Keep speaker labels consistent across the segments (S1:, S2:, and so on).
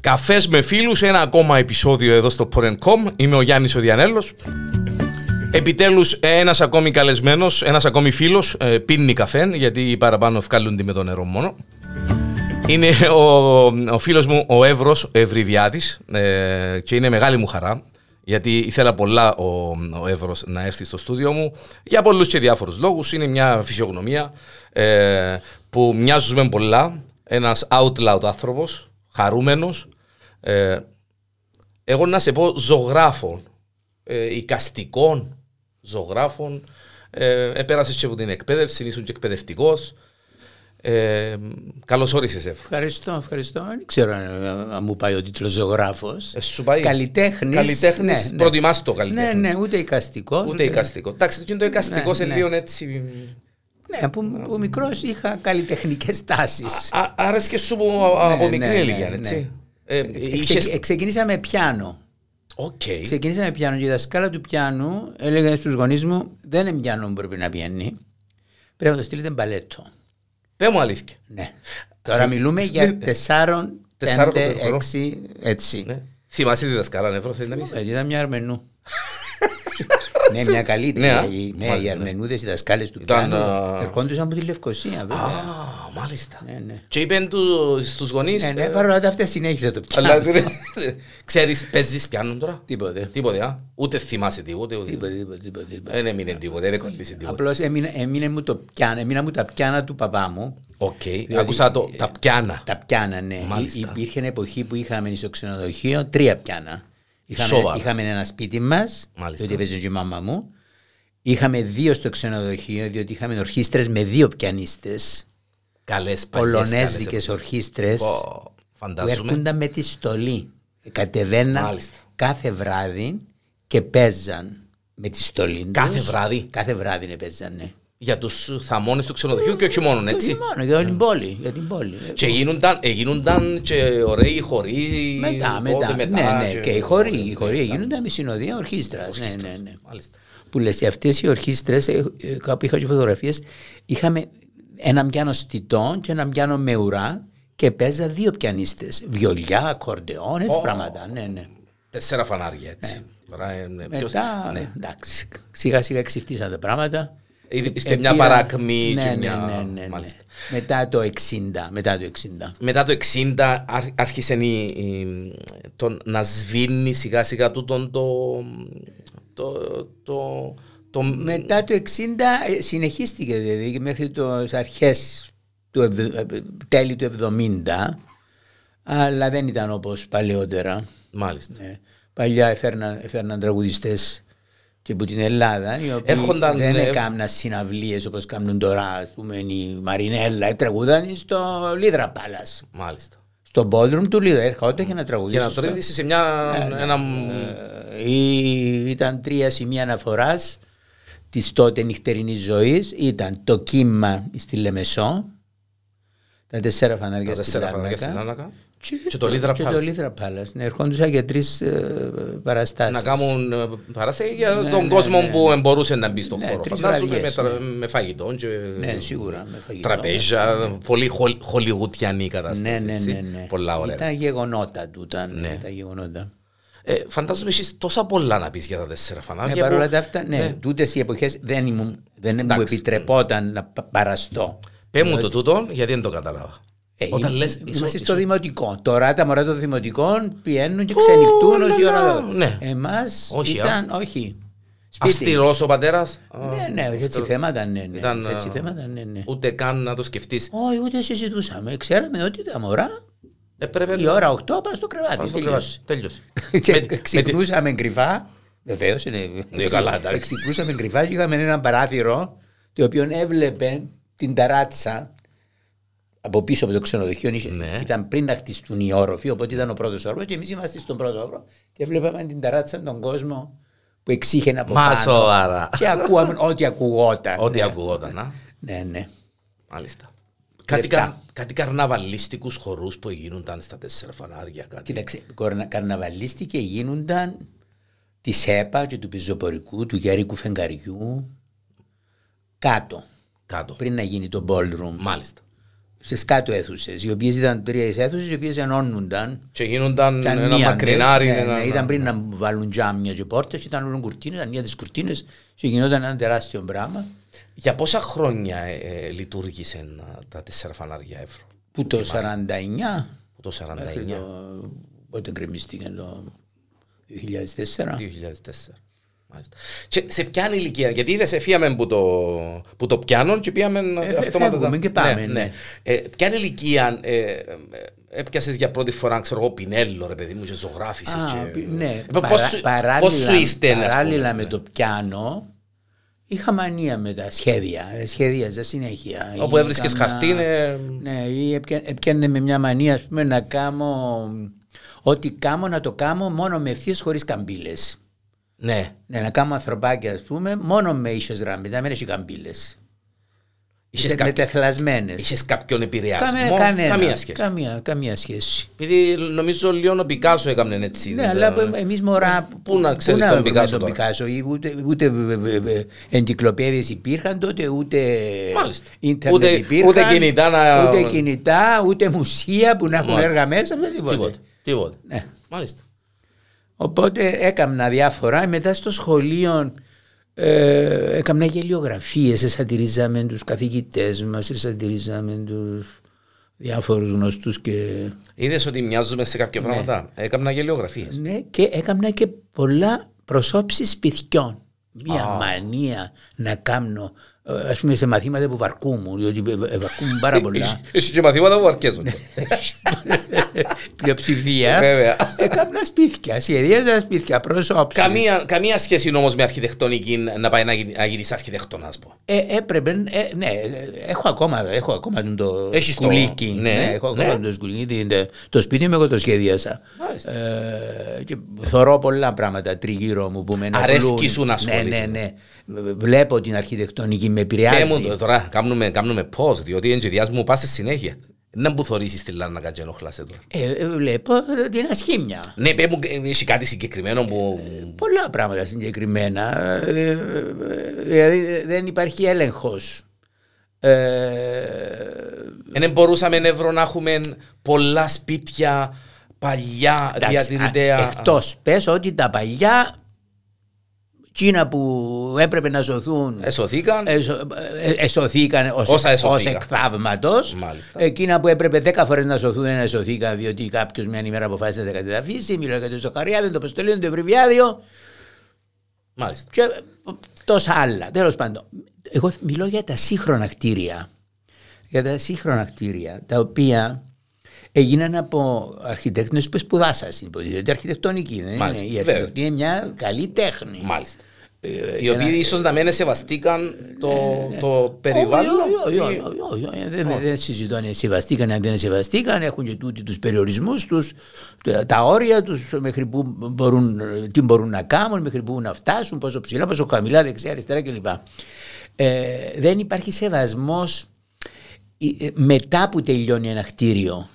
S1: Καφές με φίλους, ένα ακόμα επεισόδιο εδώ στο Porencom. Είμαι ο Γιάννης ο Διανέλος. Επιτέλους, ένας ακόμη καλεσμένος, ένας ακόμη φίλος πίνει καφέ, γιατί οι παραπάνω ευκαλούνται με το νερό μόνο. Είναι ο, ο φίλος μου ο Εύρος Ευρυδιάτης ε, και είναι μεγάλη μου χαρά. Γιατί ήθελα πολλά ο, ο Εύρος να έρθει στο στούντιο μου για πολλούς και διάφορους λόγους. Είναι μια φυσιογνωμία ε, που μοιάζουμε πολλά. Ένας out loud άνθρωπος, χαρούμενος. Ε, εγώ να σε πω ζωγράφων, ε, οικαστικών ζωγράφων. Ε, Επέρασες και από την εκπαίδευση, ήσουν και εκπαιδευτικός. Ε, Καλώς όρισες, Εύρο.
S2: Ευχαριστώ, ευχαριστώ. Δεν ξέρω αν, αν μου πάει ο τίτλος ζωγράφος.
S1: Ε, σου πάει.
S2: Καλλιτέχνης.
S1: Καλλιτέχνης.
S2: Ναι, ναι.
S1: Προτιμάς το καλλιτέχνης.
S2: Ναι, ναι, ούτε οικαστικός.
S1: Ούτε εικαστικό. Εντάξει, και το εικαστικό
S2: Ναι,
S1: σε
S2: ναι.
S1: λίγο έτσι.
S2: Ναι, από, από μικρός είχα καλλιτεχνικές τάσεις.
S1: Α- Άρεσε και σου που α-
S2: Ναι,
S1: από
S2: ναι,
S1: μικρή
S2: ναι,
S1: ηλικία,
S2: ναι.
S1: έτσι. Ε, Είχες...
S2: Ξεκίνησα με πιάνο.
S1: Οκ.
S2: Ξεκίνησα με πιάνο και η δασκάλα του πιάνου έλεγε στους γονείς μου: Δεν είναι πιάνο που πρέπει να πιάνει. Πρέπει να το στείλετε μπαλέτο.
S1: Πέ μου αλήθεια.
S2: Ναι. Τώρα μιλούμε
S1: ναι,
S2: για τεσσάρων,
S1: Τεσσάρων
S2: πέντε,
S1: χρονών.
S2: έξι, έτσι.
S1: Ναι. Θυμάσαι τη δασκάλα, νευρό, θέλει να πεις.
S2: Ε, Ήταν μια Αρμενού. ναι, μια
S1: Ναι, α.
S2: καλύτερα. Οι- Ναι, οι
S1: Μάλιστα,
S2: Αρμενούδες, οι δασκάλες του
S1: Ήταν,
S2: πιάνου,
S1: α.
S2: ερχόντουσαν από τη Λευκοσία,
S1: Α,
S2: βέβαια.
S1: μάλιστα.
S2: Ναι, ναι.
S1: Και είπε του- στους γονείς...
S2: Ναι, ναι,
S1: ε,
S2: παρόλα τα αυτά συνέχισα το
S1: αλλά,
S2: πιάνο.
S1: ρε, Ξέρεις, παίζεις πιάνο τώρα.
S2: Τίποτε.
S1: Τίποτε, α. Ούτε θυμάσαι τίποτε. ούτε- Ε,
S2: Τίποτε, τίποτε, τίποτε, τίποτε.
S1: Δεν έμεινε τίποτε, δεν κολλήσε τίποτε.
S2: Απλώς έμεινε μου το πιάνα, έμεινα μου τα πιάνα του παπά μου.
S1: Οκ. Άκουσα το, τα πιάνα.
S2: Ε, Τα πιάνα, ναι.
S1: Μάλιστα.
S2: Υ- Υπήρχε μια εποχή που είχαμε στο ξενοδοχείο τρία πιάνα. Είχαμε,
S1: Σοβαρά.
S2: είχαμε ένα σπίτι μας,
S1: Μάλιστα.
S2: διότι έπαιζε και η μάμα μου. Είχαμε δύο στο ξενοδοχείο, διότι είχαμε ορχήστρες με δύο πιανίστες.
S1: Καλές παλιές. καλές
S2: Πολωνέζικε ορχήστρε
S1: εποχές.
S2: που
S1: Πω, Φαντάζομαι.
S2: έρχονταν με τη στολή. Κατεβαίναν
S1: Μάλιστα.
S2: κάθε βράδυ και παίζαν με τη στολή τους.
S1: Κάθε βράδυ.
S2: Κάθε βράδυ παίζαν, ναι.
S1: Για τους θαμώνες του ξενοδοχείου και όχι μόνο,
S2: Και
S1: έτσι. Ε.
S2: όχι μόνο, για την πόλη. Για την πόλη.
S1: Και γίνονταν, ε, γίνονταν και ωραίοι χοροί.
S2: Μετά,
S1: τότε,
S2: μετά. ναι, ναι. Και, οι χοροί, οι χοροί
S1: Ναι,
S2: γίνονταν με συνοδεία ορχήστρας. Ναι, ναι, ναι.
S1: Μάλιστα.
S2: Που λες, αυτές οι ορχήστρες, κάπου είχα και φωτογραφίες, είχαμε ένα πιάνο στιτό και ένα πιάνο με ουρά και παίζα δύο πιανίστες. Βιολιά, ακορντεόν, έτσι
S1: Ω.
S2: πράγματα. Ναι, ναι.
S1: Τέσσερα φανάρια έτσι. Τώρα, ε, ναι, ποιος-
S2: Μετά,
S1: ναι.
S2: εντάξει, σιγά σιγά ξυφτήσαν τα πράγματα.
S1: Ε, Είστε
S2: Ε,
S1: μια
S2: πήραν-
S1: παρακμή
S2: ναι,
S1: και
S2: ναι,
S1: μια...
S2: ναι, ναι, ναι.
S1: Μάλιστα.
S2: Μετά το 60, μετά το 60.
S1: Μετά το 60 άρχ- άρχισε η, η- το, να σβήνει σιγά σιγά τούτον το... το, το, το
S2: Μετά το 60 ε, συνεχίστηκε δηλαδή και μέχρι το αρχές του εβδο- ε, τέλη του 70 αλλά δεν ήταν όπως παλαιότερα.
S1: Μάλιστα.
S2: Ε, Παλιά έφερναν, έφερναν τραγουδιστές και από την Ελλάδα οι οποίοι
S1: Έρχονταν,
S2: δεν
S1: ε,
S2: έκαναν συναυλίες όπως κάνουν τώρα ας πούμε η Μαρινέλα ε, τραγουδάνε στο Λίδρα Πάλας.
S1: Μάλιστα.
S2: Στο μπόντρουμ του Λίδρα έρχονται για να
S1: Για
S2: τραγουδήσουν.
S1: να
S2: στο-
S1: τρίδεις σε μια...
S2: Ναι,
S1: ένα,
S2: ε, ή- ήταν τρία σημεία αναφοράς της τότε νυχτερινής ζωής. Ήταν το κύμα στη Λεμεσό, τα τέσσερα φανάρια
S1: τα
S2: στην
S1: τέσσερα φανάρια στην
S2: Λάρνακα
S1: Άνακα. και το Λίδρα
S2: και
S1: Palace.
S2: το Λίδρα Palace. Ναι, ερχόντουσαν για ε, τρει παραστάσεις.
S1: να κάνουν ε, παράσταση για
S2: Ναι,
S1: τον
S2: ναι,
S1: κόσμο
S2: ναι,
S1: που μπορούσε να μπει στον
S2: Ναι,
S1: χώρο.
S2: τρεις
S1: Φαντάζομαι με,
S2: βραδιές,
S1: τρα-
S2: ναι.
S1: με φαγητό και
S2: Ναι, σίγουρα. Με φαγητό,
S1: τραπέζια, πολύ χολ- χολιγουτιανή κατάσταση.
S2: Ναι, ναι,
S1: έτσι.
S2: ναι, ναι.
S1: Πολλά ωραία.
S2: Ήταν γεγονότα του. Ήταν,
S1: Ναι.
S2: ήταν γεγονότα.
S1: Ε, φαντάζομαι εσείς τόσα πολλά να πεις για τα τέσσερα
S2: Ναι,
S1: φανάρια. που-
S2: παρόλα τα αυτά, ναι, τούτες οι εποχές δεν, ήμουν, δεν μου
S1: Εντάξει.
S2: επιτρεπόταν να πα- παραστώ.
S1: Πες μου το τούτο, γιατί δεν το κατάλαβα.
S2: Δηλαδή- Ε,
S1: Όταν λες...
S2: είμαστε
S1: ίσως-
S2: στο δημοτικό. Τώρα τα μωρά των δημοτικών πηγαίνουν και ξενυχτούν
S1: Ου,
S2: ως η
S1: λαλά.
S2: ώρα 12.
S1: Ναι.
S2: Εμάς
S1: Όχι, α.
S2: ήταν, όχι. Σπίτι.
S1: Αυστηρός ο πατέρας.
S2: Ναι, ναι, έτσι θέματα, ναι, ναι.
S1: Ήταν, ε,
S2: έτσι
S1: α,
S2: θέματα, ναι, ναι.
S1: Ούτε καν να το σκεφτείς.
S2: Όχι, ούτε συζητούσαμε. Ξέραμε ότι τα μωρά
S1: Έπρεπε
S2: η
S1: Ε, να
S2: ώρα 8 πας στο κρεβάτι.
S1: πας στο
S2: τελείωσε.
S1: κρεβάτι. Τέλειωσε.
S2: Και
S1: Με- με-
S2: ξυπνούσαμε κρυφά. Βεβαίως είναι.
S1: Ναι, καλά, εντάξει.
S2: Ξυπνούσαμε κρυφά και είχαμε ένα παράθυρο το οποίο έβλεπε την ταράτσα από πίσω από το ξενοδοχείο. Είχε-
S1: Ναι.
S2: Ήταν πριν να χτιστούν οι όροφοι, οπότε ήταν ο πρώτος όροφος και εμείς είμαστε στον πρώτο όροφο και βλέπαμε την ταράτσα τον κόσμο που εξήχαινε από
S1: Μα
S2: πάνω.
S1: σοβαρά.
S2: Και ακούαμε ό,τι ακουγόταν.
S1: Ό,τι
S2: ναι.
S1: ακουγόταν, α.
S2: Ναι, ναι.
S1: Μάλιστα. Κάτι,
S2: Λεπτά.
S1: καρ, κάτι καρναβαλίστικους χορούς που γίνονταν στα τέσσερα φανάρια. Κάτι.
S2: Κοίταξε, κορνα- καρναβαλίστηκε γίνονταν τη ΣΕΠΑ και του Πιζοπορικού, του Γιαρίκου Φεγγαριού, κάτω,
S1: Κάτω.
S2: πριν να γίνει το ballroom.
S1: Μάλιστα.
S2: στις κάτω αίθουσες, οι οποίες ήταν τρεις αίθουσες, οι οποίες ενώνονταν.
S1: Και γίνονταν
S2: ήταν
S1: Ναι, ένα
S2: νύαντες,
S1: μακρινάρι.
S2: ναι,
S1: ένα-
S2: ναι, ήταν πριν να βάλουν τζάμια και πόρτες, ήταν όλων κουρτίνες, ήταν νύαντες κουρτίνες και γινόταν ένα τεράστιο πράγμα.
S1: Για πόσα χρόνια ε, ε, λειτουργήσαν ε, τα τέσσερα φανάρια ευρώ,
S2: Που το 49,
S1: από το
S2: μέχρι
S1: 49,
S2: το, πότε κρεμίστηκε το 2004.
S1: 2004. Μάλιστα. Και σε ποια ηλικία, γιατί είδες, εφίαμε που το, που το πιάνουν και πήγαμε
S2: ε,
S1: αυτόματα.
S2: φεύγουμε και πάμε,
S1: Ναι,
S2: ναι.
S1: ναι. Ε, ποια ηλικία ε, ε, έπιασες για πρώτη φορά, ξέρω εγώ, πινέλο, ρε παιδί μου, και ζωγράφησες.
S2: Α,
S1: και...
S2: πι- ναι,
S1: Ε, πώς
S2: παρά-
S1: σου- πώς
S2: παράλληλα,
S1: σου ήρθε, ας πούμε,
S2: παράλληλα
S1: ναι.
S2: με το πιάνο, είχα μανία με τα σχέδια. ε, Σχεδίαζα συνέχεια.
S1: Όπου
S2: Ή
S1: έβρισκες
S2: έκανα-
S1: χαρτί, ε,
S2: Ναι, ή έπια- έπιανε με μια μανία ας πούμε, να κάνω. Ό,τι κάνω να το κάνω μόνο με ευθείε χωρίς καμπύλες.
S1: Ναι.
S2: Ναι, να κάνω ανθρωπάκια, ας πούμε, μόνο με ίσες γραμμές, να μην έχει καμπύλες.
S1: Είχες κάποιο-
S2: Μετεθλασμένες.
S1: Είχες κάποιον επηρεάσμο,
S2: Καμία,
S1: καμία σχέση.
S2: Καμία, καμία σχέση.
S1: Επειδή νομίζω λίγο ο Πικάσο έκανε έτσι.
S2: Ναι,
S1: δεν-
S2: αλλά εμείς μωρά.
S1: Πού ε, ναι, να ξέρεις τον
S2: βρούμε
S1: Πικάσο τώρα.
S2: Πικάσο, ή Ούτε, ούτε ε, εγκυκλοπαίδειε υπήρχαν τότε, ούτε
S1: Μάλιστα.
S2: ίντερνετ
S1: Ούτε-
S2: υπήρχαν.
S1: ούτε κινητά να-
S2: Ούτε κινητά, ούτε μουσεία που να έχουν
S1: Μάλιστα.
S2: έργα μέσα, ούτε
S1: Τίποτα.
S2: τίποτα.
S1: Τίποτα.
S2: Ναι.
S1: Μάλιστα.
S2: Οπότε έκαμνα διάφορα. Μετά στο σχολείο ε, έκαμνα γελιογραφίες. Εσατηρίζαμε τους καθηγητές μας, εσατηρίζαμε τους διάφορους γνωστούς και
S1: Είδες ότι μοιάζουμε σε κάποια πράγματα. Ε, Έκανα γελιογραφίες.
S2: Ναι, και έκανα και πολλά προσώψεις σπιτιών. Μία μανία να κάνω, ας πούμε, σε μαθήματα που βαρκούμουν, διότι ε, ε, βαρκούμουν πάρα πολλά. Ναι.
S1: Είσαι και μαθήματα που αρκέζονται.
S2: Πλειοψηφία.
S1: Βέβαια.
S2: Ε, Έκανα σπίτια, σχεδίαζα σπίτια, προσώψεις.
S1: Καμία, καμία σχέση όμως με αρχιτεκτονική να πάει να γίνει να γίνεις αρχιτεκτονά, ας πούμε.
S2: έπρεπε, ε, ναι, ε, έχω ακόμα, έχω ακόμα τον το
S1: Έχεις το-
S2: σκουλίκι.
S1: ναι,
S2: έχω
S1: ναι.
S2: ακόμα το σκουλίκι. την- τε- Το σπίτι μου εγώ το σχεδίασα.
S1: Μάλιστα.
S2: Ε, και θωρώ πολλά πράγματα τριγύρω μου που με
S1: Αρέσκει
S2: ενοχλούν.
S1: σου να
S2: Ναι,
S1: ασχολείσαι.
S2: ναι, ναι. Βλέπω την αρχιτεκτονική, με
S1: Πέ Ε, μου
S2: επηρεάζει.
S1: το τώρα, κάνουμε, κάνουμε πώ, διότι εντζεδιάς μου πα σε συνέχεια. Να μου θωρήσεις τη λάνα να ενοχλάσαι τώρα.
S2: Ε, ε, βλέπω ε, την ασχήμια.
S1: Ναι, πέ μου, ε, έχει κάτι συγκεκριμένο που.
S2: Πολλά πράγματα συγκεκριμένα. Ε, ε, Δηλαδή ε, δεν υπάρχει έλεγχος. Ε,
S1: Δεν ναι, μπορούσαμε ευρώ να έχουμε πολλά σπίτια παλιά διατηρητέα.
S2: Εκτός πες ότι τα παλιά Κίνα που έπρεπε να σωθούν
S1: Εσωθήκαν.
S2: εσω- ε, εσωθήκαν ως,
S1: Ε, Όσα
S2: ως
S1: εσωθήκαν.
S2: εκθαύματος
S1: Μάλιστα.
S2: εκείνα που έπρεπε 10 φορές να σωθούν δεν εσωθήκαν διότι κάποιος μια ημέρα αποφάσισε να τα κατεδαφίσει μιλάω για το Ζοχαριάδη, το Παστολίνο, το Ευρυβιάδιο
S1: Μάλιστα.
S2: και ε, τόσα άλλα. Τέλος πάντων, εγώ μιλώ για τα σύγχρονα κτίρια. Για τα σύγχρονα κτίρια, τα οποία έγιναν από αρχιτέκτονες που σπουδάσαν. Υποτίθεται ότι αρχιτεκτονική δεν
S1: Μάλιστα,
S2: είναι. Η
S1: βέβαια.
S2: αρχιτεκτονική είναι μια καλή τέχνη.
S1: Μάλιστα. Οι οποίοι ίσως να μην σεβαστήκαν το, το περιβάλλον.
S2: Όχι, όχι, όχι, όχι, όχι, όχι, δεν- Δεν συζητώ αν σεβαστήκαν, αν δεν σεβαστήκαν. Έχουν και τούτοι τους περιορισμούς τους, τα όρια τους, μέχρι που μπορούν, τι μπορούν να κάνουν, μέχρι που να φτάσουν, πόσο ψηλά, πόσο χαμηλά, δεξιά, αριστερά κλπ. Ε, δεν υπάρχει σεβασμός μετά που τελειώνει ένα κτίριο.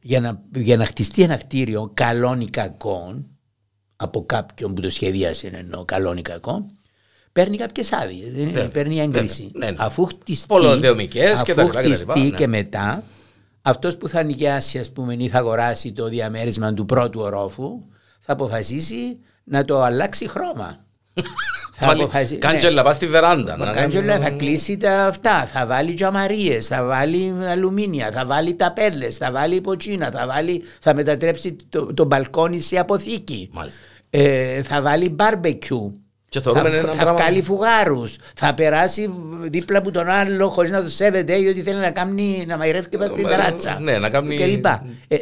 S2: Για να, για να χτιστεί ένα κτίριο καλών ή κακών, από κάποιον που το σχεδίασε εννοώ καλών ή κακών, παίρνει κάποιες άδειες, παίρνει έγκριση.
S1: βέβαια, ναι, ναι.
S2: Αφού χτιστεί.
S1: Πολεοδεομικές
S2: αφού
S1: και τα λοιπά και τα
S2: χτιστεί
S1: λοιπά, ναι.
S2: και μετά, αυτός που θα νοικιάσει, ας πούμε, ή θα αγοράσει το διαμέρισμα του πρώτου ορόφου, θα αποφασίσει να το αλλάξει χρώμα. θα αποφασίσει. ναι.
S1: Κάντζελα, πας στη βεράντα. να- ναι.
S2: Κάντζελα
S1: να-
S2: θα κλείσει τα αυτά, θα βάλει τζαμαρίες, θα βάλει αλουμίνια, θα βάλει ταπέλες, θα βάλει ποτσίνα, θα, βάλει, θα μετατρέψει το, το μπαλκόνι σε αποθήκη.
S1: Μάλιστα.
S2: Ε, θα βάλει μπάρμπεκιου.
S1: Και
S2: Θα,
S1: θεωρούμε ένα
S2: θα
S1: πράγμα.
S2: βγάλει φουγάρους. Θα περάσει δίπλα από τον άλλο χωρίς να το σέβεται, διότι θέλει να κάνει να μαϊρεύει και πας στην
S1: Ε,
S2: ταράτσα.
S1: ναι, να κάνει-
S2: Και λοιπά. Ε, ε,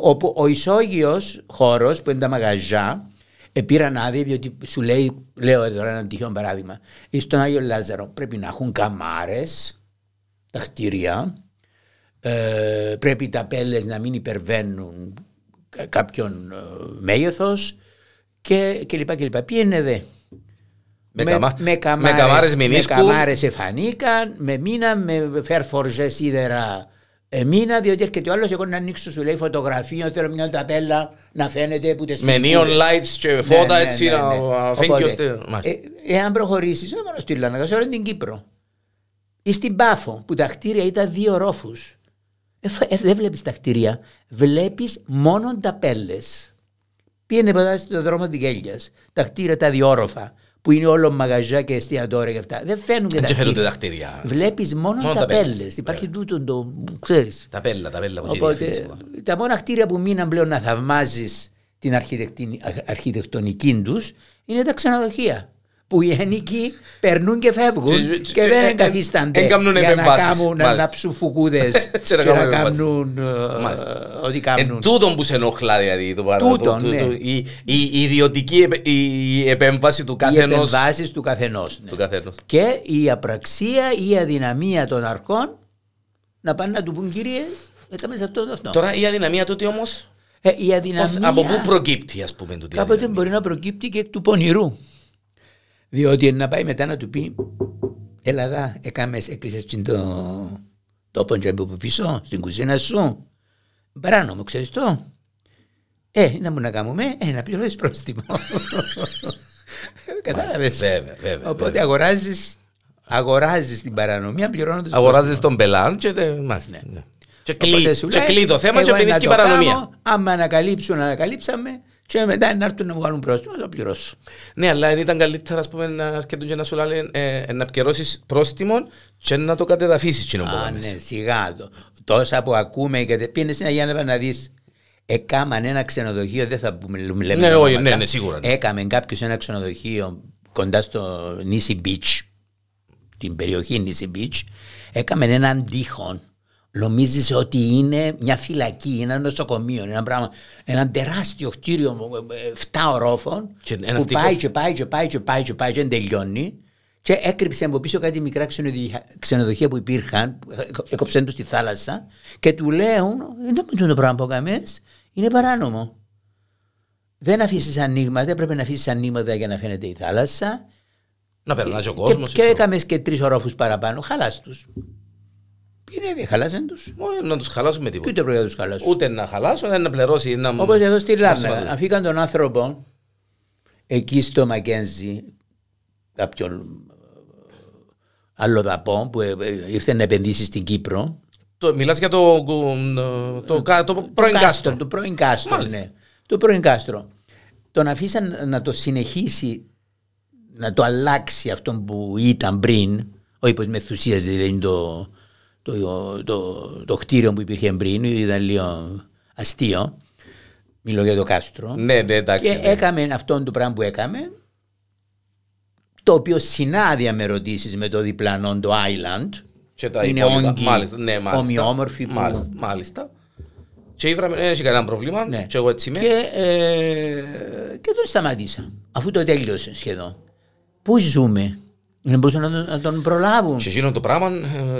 S2: όπου ο ισόγειος χώρος που είναι τα μαγαζιά, ε, πήραν άδεια διότι σου λέει, λέω τώρα ένα τυχαίο παράδειγμα, ε, στον Άγιο Λάζαρο πρέπει να έχουν καμάρες, τα χτίρια, ε, πρέπει τα πέλες να μην υπερβαίνουν κα- κάποιον ε, μέγεθος και, και λοιπά και λοιπά. Πήγαινε δε.
S1: Με καμά-
S2: με
S1: με
S2: καμάρες,
S1: καμάρες
S2: με
S1: μηνίσκου.
S2: καμάρες εφανήκαν, με μήνα, με φερφορζέ σίδερα ε, μήνα, διότι έρχεται ο άλλος, εγώ να ανοίξω σου λέει φωτογραφία, θέλω μια ταπέλα να φαίνεται που τες
S1: Με
S2: φιγούρες.
S1: neon lights και
S2: Ναι,
S1: Ε, φώτα
S2: ναι,
S1: έτσι
S2: ναι,
S1: να
S2: ναι.
S1: να φέγγει
S2: Οπότε,
S1: ώστε. Μάλιστα.
S2: ε, Εάν προχωρήσεις, όχι μόνο στη Λάνακα, σε όλη την Κύπρο. Ή στην Πάφο, που τα κτίρια ήταν δύο ρόφους. Ε, φα- ε, δεν βλέπεις τα κτίρια. Βλέπεις μόνο τα πέλε. Πήγαινε παιδά στον δρόμο της Γέλιας. Τα κτίρια τα διόροφα που είναι όλο μαγαζιά και εστιατόρια και αυτά. Δεν φαίνουν και
S1: Δεν
S2: τα
S1: φαίνονται τα
S2: κτίρια.
S1: χτίρια.
S2: Βλέπεις μόνο,
S1: Μόνο τα
S2: τα
S1: πέλες.
S2: πέλε. Υπάρχει τούτο το. ξέρεις.
S1: Τα πέλα, τα πέλα από εκεί
S2: Οπότε
S1: διαφήμιση.
S2: τα μόνα κτίρια που μείναν πλέον να θαυμάζεις την αρχιτεκτονι- α- αρχιτεκτονική τους είναι τα ξενοδοχεία. Που οι ένικοι περνούν και
S1: Και-
S2: φεύγουν
S1: και-
S2: και
S1: ε-
S2: δεν
S1: ε-
S2: εγκαθίστανται.
S1: εν κάμνουν
S2: για να
S1: επεμβάσεις.
S2: κάνουν
S1: Μάλιστα.
S2: να ψουφουκούδε
S1: Ξέρω
S2: και
S1: κάμνουν
S2: να
S1: επεμβάσεις.
S2: κάνουν ε,
S1: Μάλιστα.
S2: ό,τι
S1: Εν
S2: κάνουν.
S1: τούτον που σε ενοχλά δηλαδή το παρά-
S2: Τούτον,
S1: το- το-
S2: ναι.
S1: το- η, η- η ιδιωτική επε- η- η επέμβαση του
S2: Οι
S1: καθενός
S2: επεμβάσεις του καθενός.
S1: του καθενός.
S2: Και η απραξία ή η αδυναμία των αρχών να πάνε να του πούν κύριε, έκαμε αυτό το αυτό.
S1: Τώρα η αδυναμία τούτη όμως
S2: Ε, η αδυναμία.
S1: από πού προκύπτει ας πούμε τούτη
S2: Κάποτε
S1: αδυναμία.
S2: μπορεί να προκύπτει και εκ του πονηρού. Διότι να πάει μετά να του πει Ελλάδα, έκαμες έκλεισες το τόπο και από πίσω, στην κουζίνα σου. Παράνομο, ξέρεις το. Ε, να μου να κάνουμε, ε, να πληρώσει πρόστιμο. Κατάλαβε.
S1: Ε, Βέβαια, βέβαια,
S2: Οπότε
S1: βέβαια.
S2: αγοράζεις αγοράζεις την παρανομία πληρώνοντας
S1: Αγοράζεις τον πελάν και, τε- μάλιστα, ναι. και, κλεί, και κλεί το θέμα και πίνεις και η παρανομία.
S2: Άμα ανακαλύψουν, ανακαλύψαμε και μετά να έρθουν να μου βάλουν πρόστιμο, να το πληρώσω.
S1: Ναι, αλλά αν ήταν καλύτερα ας πούμε, να αρκετούν και να σου λένε ε, να πιερώσεις πρόστιμο και να το κατεδαφίσεις κοινό που
S2: Α,
S1: έκαμες.
S2: ναι, σιγά το. Τόσα που ακούμε και δεν πήγαινε στην Αγία Νέβα να δεις. Έκαναν ένα ξενοδοχείο, δεν θα πούμε,
S1: Ναι,
S2: λέμε.
S1: όχι,
S2: ονόματα.
S1: ναι, ναι, σίγουρα, ναι.
S2: Έκαμε κάποιος ένα ξενοδοχείο κοντά στο νησι Beach, την περιοχή νησι Beach. Έκαμε έναν τείχον. Νομίζεις ότι είναι μια φυλακή, ένα νοσοκομείο, ένα πράγμα. Ένα τεράστιο κτίριο, 7 ορόφων.
S1: Και ένα
S2: που
S1: φτικό.
S2: πάει και πάει και πάει και πάει και πάει και δεν τελειώνει. Και έκρυψε από πίσω κάτι μικρά ξενοδοχεία- ξενοδοχεία που υπήρχαν, που έκο- έκοψαν του στη θάλασσα και του λέουν: Δεν το το πράγμα που έκαμες, είναι παράνομο. Δεν αφήσεις ανοίγματα, πρέπει να αφήσεις ανοίγματα για να φαίνεται η θάλασσα.
S1: Να περνάει ο
S2: Και,
S1: κόσμος.
S2: και
S1: ξέρω.
S2: έκαμες και τρεις ορόφους παραπάνω, χαλάς τους. Πήρε, δεν χαλάσαν τους.
S1: Ω, Να τους χαλάσουμε
S2: Και
S1: τίποτα.
S2: ούτε πρέπει να τους χαλάσουν.
S1: Ούτε να χαλάσω, ούτε να πληρώσει. Να...
S2: Όπως εδώ στη
S1: Μάλιστα.
S2: Λάρνα. Αφήκαν τον άνθρωπο εκεί στο Μακένζι, κάποιον αλλοδαπό που ε, ε, ήρθε να επενδύσει στην Κύπρο.
S1: Το, μιλάς για το, το, το, κα- το πρώην κάστρο.
S2: Το πρώην κάστρο,
S1: Μάλιστα.
S2: ναι. Το πρώην κάστρο. Τον αφήσαν να το συνεχίσει, να το αλλάξει αυτό που ήταν πριν. Όχι πως με ενθουσίαζε, δηλαδή το, το, το, το, κτίριο που υπήρχε πριν, ήταν λίγο αστείο. Μιλώ για το κάστρο.
S1: Ναι, ναι, εντάξει.
S2: Και έκαμε αυτό το πράγμα που έκαμε, το οποίο συνάδει με ερωτήσεις με το διπλανό το Island.
S1: Και τα
S2: είναι
S1: υπόλοιπα.
S2: όγκοι,
S1: Μάλιστα, ναι, μάλιστα.
S2: ομοιόμορφοι που-
S1: Μάλιστα. μάλιστα. Και ήβραμε, δεν έχει κανένα πρόβλημα.
S2: Ναι.
S1: Και εγώ έτσι είμαι.
S2: Και, ε, και τον σταματήσα, αφού το τέλειωσε σχεδόν. Πού ζούμε, δεν μπορούσαν να τον, να τον προλάβουν.
S1: Και εκείνο το πράγμα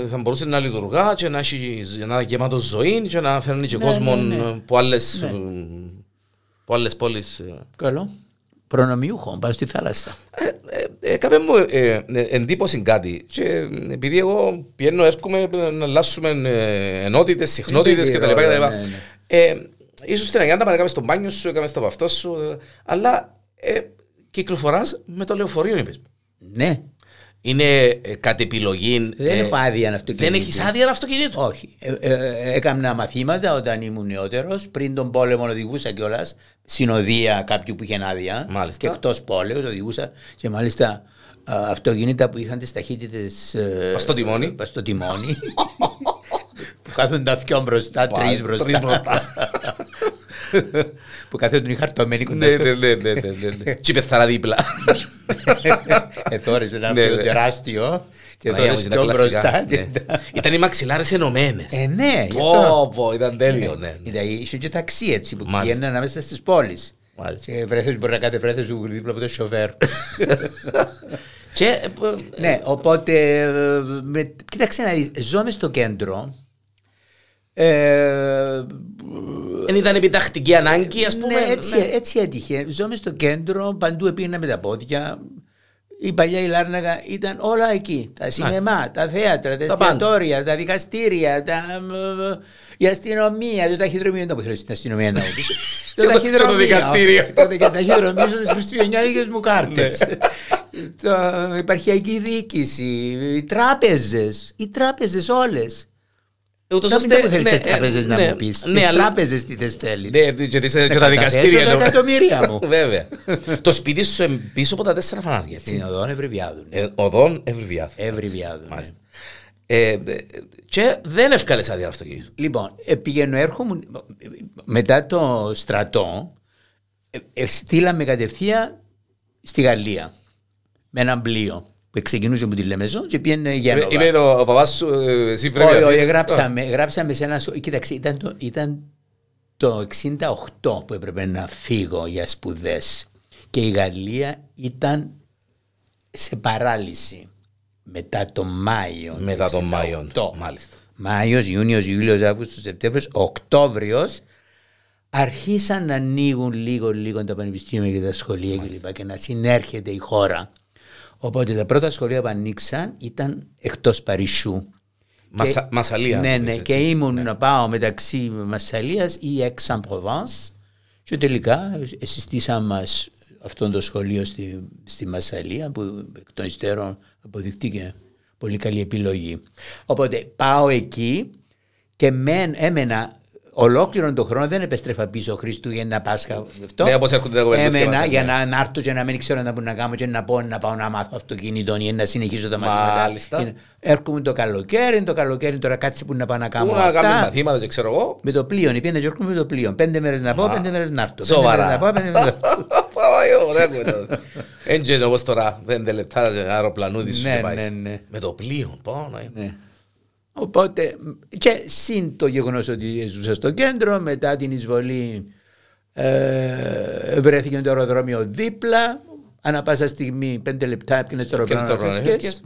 S1: ε, θα μπορούσε να λειτουργά και να έχει να είναι γεμάτο ζωή και να φέρνει και
S2: Ναι,
S1: κόσμο
S2: ναι, ναι.
S1: ε, που άλλες, ε, που άλλες πόλεις. ε.
S2: Καλό. Προνομιούχο, πάω στη θάλασσα.
S1: Ε, ε, Έκαμε μου ε, ε, εντύπωση κάτι και ε, επειδή εγώ πιένω έρχομαι ε, να αλλάσουμε ε, ενότητες, συχνότητες
S2: Δεν
S1: κτλ. κτλ.
S2: ναι, ναι.
S1: Ε, Ίσως στην Αγιάννα πάνε κάμε στο μπάνιο σου, έκαμες στο παυτό σου, ε, αλλά ε, κυκλοφοράς με το λεωφορείο είπες.
S2: Ναι,
S1: Είναι ε, κατ' επιλογή.
S2: δεν
S1: ε,
S2: έχω άδεια να
S1: Δεν έχεις άδεια αυτοκινήτου.
S2: Όχι. Ε, ε, έκανα μαθήματα όταν ήμουν νεότερος. Πριν τον πόλεμο οδηγούσα κιόλας συνοδεία κάποιου που είχε άδεια.
S1: Μάλιστα.
S2: Και εκτός πόλεως οδηγούσα και μάλιστα α, αυτοκίνητα που είχαν τις ταχύτητες.
S1: Πας στο τιμόνι.
S2: Πας στο τιμόνι. που κάθονταν δυο μπροστά, τρει μπροστά.
S1: Τρεις μπροστά.
S2: που καθόταν οι χαρτωμένοι κοντά
S1: Ναι,
S2: στο
S1: ναι, ναι, ναι, ναι, ναι, ναι. Τι πεθαρά δίπλα.
S2: Εθόριζε Ε, ένα
S1: Ναι,
S2: αυτό
S1: ναι.
S2: τεράστιο και
S1: Παναγία μου,
S2: θόρυζε πιο
S1: ήταν κλασικά.
S2: μπροστά. και
S1: ναι.
S2: τα-
S1: Ήταν οι μαξιλάρες ενωμένες.
S2: Ε, ναι, γι' αυτό.
S1: Πω, πω, ήταν τέλειο, ναι. ναι.
S2: Ήταν, είχε και ταξί έτσι που
S1: Μάλιστα.
S2: πηγαίνανε ανάμεσα στις πόλεις.
S1: Μάλιστα.
S2: Και βρέθες, μπορεί να κατεβρέθες σου δίπλα από το σοφέρ.
S1: Και, ε, π-
S2: ναι, οπότε. ε, με- κοίταξε να δεις, ζούμε στο κέντρο. Ε,
S1: δεν ήταν επιτακτική ανάγκη, ας πούμε.
S2: ναι, έτσι,
S1: ναι.
S2: έτσι έτυχε. Ζούμε στο κέντρο, παντού πήγαινα με τα πόδια. Η παλιά η Λάρναγα ήταν όλα εκεί. Τα σινεμά, τα θέατρα, τα
S1: Ναι. Τα πάντα.
S2: εστιατόρια, τα δικαστήρια, τα, η αστυνομία, το ταχυδρομείο. Δεν μπορεί στην αστυνομία να οδηγήσει.
S1: Και το- και το δικαστήριο.
S2: Το και το ταχυδρομείο στις χριστουγεννιάτικες μου κάρτες.
S1: Ναι.
S2: Το, η επαρχιακή διοίκηση, οι τράπεζες, οι τράπεζες όλες.
S1: Ούτως
S2: Να μην τα
S1: ώστε-
S2: που θέλει
S1: ναι,
S2: τις
S1: ε,
S2: τράπεζες να
S1: ναι,
S2: μου πεις.
S1: ναι,
S2: Τις
S1: αλλά-
S2: τράπεζες τι θες θέλεις.
S1: Ναι, και τις- και τα
S2: καταθέσω
S1: δικαστήρια.
S2: τα
S1: λέω.
S2: εκατομμύρια μου.
S1: Βέβαια. Το σπίτι σου ε, πίσω από τα τέσσερα φανάρια. έτσι.
S2: Στην οδόν Ευρυπιάδου.
S1: Ε, Οδόν Ευρυβιάδου.
S2: Ευρυπιάδου.
S1: Μάλιστα. Ε, ε, και δεν ευκάλε άδεια αυτοκίνητο.
S2: Λοιπόν, ε, πηγαίνω, έρχομαι ε, μετά το στρατό. ε, ε, στείλαμε κατευθείαν στη Γαλλία με ένα πλοίο που ξεκινούσε από τη Λεμεζό και πήγαινε για
S1: Είπε- Είπε Ε, ο, ο παπάς σου, ε, εσύ πρέπει
S2: Όχι,
S1: να-
S2: όχι, γράψαμε, γράψαμε σε ένα. σχο- Κοίταξε, ήταν το, ήταν το 68 που έπρεπε να φύγω για σπουδές. Και η Γαλλία ήταν σε παράλυση μετά το Μάιο. του
S1: Μετά τον Μάιο,
S2: 68.
S1: μάλιστα.
S2: Μάιος, Ιούνιος, Ιούλιος, Αύγουστος, Σεπτέμβριος, Οκτώβριος αρχίσαν να ανοίγουν λίγο λίγο τα πανεπιστήμια και τα σχολεία κλπ. και να συνέρχεται η χώρα. Οπότε τα πρώτα σχολεία που ανοίξαν ήταν εκτός Παρισιού.
S1: Μασα-
S2: Και-
S1: Μασαλία.
S2: Ναι,
S1: να
S2: ναι.
S1: πεις,
S2: Και
S1: έτσι.
S2: ήμουν να πάω μεταξύ Μασσαλίας ή Aix-en-Provence. Και τελικά συστήσαμε αυτό το σχολείο στη, στη Μασσαλία που εκ των υστέρων αποδειχτήκε πολύ καλή επιλογή. Οπότε πάω εκεί και μεν, έμενα ολόκληρον τον χρόνο, δεν επέστρεφα πίσω Χριστούγεννα, Πάσχα, αυτό.
S1: Ναι, όπως έρχονται τα κοπέλες και
S2: Έμενα
S1: μας,
S2: για
S1: ναι.
S2: να, να έρθω και να μην ξέρω να μπορώ να κάνω και να πω να πάω να μάθω αυτοκίνητο ή να συνεχίσω τα μαθήματα.
S1: Μάλιστα.
S2: Είναι- Έρχομαι το καλοκαίρι, το καλοκαίρι τώρα κάτσε που να πάω να κάνω.
S1: Ήμουν να κάνουμε
S2: αυτά.
S1: μαθήματα και ξέρω εγώ.
S2: Με το πλοίο, πήγαινε και έρχομαι με το πλοίο. Πέντε μέρες να πάω,
S1: Μα.
S2: πέντε μέρες να έρθω. Πέντε μέρες
S1: Σοβαρά.
S2: Να πάω, πέντε μέρες να έρθω.
S1: Πάει, ωραία κουβέντα. Εν και όπως τώρα, πέντε λεπτά αεροπλανούδι σου
S2: Ναι,
S1: και
S2: ναι,
S1: πάει.
S2: ναι.
S1: Με το πλοίο, ε. πάω να είμαι.
S2: Ναι. Οπότε, και συν το γεγονός ότι ζούσα στο κέντρο, μετά την εισβολή ε, βρέθηκε το αεροδρόμιο δίπλα. Ανά πάσα στιγμή, πέντε λεπτά έπαιρνε στο
S1: Και
S2: αεροπλάνο.
S1: το
S2: να φεύγεις.
S1: προνοήθηκες.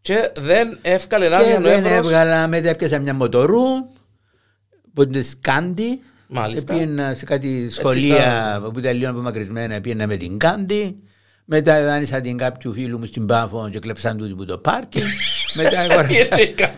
S1: Και δεν εύκαλε
S2: Και
S1: άδεια
S2: δεν
S1: Νοέμβρος.
S2: έβγαλα, μετά έπιασα μια μοτορού που είναι σκάντι.
S1: Μάλιστα.
S2: Πήγαινα σε κάτι σχολεία που ήταν λίγο απομακρυσμένα, πήγαινα με την κάντι. Μετά δάνεισα την κάποιου φίλου μου στην Πάφο και κλέψαν τούτη που το πάρκι. μετά αγόρασα.
S1: Έτσι έκανε.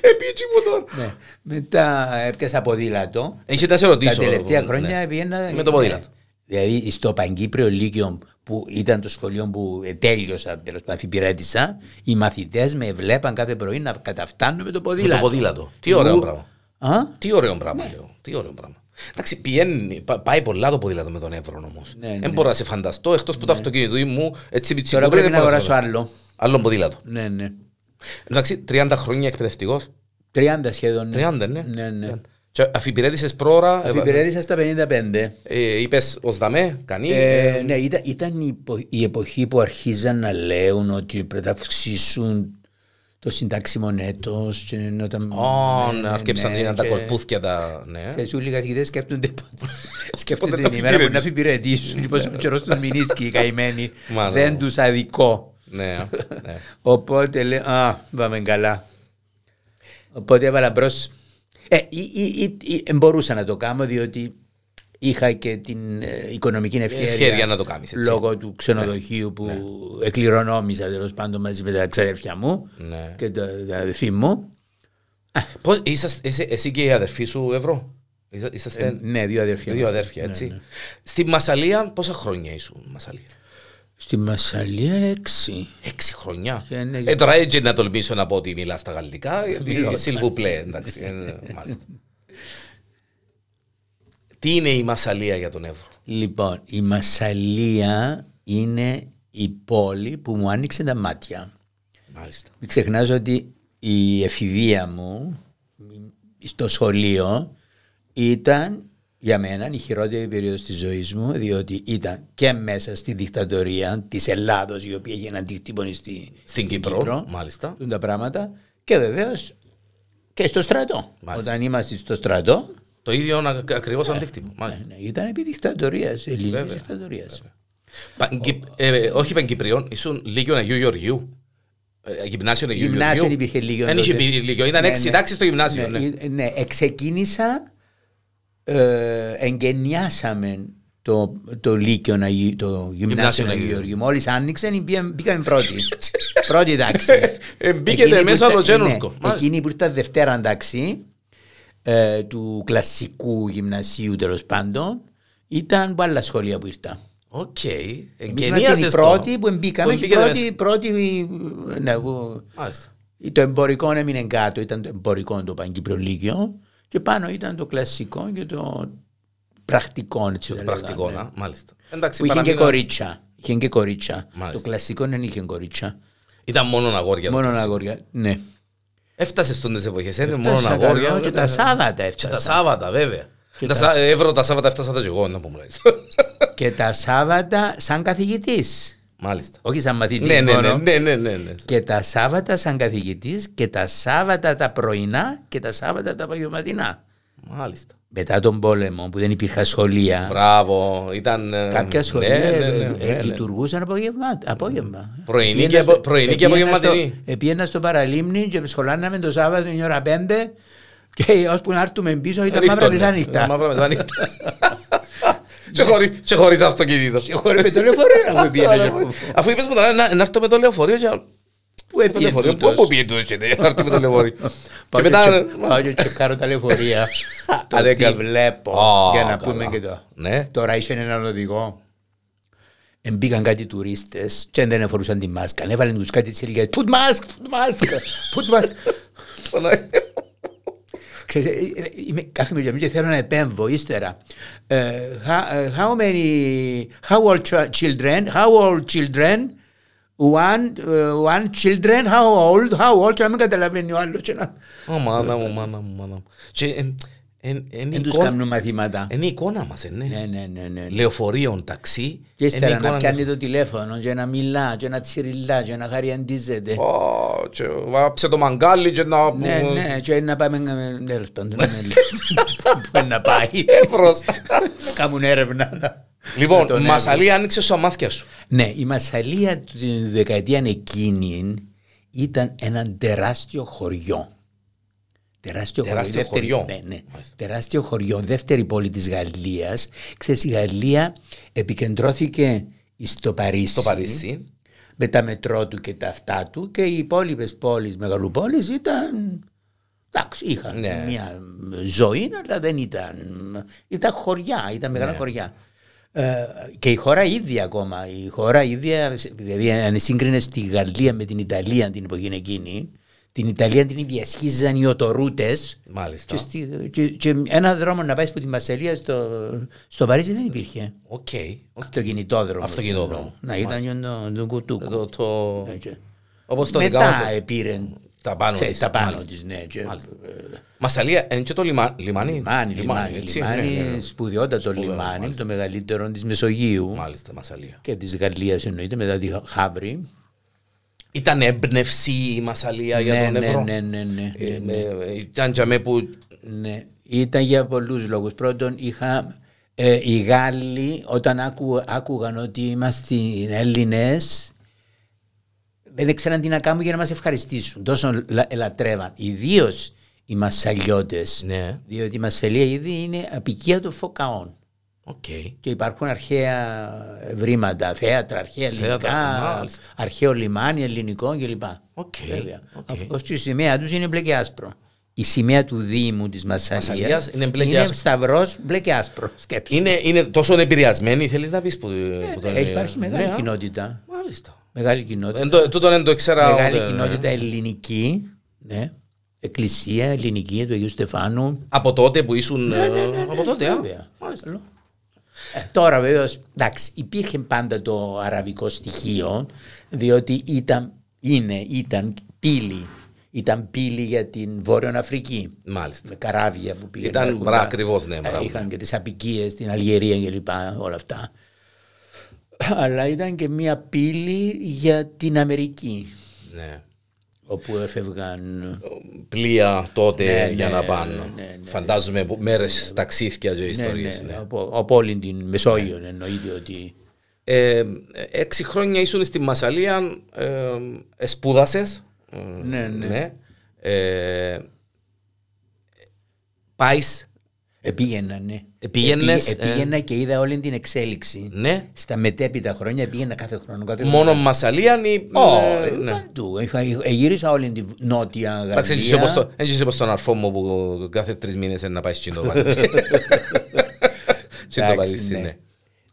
S1: Επίτσι μου τώρα.
S2: ναι. Μετά έπιασα ποδήλατο.
S1: Είχε να σε ρωτήσω.
S2: Τα τελευταία
S1: ναι.
S2: χρόνια πήγαινα.
S1: Με το ποδήλατο.
S2: Ναι. Δηλαδή στο Παγκύπριο Λύκειο που ήταν το σχολείο που ε, τέλειωσα, τέλος πάντων, υπηρέτησα, οι μαθητές με βλέπαν κάθε πρωί να καταφτάνω με το
S1: Με
S2: ποδήλατο.
S1: το ποδήλατο. Τι ωραίο
S2: Μου-
S1: πράγμα.
S2: Α?
S1: Τι ωραίο πράγμα, λέω. Τι ωραίο πράγμα. Εντάξει, πηγαίνει, πα- πάει πολλά το ποδήλατο με τον Εύρο όμως.
S2: Ναι, ναι.
S1: Δεν μπορώ να σε φανταστώ εκτός που το αυτοκίνητο μου έτσι πιτσιμπώ.
S2: Τώρα πρέπει να αγοράσω άλλο.
S1: Άλλο ποδήλατο.
S2: Ναι, ναι.
S1: Εντάξει, 30 χρόνια εκπαιδευτικός.
S2: 30 σχεδόν.
S1: 30, ναι.
S2: Ναι, ναι.
S1: Και αφιπηρέτησες πρόωρα. ε,
S2: Αφιπηρέτησα στα 55.
S1: Είπες ως δαμέ, κανεί.
S2: Ε, ναι, ήταν, ήταν η, επο- η εποχή που αρχίζαν να λέουν ότι πρέπει να αυξήσουν το συντάξιμο έτος και όταν...
S1: Ω,
S2: ναι,
S1: να
S2: ναι,
S1: αρκέψαν
S2: ναι,
S1: να τα
S2: και-
S1: κορπούθια τα. Ναι.
S2: Ξέρεις, όλοι οι καθηγητές σκέφτονται, πότε- σκέφτονται
S1: θα
S2: την ημέρα που να
S1: αφιπηρετήσουν.
S2: αφιπηρετήσουν. λοιπόν, Πόσο καιρό τους μηνίσκει οι καημένοι.
S1: Μάλλον.
S2: Δεν τους αδικό.
S1: Ναι, ναι.
S2: Οπότε λέω, α, πάμε καλά. Οπότε έβαλα μπρος. Ε, ή- ή- ή- ή- μπορούσα να το κάνω διότι είχα και την ε, οικονομική ευκαιρία,
S1: Ευχέρεια να το κάνεις, έτσι. Ναι.
S2: λόγω του ξενοδοχείου που εκληρονόμησα τέλος πάντων μαζί με τα ξαδέρφια μου
S1: Ναι.
S2: και τα, τα αδερφή μου.
S1: Πώς, είσαστε- εσύ- Εσύ και η αδερφή σου, Ευρώ. Είσα- Είσαστε.
S2: ναι, δύο αδερφιά.
S1: Δύο
S2: μας.
S1: αδέρφια,
S2: Ναι,
S1: έτσι.
S2: ναι.
S1: Στη Μασαλία, πόσα χρόνια ήσουν, Μασαλία.
S2: Στη Μασαλία έξι.
S1: Έξι χρόνια.
S2: Ε, ναι.
S1: Ε, τώρα έτσι να τολμήσω να πω ότι μιλάς στα γαλλικά.
S2: Μιλώ.
S1: γιατί Σιλβουπλέ, εντάξει. ε, ναι, μάλιστα. Τι είναι η Μασαλία για τον Εύρο.
S2: Λοιπόν, η Μασαλία είναι η πόλη που μου άνοιξε τα μάτια.
S1: Μάλιστα.
S2: Μην ξεχνάς ότι η εφηβεία μου στο σχολείο ήταν για μένα η χειρότερη περίοδος της ζωής μου διότι ήταν και μέσα στη δικτατορία της Ελλάδος η οποία είχε αντικτύπωνη στη,
S1: Στην Κύπρο, μάλιστα.
S2: τούν τα πράγματα και βεβαίως και στο στρατό.
S1: Μάλιστα.
S2: Όταν είμαστε στο στρατό
S1: Το ίδιο ακριβώς αντίκτυπο. Μάλιστα.
S2: ναι, ήταν επί δικτατορίας, ελληνικής
S1: Βέβαια.
S2: δικτατορίας.
S1: Παγκυ- ε, ε, όχι Παγκυπριών, ήσουν Λίγιο Αγίου Γεωργίου. Ε, Γυμνάσιο Αγίου Γεωργίου.
S2: Γυμνάσιο υπήρχε Λίγιον
S1: Δεν
S2: τότε.
S1: είχε Λίγιο. Ήταν
S2: Ναι,
S1: έξι
S2: ναι.
S1: τάξεις στο γυμνάσιο. ναι.
S2: ε, ναι, εξεκίνησα, ε, εγκαινιάσαμε το, το Λύκειο, Αγίου- το Γυμνάσιο
S1: Αγίου
S2: Αγίου
S1: Γεωργίου.
S2: Γεωργίου. Μόλις άνοιξε, μπήκαμε πρώτοι. πρώτη τάξη.
S1: Ε, μπήκετε
S2: Εκείνη που
S1: μέσα
S2: ήταν-
S1: το Τζένοσκο. Μάλιστα.
S2: εκείνη που ήταν δευτέρα τάξη ε, του κλασικού γυμνασίου τέλος πάντων, ήταν από άλλα σχολεία που ήρθα.
S1: Οκ.
S2: Εμείς ήμασταν οι
S1: Εγγενίασες το.
S2: πρώτοι που μπήκαμε και οι
S1: μπήκετε
S2: πρώτοι, πρώτοι, ναι, που-
S1: μέσα. Μάλιστα.
S2: οι Το εμπορικό έμεινε κάτω, ήταν το εμπορικό το Παγκυπρολίκιο και πάνω ήταν το κλασικό και το πρακτικό. Έτσι
S1: Το
S2: το
S1: πρακτικό, να, μάλιστα. ναι, Εντάξει,
S2: Που είχε και
S1: παραμείνα-
S2: κορίτσα. Είχε και κορίτσα.
S1: Μάλιστα.
S2: Το κλασικό δεν είχε κορίτσα.
S1: Ήταν μόνο αγόρια.
S2: Μόνο
S1: τότε.
S2: αγόρια. Ναι.
S1: Έφτασε στι εποχέ, είναι
S2: Φτάσα
S1: Ε, μόνο
S2: καλό
S1: αγόρια. ε,
S2: Και τα Σάββατα
S1: Και τα
S2: έφτασα.
S1: Σάββατα, βέβαια.
S2: Και
S1: Τα
S2: τα-
S1: Σα- Εύρω τα Σάββατα έφτασα τα και εγώ, να πούμε.
S2: Και τα Σάββατα σαν καθηγητής.
S1: Μάλιστα.
S2: Όχι σαν μαθητής.
S1: Ναι, ναι,
S2: μόνο.
S1: ναι, ναι, ναι, ναι, ναι.
S2: Και τα Σάββατα σαν καθηγητής και τα Σάββατα τα πρωινά και τα Σάββατα τα απογευματινά.
S1: Μάλιστα.
S2: Μετά τον πόλεμο που δεν υπήρχαν σχολεία.
S1: Μπράβο, ήταν. ε,
S2: Κάποια
S1: ναι,
S2: σχολεία
S1: ναι, ναι,
S2: ε,
S1: ναι,
S2: ε,
S1: ναι.
S2: λειτουργούσαν απογεύμα- απόγευμα.
S1: Πρωινή
S2: Επήγαινα
S1: και απο-
S2: στο-
S1: πρωινή και
S2: επήγαινα
S1: απογευματινή.
S2: στο- Επήγαινα στο παραλίμνη και σχολάναμε το Σάββατο η ώρα 5 και ώσπου να έρθουμε πίσω ήταν μαύρα
S1: Ρίχτωνε.
S2: μεσάνυχτα.
S1: Μαύρα μεσάνυχτα. Και χωρί- Και χωρίς αυτοκίνητο.
S2: Χωρίς με το λεωφορείο να μου πήγαινε. και πού-
S1: Αφού είπες μου τώρα να να έρθω με το λεωφορείο, και-
S2: Πού
S1: το
S2: έπιε
S1: λεωφορείο, πού
S2: τούτος.
S1: πού πήγε το έτσι, ναι, να έρθω με το λεωφορείο. Και
S2: Πάω και
S1: μετά.
S2: τσε- Πάω και τσεκάρω τα λεωφορεία.
S1: Α,
S2: Το
S1: δεν
S2: τι
S1: κα-
S2: βλέπω.
S1: Α,
S2: Για να
S1: καλά.
S2: πούμε και το.
S1: Ναι.
S2: Τώρα είσαι έναν οδηγό. Εμπήκαν κάτι τουρίστες και δεν εφορούσαν τη μάσκα. Έβαλαν τους κάτι σε λίγα. Put mask, put mask, put mask. Ξέρεις, ε, ε, είμαι- κάθομαι για μένα και θέλω να επέμβω ύστερα. Ε, how- ε, How many, how old chi- children, how old children, one, ε, one children, how old, how old, και να μην καταλαβαίνει ο άλλος. και να-
S1: Ω, μάνα μου, μάνα μου, μάνα μου. Και, ε, ε, ε, είναι η
S2: Δεν τους
S1: εικόνα-
S2: κάνουν μαθήματα.
S1: Είναι η εικόνα μας, ε, ναι.
S2: Ναι, ναι, ναι, ναι.
S1: Λεωφορείων, ταξί.
S2: Και
S1: είναι η
S2: ύστερα να
S1: εικόνα
S2: πιάνει το τηλέφωνο και να μιλά και να τσιριλά και να χαριαντίζεται.
S1: μας. Ω, και Βάψε το μαγκάλι και να...
S2: Ναι, ναι, και να πάμε να- τέλος πάντων, να- Πού να πάει.
S1: Εύρος.
S2: Να Κάνουν έρευνα. να- να τον
S1: Λοιπόν,
S2: έρθουν.
S1: Μασαλή άνοιξε στα μάτια σου.
S2: Ναι, η Μασαλία του- την δεκαετία εκείνη ήταν ένα τεράστιο χωριό. Τεράστιο,
S1: Τεράστιο
S2: δεύτερη-
S1: χωριό.
S2: ναι, ναι.
S1: Μάλιστα.
S2: Τεράστιο χωριό, δεύτερη πόλη της Γαλλίας. Ξέρεις, η Γαλλία επικεντρώθηκε στο Παρίσι.
S1: Στο Παρίσι.
S2: με τα μετρό του και τα αυτά του και οι υπόλοιπες πόλεις, μεγαλοπόλεις ήταν... Εντάξει, είχαν
S1: Ναι.
S2: μια ζωή, αλλά δεν ήταν... Ήταν χωριά, ήταν μεγάλα
S1: Ναι.
S2: χωριά. Ε, και η χώρα ίδια ακόμα, η χώρα ίδια, δηλαδή αν σύγκρινε τη Γαλλία με την Ιταλία την εποχή εκείνη, την Ιταλία την διασχίζαν οι οτορούτες και,
S1: Μάλιστα.
S2: στη, και, και ένα δρόμο να πάει από τη Μασελία στο, στο Παρίσι δεν υπήρχε.
S1: Οκ.
S2: Αυτοκινητόδρομο.
S1: Αυτοκινητόδρομο.
S2: Να ήταν το, το κουτούκο.
S1: Το- το-
S2: Ναι, και-
S1: Όπως το δικά μας.
S2: Μετά
S1: το-
S2: επήρε
S1: Τα πάνω
S2: ξέρεις,
S1: της.
S2: τα πάνω
S1: Μάλιστα.
S2: της, ναι. και-
S1: Μασαλία, είναι και το λιμα- λιμάνι.
S2: Λιμάνι, λιμάνι,
S1: έτσι, ναι, ναι, ναι.
S2: λιμάνι, σπουδιότατο λιμάνι, το μεγαλύτερο της Μεσογείου
S1: Μάλιστα, Μασαλία.
S2: και της Γαλλίας εννοείται, μετά τη Χαβρή.
S1: Ήταν έμπνευση η Μασαλία για
S2: Ναι,
S1: τον
S2: ναι,
S1: ευρώ.
S2: ναι, ναι, ναι,
S1: Ε, ε, Ήταν για μέ που
S2: ναι. Ήταν για πολλούς λόγους. Πρώτον, είχα, ε, οι Γάλλοι όταν άκου, άκουγαν ότι είμαστε Έλληνες, δεν ξέραν τι να κάνουν για να μας ευχαριστήσουν. Τόσο λα- λατρεύαν. Ιδίως οι Μασαλιώτες.
S1: Ναι.
S2: Διότι η Μασσαλία ήδη είναι απικία των φωκαών.
S1: Οκ.
S2: Και υπάρχουν αρχαία βρήματα, θέατρα, αρχαία ελληνικά,
S1: Θέατρα, μάλιστα.
S2: αρχαίο λιμάνι ελληνικό κλπ.
S1: Οκ, οκ.
S2: Ω η σημαία τους είναι μπλε και άσπρο. Η σημαία του Δήμου της Μασσαλία
S1: Μασσαλίας είναι μπλε και άσπρο.
S2: σταυρός μπλε και άσπρο. Σκέψη.
S1: Είναι, είναι τόσο επηρεασμένη, θέλεις να πεις που, που τον-
S2: Έχει Ε, υπάρχει μεγάλη
S1: Ναι, α,
S2: κοινότητα.
S1: Μάλιστα.
S2: Μεγάλη κοινότητα.
S1: Εν ε, το- Τούτον δεν ναι. το ήξερα.
S2: μεγάλη
S1: ούτε-
S2: κοινότητα ελληνική. Ναι. Εκκλησία ελληνική του Αγίου Στεφάνου.
S1: Από τότε που ήσουν.
S2: Ναι,
S1: ε, από τότε, α.
S2: βέβαια.
S1: Μάλιστα.
S2: Ε, Τώρα βεβαίως, εντάξει, υπήρχε πάντα το αραβικό στοιχείο, διότι ήταν, είναι, ήταν πύλη. Ήταν πύλη για την Βόρειο Αφρική.
S1: Μάλιστα.
S2: Με καράβια που πήγαιναν.
S1: Ήταν,
S2: να έχουν
S1: μπρά,
S2: τα-
S1: ακριβώς, ναι,
S2: ε,
S1: μπράβο.
S2: Είχαν και τις απικίες στην Αλγερία και λοιπά, όλα αυτά. Αλλά ήταν και μια πύλη για την Αμερική,
S1: Ναι.
S2: όπου έφευγαν.
S1: Πλοία τότε
S2: Ναι,
S1: για
S2: ναι,
S1: να πάνε.
S2: ναι, ναι.
S1: Φαντάζομαι μέρε ταξίδια και ιστορίες.
S2: ναι, Από, από όλη την Μεσόγειο ναι, εννοείται ότι.
S1: Ε, έξι χρόνια ήσουν στη Μασαλία, ε, σπούδασε.
S2: Ναι, ναι.
S1: Ε, Πάεις.
S2: Ε, πήγαινα, ναι.
S1: Ε, πήγαινες,
S2: Ε, πήγε- ε, πήγαινα και είδα όλη την εξέλιξη.
S1: Ναι.
S2: Στα μετέπειτα χρόνια πήγαινα κάθε χρόνο. Κάθε
S1: Μόνο Μασαλία ή.
S2: χρόνο.
S1: ε,
S2: Όχι, παντού. Είχα- είχα- γύρισα όλη την νότια Γαλλία.
S1: Εντάξει, έτσι όπως το- έτσι όπως τον αρφό μου που κάθε τρεις μήνες είναι να πάει στην Παρίσι. Στην
S2: Εντάξει,
S1: Παρίσι,
S2: ναι.
S1: ναι.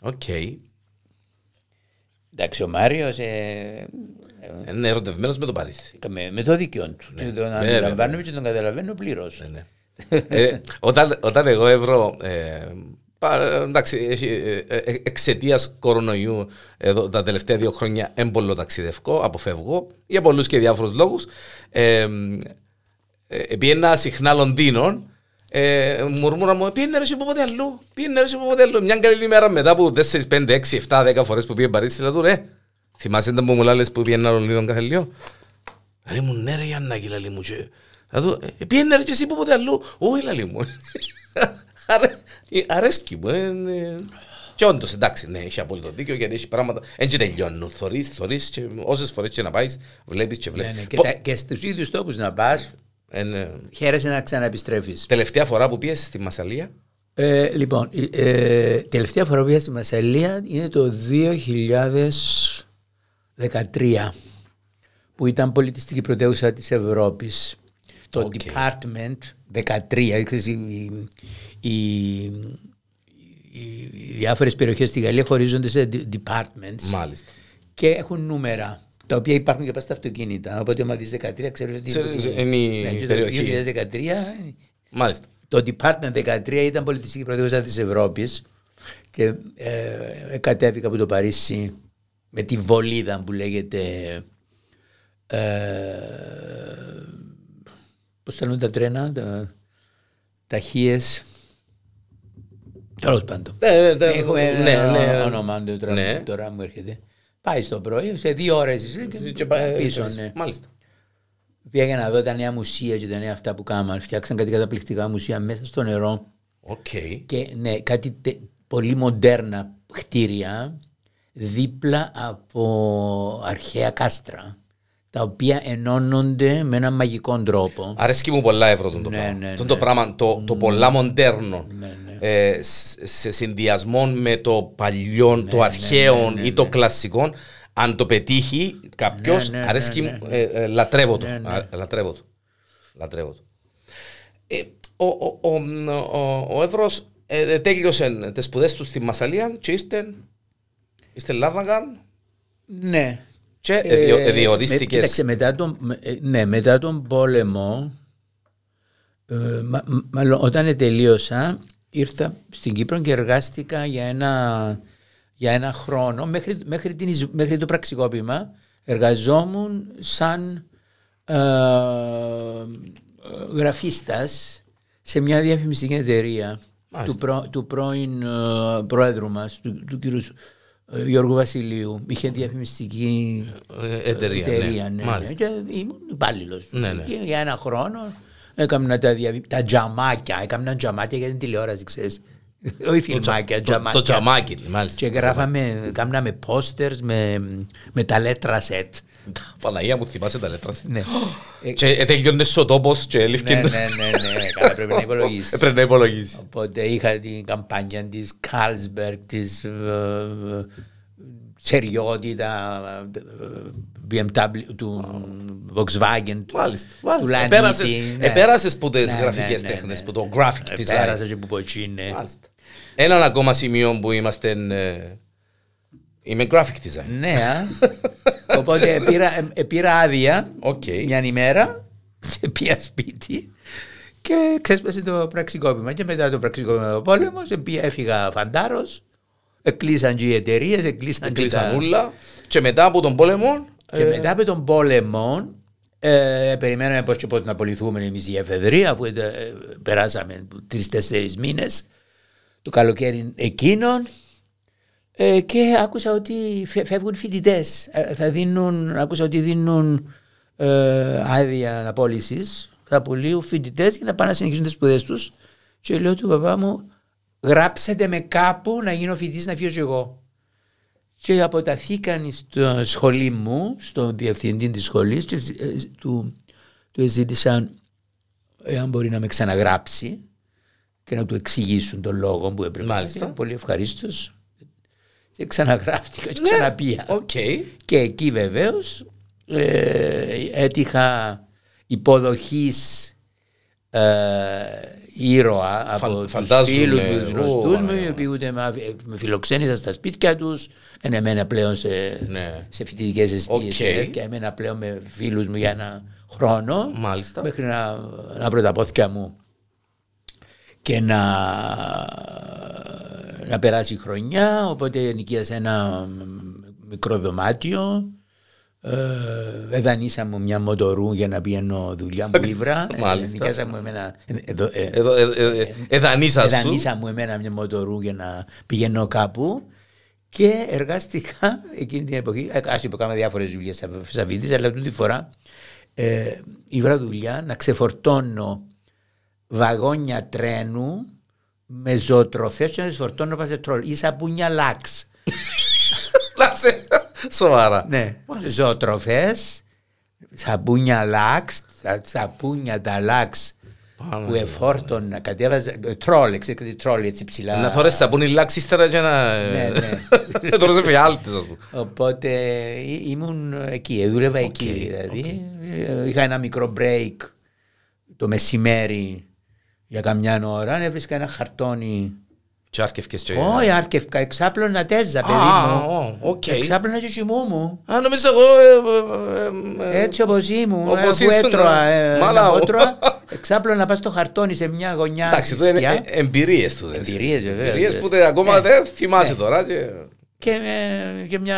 S1: Οκ.
S2: Εντάξει, ο ε, Μάριο.
S1: Είναι ερωτευμένος με τον Παρίσι.
S2: με, με το δίκιο του. Και τον
S1: Ναι. βέβαια.
S2: αντιλαμβάνομαι και τον καταλαβαίνω πλήρως.
S1: Ναι, ναι. Ε, όταν, όταν εγώ έβρω. ε, πα- εντάξει, εξαιτίας κορονοϊού εδώ, τα τελευταία δύο χρόνια έμπολο ταξιδευκό, αποφεύγω για πολλούς και διάφορους λόγους. Ε, ε, πήγαινα συχνά Λονδίνων. Ε, μουρμούρα μου, πήγαινε ρε εσύ από πότε αλλού, πήγαινε ρε εσύ από πότε αλλού. Μια καλή ημέρα μετά από 4, 5, 6, 7, 10 φορές που πήγε Παρίσι, λέω του ρε, θυμάσαι ήταν που μου λάλες που πήγαινα Λονδίνο κάθε λίγο. Λέει μου, ναι ρε Γιάννα και λαλή μου. Και... Να δω, «Ε, πήγαινε ρε και εσύ πότε αλλού. Όχι λαλή μου. Αρέ- ε, Αρέσκει μου. ε, ε. Και όντως εντάξει, ναι, έχει απόλυτο δίκιο γιατί έχει πράγματα. Εν και τελειώνουν. Θωρείς, θωρείς και όσες φορές και να πάεις βλέπεις και βλέπεις.
S2: Ναι, Και,
S1: ναι. Πο-
S2: τα- και στους ίδιους τόπους να πας,
S1: Ε, ναι.
S2: χαίρεσαι να ξαναεπιστρέφεις.
S1: Τελευταία φορά που πήγες στη Μασαλία,
S2: Ε, λοιπόν, ε, τελευταία φορά που πήγα στη Μασαλία είναι το 2013 που ήταν πολιτιστική πρωτεύουσα της Ευρώπης. Το
S1: Οκ.
S2: Department 13, ξέρεις, οι, οι, οι- οι διάφορες περιοχές στη Γαλλία χωρίζονται σε de- departments
S1: μάλιστα.
S2: και έχουν νούμερα τα οποία υπάρχουν και πάνω στα αυτοκίνητα. Οπότε, άμα δεις 13, ξέρεις ότι
S1: Ξέρεις, είναι η
S2: Ναι, και
S1: περιοχή.
S2: Το 2013
S1: Μάλιστα.
S2: το Department 13 ήταν πολιτιστική πρωτεύουσα της Ευρώπης και ε, κατέβηκα από το Παρίσι με τη βολίδα που λέγεται ε, πώς τα λένε τα τρένα τα, ταχείες τέλος πάντων
S1: Ναι, ναι, ναι,
S2: έχουμε ένα
S1: ναι, ναι.
S2: όνομα του τώρα,
S1: Ναι.
S2: τώρα μου έρχεται πάει στο πρωί σε δύο ώρες είσαι
S1: Και
S2: και
S1: πα-
S2: πίσω ναι.
S1: Μάλιστα.
S2: Πήγα να δω τα νέα μουσεία και τα νέα αυτά που κάμαν. Φτιάξαν κάτι καταπληκτικά μουσεία μέσα στο νερό.
S1: Οκ.
S2: Και ναι, κάτι τε- πολύ μοντέρνα κτίρια δίπλα από αρχαία κάστρα τα οποία ενώνονται με ένα μαγικό τρόπο.
S1: Αρέσκει μου πολλά ευρώ τον το
S2: Ναι,
S1: πράγμα.
S2: ναι,
S1: Τον το πράγμα, το, το πολλά μοντέρνο.
S2: Ναι, ναι.
S1: ε, σ- σε συνδυασμό με το παλιό,
S2: Ναι,
S1: το αρχαίο ή το κλασικό, αν το πετύχει κάποιος,
S2: Ναι, ναι,
S1: αρέσκει,
S2: ναι, ναι.
S1: ε, ε, λατρεύω το.
S2: Ναι, ναι.
S1: Α, λατρεύω το. Λατρεύω το. Ε, ο, ο, ο, ο, ο Εύρος ε, ε, τέλειωσε τις σπουδές του στη Μασαλία και ήρθε, ήρθε Λάρναγκαν
S2: Ναι.
S1: και ε, διο- ε,
S2: με- κοίταξε,
S1: διορίστηκες.
S2: μετά τον, με- ε, ναι, μετά τον πόλεμο, ε, μα- μ- μάλλον όταν τελείωσα, ήρθα στην Κύπρο και εργάστηκα για ένα, για ένα χρόνο. Μέχρι, μέχρι, την, εισ- μέχρι το πραξικόπημα εργαζόμουν σαν ε, ε, γραφίστας σε μια διαφημιστική εταιρεία
S1: Μάλιστα.
S2: του, προ- του πρώην ε, πρόεδρου μας, του, του κύριου ε, Γιώργου Βασιλείου. Είχε διαφημιστική
S1: Ε, Εταιρεία, ναι.
S2: εταιρεία. ναι, ναι.
S1: Μάλιστα.
S2: Και ήμουν υπάλληλος.
S1: Ναι, ναι.
S2: Και για ένα χρόνο έκανα τα, δια... τα τζαμάκια. Έκανα τζαμάκια για την τηλεόραση, ξέρεις. Όχι φιλμάκια,
S1: Το- Το
S2: τζαμάκια.
S1: τζαμάκι, μάλιστα.
S2: Και γράφαμε, κάναμε πόστερ με, με τα λέτρα σετ.
S1: Παναγία μου, θυμάσαι τα λέτρα.
S2: Ναι. Ε,
S1: Και ε, τελειώνες ο τόπος και
S2: ναι, ναι,
S1: λήφκεν.
S2: ναι, ναι, καλά, πρέπει να υπολογίσεις.
S1: Πρέπει να υπολογίσεις.
S2: Οπότε είχα την καμπάνια της Carlsberg, της Τσεριότητα, ε, BMW, του Volkswagen, του-
S1: Μάλιστα.
S2: του
S1: μάλιστα.
S2: Λανίτη.
S1: Επέρασες,
S2: Ναι.
S1: επέρασες που τις
S2: Ναι,
S1: γραφικές
S2: ναι, ναι,
S1: τέχνες,
S2: ναι.
S1: που το graphic design.
S2: Επέρασα και που ποτσίνε.
S1: Μάλιστα. Έναν ακόμα σημείο που είμαστε... ε, Είμαι graphic design.
S2: Ναι, α. Οπότε πήρα, ε, ε, πήρα άδεια
S1: Οκ.
S2: μια ημέρα και πήγα σπίτι και ξέσπασε το πραξικόπημα. Και μετά το πραξικόπημα ο πόλεμο, έφυγα φαντάρος, εκλείσαν και οι εταιρείες, εκλείσαν και τα-
S1: Κλεισανούλα. Και μετά από τον πόλεμο...
S2: Και
S1: ε,
S2: μετά από τον πόλεμο, ε, περιμέναμε πώς και πώς να απολυθούμε εμείς η εφεδρεία, αφού ε, ε, περάσαμε τρει-τέσσερι μήνες το καλοκαίρι εκείνον. Ε, και άκουσα ότι φε- φεύγουν φοιτητές. θα δίνουν, άκουσα ότι δίνουν ε, άδεια αναπόλυσης. Θα απολύουν φοιτητές για να πάνε να συνεχίσουν τις σπουδές τους. Και λέω του παπά μου, γράψετε με κάπου να γίνω φοιτητής να φύγω κι εγώ. Και αποταθήκαν στο σχολή μου, στον διευθυντή της σχολής και ζη- ε, του, του ζήτησαν εάν μπορεί να με ξαναγράψει και να του εξηγήσουν τον λόγο που έπρεπε. να
S1: Μάλιστα.
S2: κάνω. Πολύ ευχαρίστως. Και ξαναγράφτηκα και
S1: ναι,
S2: ξαναπία.
S1: Οκ.
S2: Και εκεί βεβαίως ε, έτυχα υποδοχής ε, ήρωα από τους
S1: φαντάζομαι, ναι,
S2: φίλους μου, τους
S1: ω,
S2: γνωστούς μου,
S1: Παναγία
S2: οι
S1: μου.
S2: οποίοι ούτε με άφη- με φιλοξένησαν στα σπίτια τους, εν εμένα πλέον σε,
S1: Ναι.
S2: σε φοιτητικές εστίες
S1: Οκ.
S2: ε, και εμένα πλέον με φίλους μου για ένα χρόνο
S1: Μάλιστα.
S2: μέχρι να, να βρω τα πόθηκια μου και να, να περάσει η χρονιά, οπότε νοικίασα ένα μικρό δωμάτιο. Ε, εδανείσα μου μια μοτορού για να πηγαίνω δουλειά μου ήβρα. Ε,
S1: Μάλιστα.
S2: Νοικίασα μου εμένα, ε, εδώ, ε,
S1: Εδώ, ε, ε, ε, εδανίσα σου.
S2: Εδανείσα μου εμένα μια μοτορού για να πηγαίνω κάπου και εργάστηκα εκείνη την εποχή. ε, Ας είπα, κάμα διάφορες δουλειές σαν φοιτητή, αλλά αυτή τη φορά ε, ήβρα δουλειά να ξεφορτώνω βαγόνια τρένου με ζωοτροφές και να τις φορτώνω πασετρόλ ή σαπούνια λάξ.
S1: Να σε- Σοβαρά.
S2: Ναι, ζωοτροφέ, σαπούνια λάξ, τα σαπούνια τα λάξ
S1: Πάμε.
S2: που εφόρτωνα, κατέβαζα, ε, τρόλ, ξέρετε, τρόλ έτσι ψηλά.
S1: Να θωρέσεις θα πούνε λάξ ύστερα και να...
S2: Ναι, ναι.
S1: Τώρα δεν φιάλτης ας πούμε.
S2: Οπότε ή- ήμουν εκεί, ε, δούλευα εκεί δηλαδή. Ε, Είχα ένα μικρό break το μεσημέρι για καμιά ώρα, έβρισκα ένα χαρτόνι.
S1: Και άρκευκες και...
S2: Όχι, άρκευκα, εξάπλωνα τέζα, παιδί
S1: Ε. Α,
S2: μου.
S1: ω, οκ.
S2: Εξάπλωνα και χυμού μου.
S1: Α, νομίζω εγώ... ε, ε, ε, ε,
S2: Έτσι όπως ήμουν,
S1: όπως
S2: όπου
S1: ήσουν,
S2: έτρωα,
S1: ε,
S2: ε, ένα
S1: μαλάω.
S2: βότρο, εξάπλωνα πας στο χαρτόνι σε μια γωνιά.
S1: Εντάξει, εδώ είναι
S2: ζεστιά.
S1: ε, εμπειρίες του. δες.
S2: Εμπειρίες, βέβαια,
S1: Εμπειρίες
S2: δες.
S1: που δεν- ακόμα
S2: Ναι.
S1: δεν θυμάσαι τώρα. και-
S2: Και, ε, και μια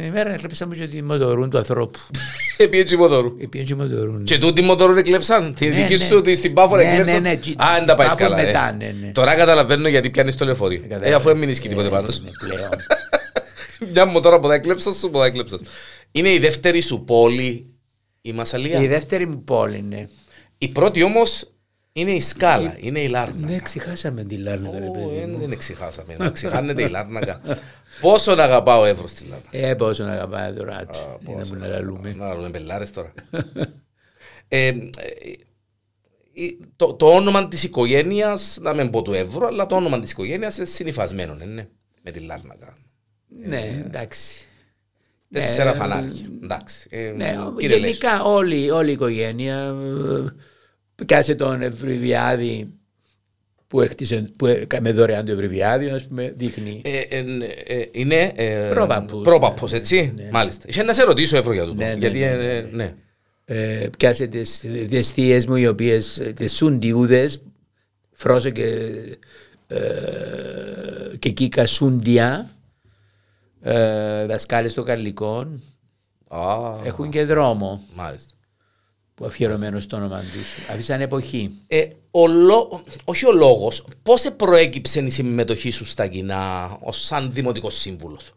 S2: ε, ημέρα έκλεψα μου και τη μοτορούν του ανθρώπου.
S1: Επίε και μοτόρου.
S2: Επειδή και μοτορούν.
S1: Και τούτη μοτόρου εκλέψαν. Τη
S2: Ναι,
S1: δική
S2: ναι.
S1: σου τη- στην Πάφορα
S2: Ναι, ναι,
S1: εκλέψαν.
S2: ναι, και-
S1: Α, δεν τα πάεις
S2: Πάφορα
S1: καλά. ε.
S2: μετά, ναι, ναι.
S1: Τώρα καταλαβαίνω γιατί πιάνεις το λεωφορείο. Ε, αφού έμεινες και τίποτε πάνω. σου.
S2: Ε, ναι. πλέον.
S1: Μια μοτόρα που θα εκλέψα σου, που θα εκλέψα. σου. Είναι η δεύτερη σου πόλη η Μασαλία.
S2: Η δεύτερη μου πόλη είναι.
S1: Η πρώτη όμως είναι η Σκάλα, είναι η Λάρνακα.
S2: Ναι, ξεχάσαμε τη Λάρνακα, ρε
S1: Ω,
S2: παιδί.
S1: εν- Δεν εξηγάσαμε, να ξεχάνεται η Λάρνακα. Πόσο να αγαπάω Εύρος τη Λάρνακα.
S2: Ε, πόσο να αγαπάει το ράτι. Είναι που να λαλούμε.
S1: Να λέμε πελάρες τώρα. Ε, ε, ε, το, το όνομα της οικογένειας, να μην πω του Εύρου, αλλά το όνομα της οικογένειας είναι συνυφασμένο, ναι, ναι, με τη Λάρνακα.
S2: Ναι,
S1: Ε,
S2: εντάξει.
S1: Τέσσερα φανάρια. Εντάξει. Ε,
S2: Ναι,
S1: κύριε Λέζο.
S2: γενικά όλη, όλη η οικογένεια. ε, Κάσε τον Ευρυβιάδη που, έκτισε, που ε, με δωρεάν το Ευρυβιάδιο, α πούμε, δείχνει.
S1: Ε, ε, ε, ε, είναι ε,
S2: Πρόπαππος.
S1: πρόπαππος, έτσι. Μάλιστα. Είχα να σε ρωτήσω, Εύρο, για τούτο.
S2: Ναι, ναι,
S1: γιατί,
S2: ναι,
S1: ε, ε, ναι.
S2: ε, πιάσε τις, τις θείες μου οι οποίες ε, τις σουντιούδες φρόσο και, ε, και κύκα σούντια ε, δασκάλες των Καρλικών
S1: Α,
S2: έχουν και δρόμο
S1: μάλιστα.
S2: που αφιερωμένος στο όνομα τους αφήσαν εποχή
S1: Ε, ο λο- όχι ο λόγος, πώς ε, προέκυψε η συμμετοχή σου στα κοινά ως σαν δημοτικός σύμβουλος.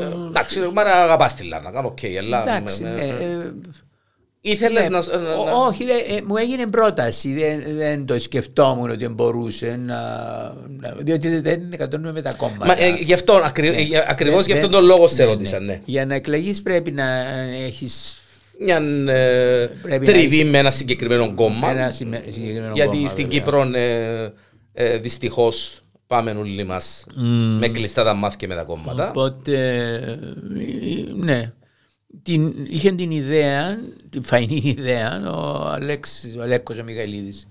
S1: Ε, εντάξει, μάρα αγαπάς τη Λάρνα, κάνω οκ, αλλά
S2: εντάξει
S1: με- με-
S2: ναι, ε,
S1: ήθελες να...
S2: ε,
S1: να-
S2: ο-
S1: να-
S2: όχι δε- ε, μου έγινε πρόταση δεν, δεν το σκεφτόμουν ότι μπορούσε να, να- διότι δεν εκατονούμε με τα κόμματα
S1: Μα, ε, γι' αυτό, ακρι, ε, για- ακριβώς γι'
S2: Δεν-
S1: αυτόν τον λόγο σε
S2: ναι,
S1: ρώτησα, ναι.
S2: Για να εκλεγείς πρέπει να έχεις
S1: Μια ε,
S2: Πρέπει να
S1: τριβή
S2: είσαι-
S1: με ένα συγκεκριμένο κόμμα.
S2: ένα συμμε- συγκεκριμένο
S1: γιατί
S2: κόμμα,
S1: στην
S2: βέβαια.
S1: Κύπρο ε, ε, δυστυχώς πάμε όλοι μας με κλειστά τα μάτια και με τα κόμματα.
S2: Οπότε, ε, ναι. Την, είχε την ιδέα, την φαϊνή ιδέα, ο Αλέξης, ο Αλέκος ο Μιχαηλίδης.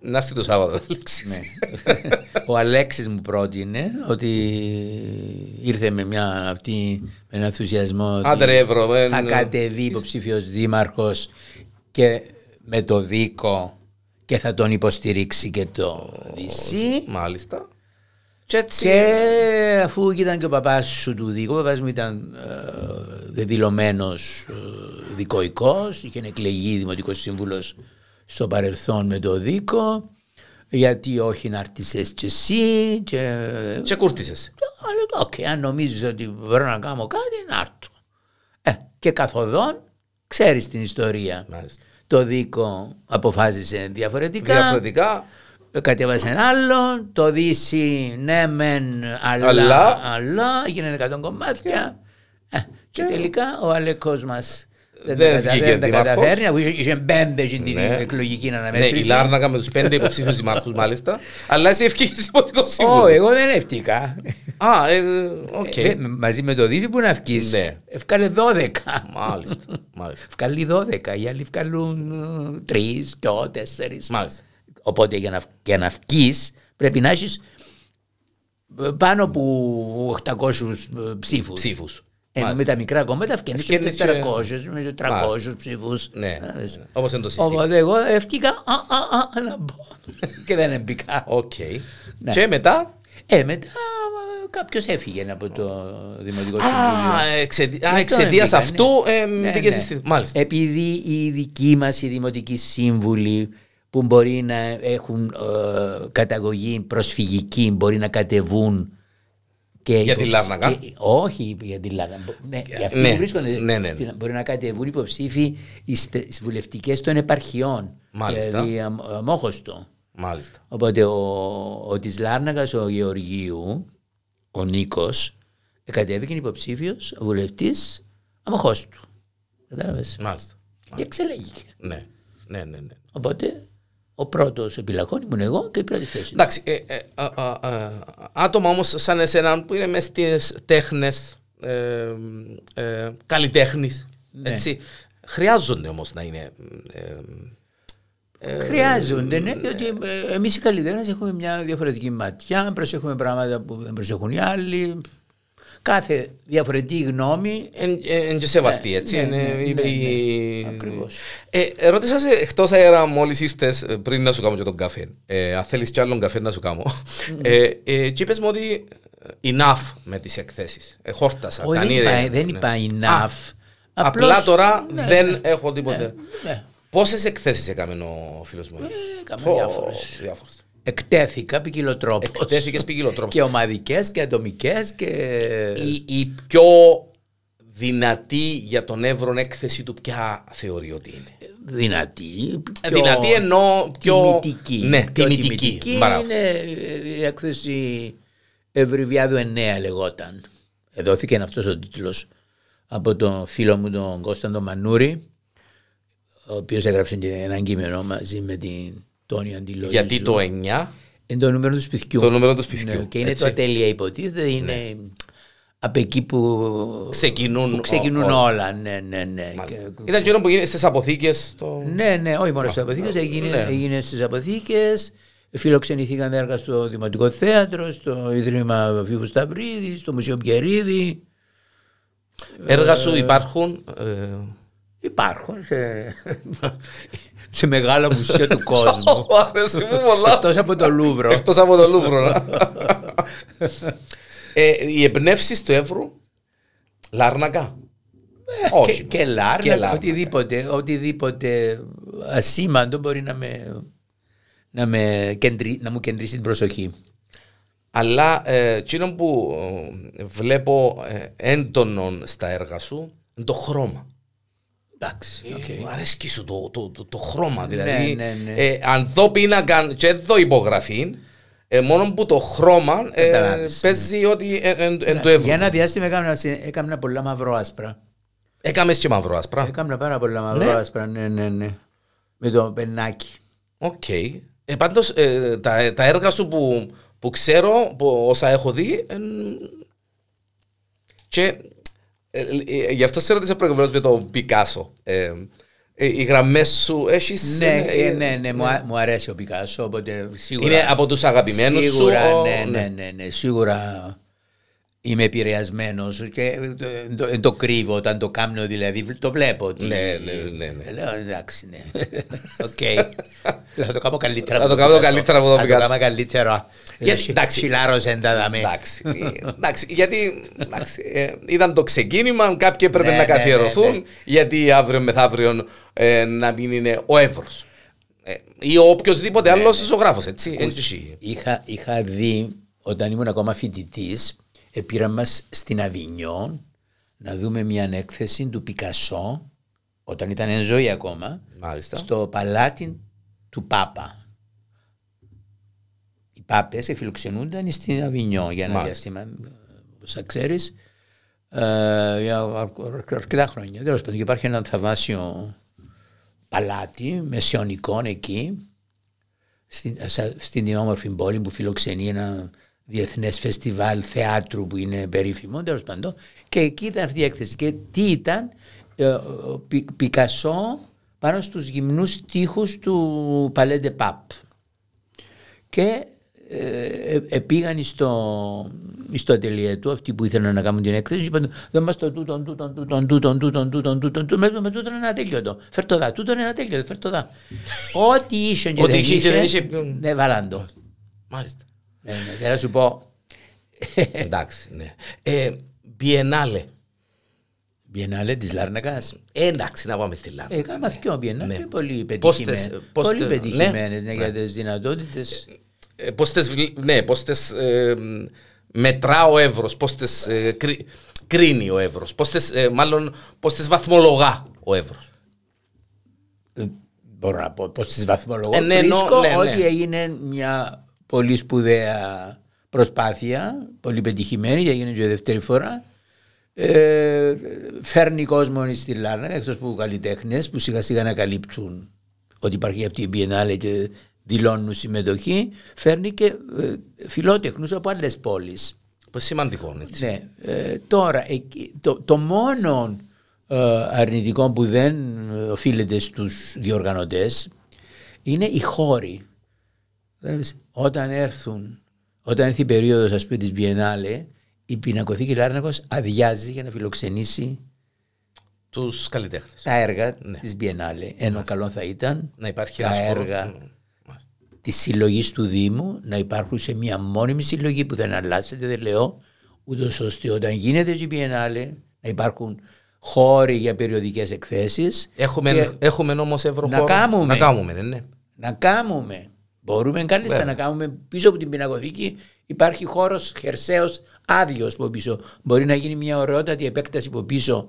S1: Να έρθει το Σάββατο, Αλέξης.
S2: Ναι. ο Αλέξης μου πρότεινε ότι ήρθε με μια αυτή, με έναν ενθουσιασμό ότι
S1: Άντε ρε Εύρω, ε,
S2: θα
S1: ναι.
S2: κατεβεί υποψήφιος δήμαρχος και με το δίκο και θα τον υποστηρίξει και το ΔΥΣΥ.
S1: Μάλιστα. Και έτσι.
S2: Και αφού ήταν και ο παπάς σου του δίκο, ο παπάς μου ήταν ε, δεδηλωμένος ε, δικοϊκός, είχε εκλεγεί δημοτικός σύμβουλος στο παρελθόν με το δίκο. Γιατί όχι να έρθει κι εσύ, και.
S1: Και κούρτισες.
S2: Αλλά το, οκ, αν νομίζεις ότι μπορώ να κάνω κάτι, να έρθω. Ε, και καθοδόν ξέρεις την ιστορία.
S1: Μάλιστα.
S2: Το δίκο αποφάσισε διαφορετικά.
S1: Διαφορετικά.
S2: Κατέβασε ένα άλλο, το Δύση ναι μεν αλλά, αλλά.
S1: Αλλά.
S2: έγιναν 100 κομμάτια. Ε, και τελικά ο Αλεκός μας δεν,
S1: Δεν
S2: τα,
S1: βγήκε
S2: κατα- δεν τα
S1: δήμαρχος.
S2: καταφέρνει, αφού είχε- είχε πέμπτε στην
S1: Ναι.
S2: εκλογική
S1: Ναι, η
S2: αναμέτρηση.
S1: Λάρνακα με τους πέντε υποψήφιους δημάρχους μάλιστα. Αλλά εσύ ευκήγες υποτικό
S2: Ω,
S1: σύμβουλο.
S2: εγώ δεν έφτιακα.
S1: Α, ε, οκ.
S2: Ε, ε, μαζί με το δίθι που να αυκείς.
S1: Ναι.
S2: Ευκάλε 12.
S1: Μάλιστα. Μάλιστα.
S2: Ευκαλεί 12. Οι άλλοι ε, ευκαλούν 3 και 4.
S1: Μάλιστα.
S2: Οπότε για να, για να αυκείς πρέπει να έχεις ε, πάνω από 800 ψήφους.
S1: Ψήφους.
S2: Ενώ Ε, με τα μικρά κόμματα αυκαίνεις με
S1: Ευκαίνεις και-
S2: 400, με 300 ψήφους.
S1: Ναι.
S2: Να δεις.
S1: Όπως είναι το σύστημα.
S2: Οπότε εγώ έφτιακα α, α, α, να μπω και δεν μπήκα.
S1: Οκ.
S2: Ναι.
S1: Και μετά.
S2: Ε, μετά κάποιος έφυγε από το Δημοτικό Συμβούλιο.
S1: Α, εξαιτία- α,
S2: Αυτό
S1: εξαιτίας
S2: έμπηκα,
S1: αυτού
S2: ναι.
S1: ε,
S2: Ναι,
S1: πήγε
S2: ναι.
S1: στη. Μάλιστα.
S2: Επειδή οι δικοί μας οι δημοτικοί σύμβουλοι που μπορεί να έχουν ε, καταγωγή προσφυγική, μπορεί να κατεβούν και
S1: Για τη
S2: υποψη-
S1: Λάρνακα.
S2: και- όχι για τη Λάρνακα. Μπο- Ναι, για αυτοί
S1: ναι,
S2: που βρίσκονται.
S1: ναι, ναι, ναι.
S2: στην- Μπορεί να κατεβούν υποψήφοι στις βουλευτικές των επαρχιών.
S1: Μάλιστα.
S2: Δηλαδή αμ- αμόχωστο.
S1: Μάλιστα.
S2: Οπότε ο, ο της Λάρνακας ο Γεωργίου, ο Νίκος, κατέβηκε υποψήφιος βουλευτής αμαχώς του. Κατάλαβες.
S1: Μάλιστα.
S2: Και εξελέγηκε.
S1: Ναι. Ναι, ναι, ναι.
S2: Οπότε ο πρώτος επιλακών ήμουν εγώ και η πρώτη θέση.
S1: Εντάξει, ε, ε, α, α, α, άτομα όμως σαν εσένα που είναι μέσα στις τέχνες, ε, ε, καλλιτέχνης,
S2: Ναι.
S1: έτσι, χρειάζονται όμως να είναι... ε,
S2: Ε, Χρειάζονται, ναι, διότι εμείς οι καλλιτέχνες έχουμε μια διαφορετική ματιά, προσέχουμε πράγματα που δεν προσέχουν οι άλλοι. Κάθε διαφορετική γνώμη
S1: εν- ε, εν- εν και σεβαστή, έτσι.
S2: ναι,
S1: είναι,
S2: ναι,
S1: η-
S2: ναι, ναι,
S1: η-
S2: ακριβώς.
S1: Ε, ε, ρώτησα σε εκτός αέρα μόλις ήρθες ε, πριν να σου κάνω και τον καφέ. Ε, αν θέλεις κι άλλον καφέ να σου κάνω.
S2: Ναι.
S1: Ε, ε, και είπες μου ότι ε, enough με τις εκθέσεις. Ε, χόρτασα.
S2: Όχι, δεν
S1: κανεί
S2: είπα- δεν
S1: ναι.
S2: είπα
S1: Α,
S2: enough.
S1: Απλά
S2: Απλώς-
S1: τώρα
S2: ναι,
S1: δεν
S2: ναι,
S1: έχω τίποτε.
S2: ναι, ναι.
S1: Πόσες εκθέσεις έκανε ο φίλος μου.
S2: έκαμε
S1: Πω,
S2: διάφορες.
S1: Ε, διάφορες.
S2: Εκτέθηκα ποικιλοτρόπω.
S1: Εκτέθηκες ποικιλοτρόπως.
S2: Και ομαδικές και ατομικέ και.
S1: Η, η πιο δυνατή για τον Εύρον έκθεση του ποια θεωρεί ότι είναι.
S2: Δυνατή.
S1: Ε,
S2: πιο
S1: δυνατή εννοώ πιο-
S2: Τιμητική.
S1: Ναι,
S2: Πιο
S1: τιμητική. Μπράβο.
S2: είναι ε, η έκθεση Ευρυβιάδου 9 λεγόταν. Δόθηκε αυτός ο τίτλος από τον φίλο μου τον Κώσταντο Μανούρη, ο οποίος έγραψε και ένα κείμενο μαζί με την Τόνια Αντιλόγη.
S1: Γιατί το 9.
S2: Είναι το νούμερο του σπιτιού.
S1: Το νούμερο του σπιτιού,
S2: Ναι, και είναι
S1: έτσι. Ναι.
S2: το ατέλεια υποτίθεται. Είναι από εκεί που
S1: Ξεκινούν
S2: που ξεκινούν
S1: ό- ό-
S2: όλα. Ναι, ναι, ναι.
S1: Μάλιστα.
S2: Και-
S1: Ήταν και που γίνεται στις αποθήκες. Το...
S2: Ναι, ναι, όχι μόνο στις αποθήκες. Έγινε,
S1: ναι.
S2: έγινε στις αποθήκες. Φιλοξενηθήκαν έργα στο Δημοτικό Θέατρο, στο Ιδρύμα Φίβου Σταυρίδη, στο Μουσείο Πιερίδη.
S1: Έργα σου υπάρχουν. ε,
S2: Υπάρχουν σε, σε μεγάλα μουσεία του κόσμου.
S1: Ω, Αρέσει μου πολλά.
S2: Εκτός από το Λούβρο. ναι.
S1: Εκτός από το Λούβρο. να. ε, οι εμπνεύσεις του Εύρου. Λάρνακα.
S2: Ε, και, και λάρνα,
S1: Και λάρνα.
S2: οτιδήποτε, οτιδήποτε ασήμαντο μπορεί να με, να, με κεντρι- να μου κεντρήσει την προσοχή.
S1: Αλλά ε, εκείνο που ε, βλέπω ε, έντονον στα έργα σου είναι το χρώμα. Ε,
S2: Εντάξει. οκ.
S1: Μου αρέσκει σου το, το, το, το χρώμα. Δηλαδή,
S2: ναι, ναι.
S1: Ε, αν δω πίνακαν και εδώ υπογραφή, ε, μόνο που το χρώμα ε,
S2: Καταλάβεις, Ναι.
S1: παίζει ότι ε, εν, εν του εύρου.
S2: Για ένα διάστημα έκανα, έκανα πολλά μαύρο άσπρα.
S1: Έκαμες και μαύρο άσπρα.
S2: Έκανα πάρα πολλά μαύρο άσπρα, ναι, ναι, ναι. Με το πενάκι.
S1: Οκ. Ε, πάντως, ε, τα, τα έργα σου που, που ξέρω, που, όσα έχω δει, εν, και ε, ε, γι' αυτό σε ρώτησα προηγουμένως με τον Πικάσο. Ε, ε, οι γραμμές σου έχεις...
S2: Ναι,
S1: ε, ε,
S2: ε, ναι, ναι, μου, α- μου αρέσει ο Πικάσο, οπότε σίγουρα.
S1: Είναι από τους αγαπημένους
S2: σίγουρα,
S1: σου. ο-
S2: ναι, ναι, ναι, ναι, σίγουρα είμαι επηρεασμένος και το, το, το κρύβω όταν το κάνω, δηλαδή το βλέπω. Ότι...
S1: Ναι, ναι, ναι, ναι.
S2: Λέω εντάξει, ναι. Οκ. θα το κάνω καλύτερα.
S1: Θα το
S2: από
S1: κάνω
S2: τον
S1: καλύτερα από τον
S2: Θα το
S1: Πικάσο.
S2: κάνω καλύτερα.
S1: Γιατί,
S2: Χι-
S1: εντάξει.
S2: Χιλάρωσε τα δαμέ.
S1: Εντάξει, ε, εντάξει, γιατί εντάξει, ε, ήταν το ξεκίνημα, κάποιοι έπρεπε
S2: Ναι,
S1: να
S2: ναι, ναι,
S1: καθιερωθούν,
S2: ναι.
S1: γιατί αύριο μεθαύριο ε, να μην είναι ο Εύρος. Ε, ή ο οποιοδήποτε
S2: Ναι,
S1: άλλος ζωγράφος, έτσι. έτσι.
S2: Είχα, είχα δει όταν ήμουν ακόμα φοιτητής, πήρα μας στην Αβινιόν να δούμε μια έκθεση του Πικασό όταν ήταν εν ζωή ακόμα
S1: Μάλιστα.
S2: στο παλάτι του Πάπα. Οι Πάπες φιλοξενούνταν στην Αβινιόν για ένα
S1: Μάλιστα.
S2: διάστημα, όπως θα ξέρεις, για αρκ- αρκ- αρκετά χρόνια. Τέλος πάντων, και υπάρχει ένα θαυμάσιο παλάτι μεσαιωνικών εκεί στην, σα- στην όμορφη πόλη που φιλοξενεί ένα διεθνές φεστιβάλ θεάτρου που είναι περίφημο, τέλος πάντων. Και εκεί ήταν αυτή η έκθεση. Και τι ήταν, ε, ο Πι- Πικασό πάνω στους γυμνούς τοίχους του Παλέντε Παπ. Και ε, ε, πήγαν στο, στο ατελείο του αυτοί που ήθελαν να κάνουν την έκθεση και είπαν δεν μας το τούτον, τούτον, τούτον, τούτον, τούτον, τούτον, τούτον, τούτον, με το- με τούτον είναι ατέλειωτο. Φέρ το δα, τούτον είναι ατέλειωτο, φέρ το δα. Ό,τι είσαι και
S1: Ό,τι
S2: δεν
S1: είχε και δεν
S2: είσαι, ναι,
S1: είχε.
S2: δεν βάλαν το.
S1: Μάλιστα.
S2: Ναι, ναι, θέλω να σου πω,
S1: Εντάξει, ναι. Ε, Biennale.
S2: Biennale της Λάρνακας,
S1: Ε, εντάξει, να πάμε στη Λάρνα.
S2: Ε, κάμα δυο Biennale,
S1: Ναι.
S2: πολύ
S1: Πώς τες-
S2: πετυχημένες,
S1: πώς
S2: πολύ
S1: τες-
S2: πετυχημένες
S1: ναι.
S2: ναι, για τις δυνατότητες.
S1: Ε, πώς τες, βλ- ναι, πώς τες ε, μ, μετρά ο Εύρος, πώς τες ε, κρι- κρίνει ο Εύρος, πώς τες, ε, μάλλον πώς τες βαθμολογά ο Εύρος.
S2: Ε, μπορώ να πω πως τις βαθμολογώ.
S1: Ε, ναι, εννοώ,
S2: Βρίσκω
S1: ναι, ναι.
S2: ότι έγινε μια πολύ σπουδαία προσπάθεια, πολύ πετυχημένη, γιατί έγινε και δεύτερη φορά. Ε, φέρνει κόσμο στη Λάρνα, εκτός που καλλιτέχνες που σιγά σιγά να καλύπτουν ότι υπάρχει αυτή η Biennale και δηλώνουν συμμετοχή, φέρνει και ε, φιλότεχνους από άλλες πόλεις.
S1: Πώς σημαντικό, έτσι.
S2: Ναι. Ε, τώρα, εκεί- το, το μόνο ε, αρνητικό που δεν ε, οφείλεται στους διοργανωτές είναι οι χώροι. Βλέπεις, Όταν έρθουν, όταν έρθει η περίοδος ας πούμε της Biennale, η πινακοθήκη Λάρνακος αδειάζει για να φιλοξενήσει
S1: Τους καλλιτέχνες.
S2: τα έργα της Biennale. Ενώ καλό θα ήταν
S1: Να υπάρχει
S2: τα
S1: ένας χώρος.
S2: έργα
S1: Μ, μάλιστα.
S2: της συλλογής του Δήμου να υπάρχουν σε μια μόνιμη συλλογή που δεν αλλάζεται, δεν λέω, ούτως ώστε όταν γίνεται η Biennale να υπάρχουν χώροι για περιοδικές εκθέσεις
S1: Έχουμε, έχουμε όμως Εύρω
S2: να
S1: χώρο.
S2: κάνουμε.
S1: Να κάνουμε, ναι, ναι.
S2: να κάνουμε. Μπορούμε κάλλιστα
S1: Βέβαια.
S2: να κάνουμε πίσω από την πινακοθήκη. Υπάρχει χώρος χερσαίος άδειος από πίσω. Μπορεί να γίνει μια ωραιότατη επέκταση από πίσω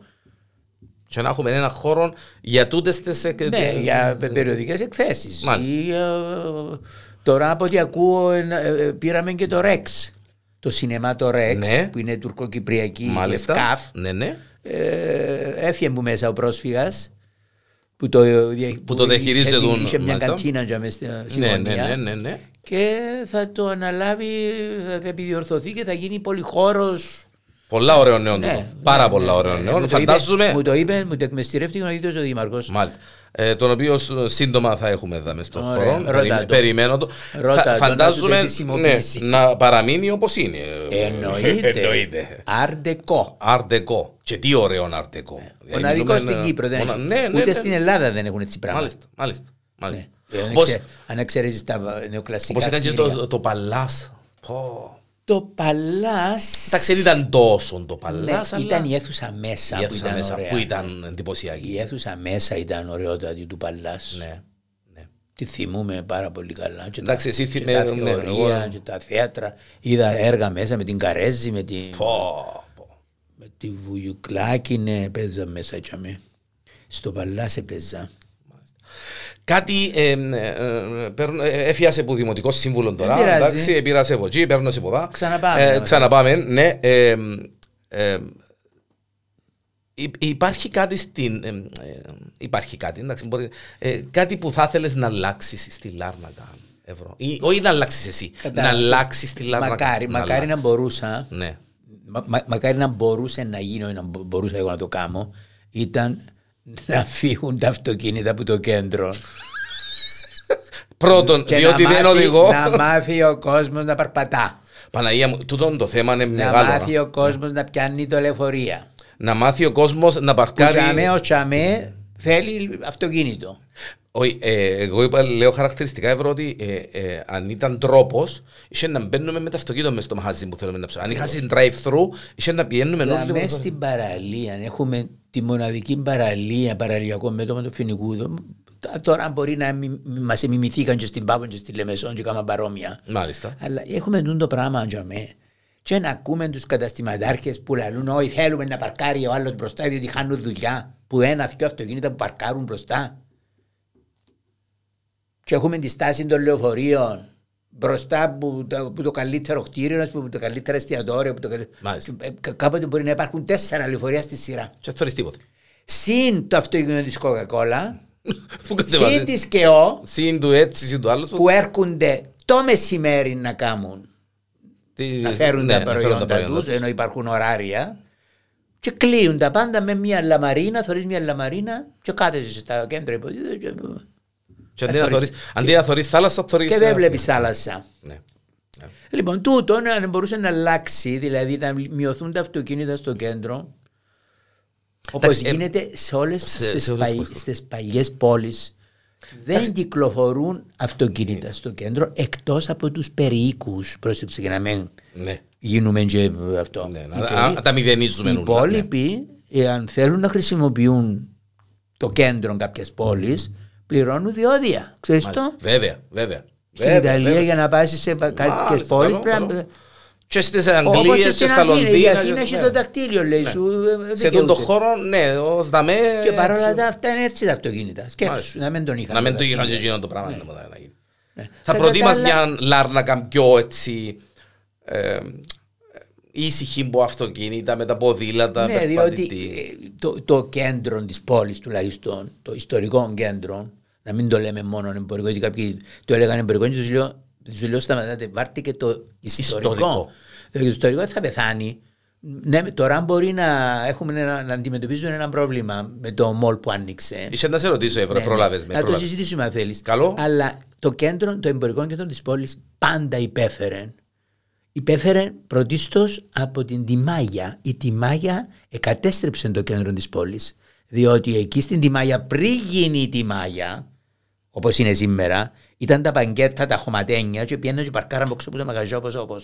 S1: Και να έχουμε ένα χώρο για τούτες τις... εκ-
S2: Ναι, για περιοδικές εκθέσεις.
S1: Μάλιστα.
S2: Ή, ε, τώρα από ό,τι ακούω ε, ε, πήραμε και το Ρεξ. Το σινεμά το Ρεξ
S1: Ναι.
S2: που είναι τουρκοκυπριακή
S1: Μάλιστα.
S2: ΕΦΚΑΦ.
S1: Ναι, ναι.
S2: Ε, έφυγε μου μέσα ο πρόσφυγας που το, ε, που
S1: το διαχειρίζεται τον-
S2: Είχε μια
S1: μάλιστα.
S2: κατσίνα για μες στη στη
S1: Ναι, ναι,
S2: γωνία.
S1: ναι, ναι, ναι.
S2: Και θα το αναλάβει, θα επιδιορθωθεί και θα γίνει πολυχώρος
S1: Πολλά ωραίων νέων τούτο. Ναι. Πάρα πολλά ωραίων
S2: ναι. Μου
S1: νέων.
S2: το είπε-
S1: Φαντάζομαι.
S2: Μου το είπε, μου το εκμεστηρεύτηκε ο ίδιος ο Δήμαρχος.
S1: Μάλιστα. Ε, τον οποίο σ- σύντομα θα έχουμε εδώ μες στον
S2: Ωραία.
S1: χώρο.
S2: Ρώτα
S1: Περιμέ-
S2: το.
S1: Περιμένω το.
S2: Ρώτα το, να
S1: φαντάζομαι
S2: σου το χρησιμοποιήσει.
S1: ναι, να παραμείνει όπως είναι.
S2: Εννοείται.
S1: Εννοείται.
S2: Αρντεκό.
S1: Αρτεκό. Και τι ωραίο αρτεκό.
S2: Μοναδικό στην Κύπρο δεν έχει.
S1: Ναι, ναι,
S2: Ούτε
S1: ναι.
S2: στην Ελλάδα δεν έχουν έτσι πράγματα.
S1: Μάλιστα. μάλιστα, μάλιστα.
S2: Ε, αν
S1: Πώς-
S2: εξε- Αν εξαιρέσεις τα νεοκλασικά.
S1: Όπως έκανε και
S2: κτίρια.
S1: το, το Παλάς. Πω.
S2: Το Παλάς.
S1: Εντάξει, δεν ήταν τόσο το
S2: Ναι,
S1: Παλάς, αλλά
S2: Ήταν η αίθουσα μέσα
S1: η
S2: που
S1: αίθουσα
S2: ήταν
S1: μέσα
S2: ωραία.
S1: που ήταν εντυπωσιακή.
S2: Η αίθουσα μέσα ήταν ωραιότατη του Παλάς.
S1: Ναι, ναι.
S2: Τη θυμούμε πάρα πολύ καλά. Και
S1: Εντάξει,
S2: τα,
S1: εσύ
S2: και
S1: θυμέ-
S2: τα
S1: ναι,
S2: θεωρία
S1: εγώ-
S2: και τα θέατρα. Είδα έργα μέσα με την Καρέζη, με τη,
S1: Πω, πω.
S2: με τη Βουγιουκλάκη. Ναι, παίζα μέσα κι αμέ. Στο Παλάς έπαιζα.
S1: Κάτι ε, ε, ε, παίρνω- ε, έφιασε που δημοτικό σύμβουλο τώρα.
S2: πειράζει.
S1: Εντάξει, ε, πήρασε από εκεί, παίρνω σε ποδά.
S2: Ξαναπάμε,
S1: Ε,
S2: όμως,
S1: ξαναπάμε, ναι. ε, ε, ε, υ- υπάρχει κάτι στην. ε, ε, υπάρχει κάτι, εντάξει, μπορεί, ε, κάτι που θα ήθελε να αλλάξεις στη Λάρνακα. Ευρώ. Ή, όχι να αλλάξεις εσύ.
S2: Κατάλαβα.
S1: Να αλλάξει τη Λάρνακα.
S2: Μακάρι, μακάρι να
S1: αλλάξεις.
S2: μπορούσα.
S1: Ναι.
S2: Μα, μα- μακάρι να μπορούσε να γίνω ή να μπο- μπορούσα εγώ να το κάνω. Ήταν να φύγουν τα αυτοκίνητα από το κέντρο.
S1: Πρώτον,
S2: Και
S1: διότι
S2: να
S1: δεν
S2: μάθει-
S1: οδηγώ.
S2: Να μάθει ο κόσμος να παρπατά.
S1: Παναγία μου, τούτο το θέμα είναι
S2: Να
S1: μεγάλο.
S2: μάθει
S1: να-
S2: ο κόσμος να πιάνει το λεωφορεία.
S1: Να μάθει ο κόσμος να
S2: Που
S1: παρκάρει.
S2: τσαμέ ο τσαμέ θέλει αυτοκίνητο.
S1: Όχι, ε, εγώ είπα, λέω χαρακτηριστικά ευρώ ότι ε, ε, αν ήταν τρόπος, είχε να μπαίνουμε με το αυτοκίνητο μέσα στο μαχαζί που θέλουμε να ψάξουμε. Αν
S2: Ναι.
S1: είχα drive-thru, είχε να πηγαίνουμε
S2: Να
S1: όλοι.
S2: μέσα
S1: με το-
S2: στην παραλία, έχουμε τη μοναδική παραλία, παραλιακό μέτωπο του Φινικούδο. Τώρα αν μπορεί να μα μιμηθήκαν και στην Πάπον και στη Λεμεσόν και κάμα παρόμοια.
S1: Μάλιστα.
S2: Αλλά έχουμε τούν το πράγμα για με. Και να ακούμε τους καταστηματάρχες που λαλούν Όχι, θέλουμε να παρκάρει ο άλλος μπροστά, διότι χάνουν δουλειά. Που ένα δυο αυτοκίνητα που παρκάρουν μπροστά. Και έχουμε τη στάση των λεωφορείων μπροστά που το, που το καλύτερο κτίριο, ας πούμε, που το καλύτερο εστιατόριο. Που το καλυ-
S1: Μάλιστα.
S2: Ε, κα- Κάποτε μπορεί να υπάρχουν τέσσερα λεωφορεία στη σειρά.
S1: Και θωρείς τίποτα.
S2: Συν το αυτοκίνητο της Coca-Cola,
S1: Που
S2: συν
S1: κατεβάζει.
S2: τη ΚΕΟ,
S1: Συν του έτσι, συν του άλλου.
S2: που έρχονται το μεσημέρι να κάνουν
S1: Τι-
S2: να φέρουν
S1: ναι,
S2: τα
S1: να φέρουν
S2: προϊόντα ε, τους,
S1: τους.
S2: ενώ υπάρχουν ωράρια. Και κλείουν τα πάντα με μια λαμαρίνα, θωρείς μια λαμαρίνα και κάθεσαι στα κέντρα υποδίδου και,
S1: Και αντί να
S2: Ε, θωρείς.
S1: θωρείς- Αντί να θωρείς θάλασσα, θωρείς...
S2: και
S1: ε,
S2: δεν βλέπεις θάλασσα.
S1: ναι.
S2: Λοιπόν, τούτο αν μπορούσε να αλλάξει, δηλαδή να μειωθούν τα αυτοκίνητα στο κέντρο, όπως
S1: Εντάξει, ε,
S2: γίνεται σε όλες
S1: σε- σε
S2: τι
S1: όλες τις πόλεις.
S2: παλιές πόλεις. Δεν κυκλοφορούν αυτοκίνητα στο κέντρο εκτός από τους περίοικους. Πρόσεξε για να μην
S1: Ναι.
S2: γίνουμε και αυτό.
S1: Ναι,
S2: Οι
S1: να-
S2: περί-
S1: α- να τα μηδενίζουμε
S2: οι
S1: όλα, ναι.
S2: υπόλοιποι, εάν θέλουν να χρησιμοποιούν το κέντρο κάποιας πόλης, πληρώνουν διόδια. Ξέρεις το.
S1: Βέβαια, βέβαια.
S2: Στην
S1: Βέβαια,
S2: Ιταλία
S1: βέβαια.
S2: για να πάει σε κάποιε
S1: Μάλιστα,
S2: πόλει
S1: καλό,
S2: πρέπει
S1: καλό.
S2: να.
S1: Και στις
S2: Όπως
S1: Αγγλίες και
S2: στην
S1: στα
S2: Αθήνα. Η
S1: Λονδίνα.
S2: Αθήνα
S1: και-
S2: έχει
S1: ναι.
S2: το δακτήλιο, λέει σου. ε,
S1: Σε τον το
S2: δικαιούσε.
S1: χώρο, ναι, ως δαμέ...
S2: Και παρόλα
S1: έτσι,
S2: τα αυτά είναι έτσι τα αυτοκίνητα. Σκέψου,
S1: Μάλιστα.
S2: να μην τον είχαν.
S1: Να μην
S2: τα
S1: το γίνονται και
S2: αυτοκίνητα.
S1: γίνονται το πράγμα. είναι τίποτα να γίνει.
S2: Ναι.
S1: Θα
S2: Κατά
S1: προτίμας
S2: τα
S1: μια λάρνακα πιο έτσι... ε, ήσυχη από αυτοκίνητα, με τα ποδήλατα,
S2: Ναι, διότι
S1: περπατητή.
S2: ε, το, το κέντρο της πόλης τουλάχιστον, το ιστορικό κέντρο, να μην το λέμε μόνο εμπορικό, γιατί κάποιοι το έλεγαν εμπορικό, και τους λέω, τους λέω σταματάτε, βάρτε και το ιστορικό.
S1: Ιστορικό.
S2: Ε, Το ιστορικό θα πεθάνει. Ναι, τώρα μπορεί να, έχουμε ένα, να αντιμετωπίζουν ένα πρόβλημα με το μολ που άνοιξε.
S1: Είσαι να σε ρωτήσω, Εύρε,
S2: Ναι,
S1: προλάβες
S2: ναι.
S1: με.
S2: Να το
S1: προλάβες.
S2: συζητήσουμε αν θέλεις.
S1: Καλό.
S2: Αλλά το κέντρο, το εμπορικό κέντρο της πόλης πάντα υπέφερε. Υπέφερε πρωτίστως από την Τιμάγια. Η Τιμάγια εκατέστρεψε το κέντρο της πόλης. Διότι εκεί στην Τιμάγια, πριν γίνει η Τιμάγια, όπως είναι σήμερα, ήταν τα παγκέτα, τα χωματένια, και πιέναν και παρκάραν από ξεπούλα μαγαζιά όπως όπως.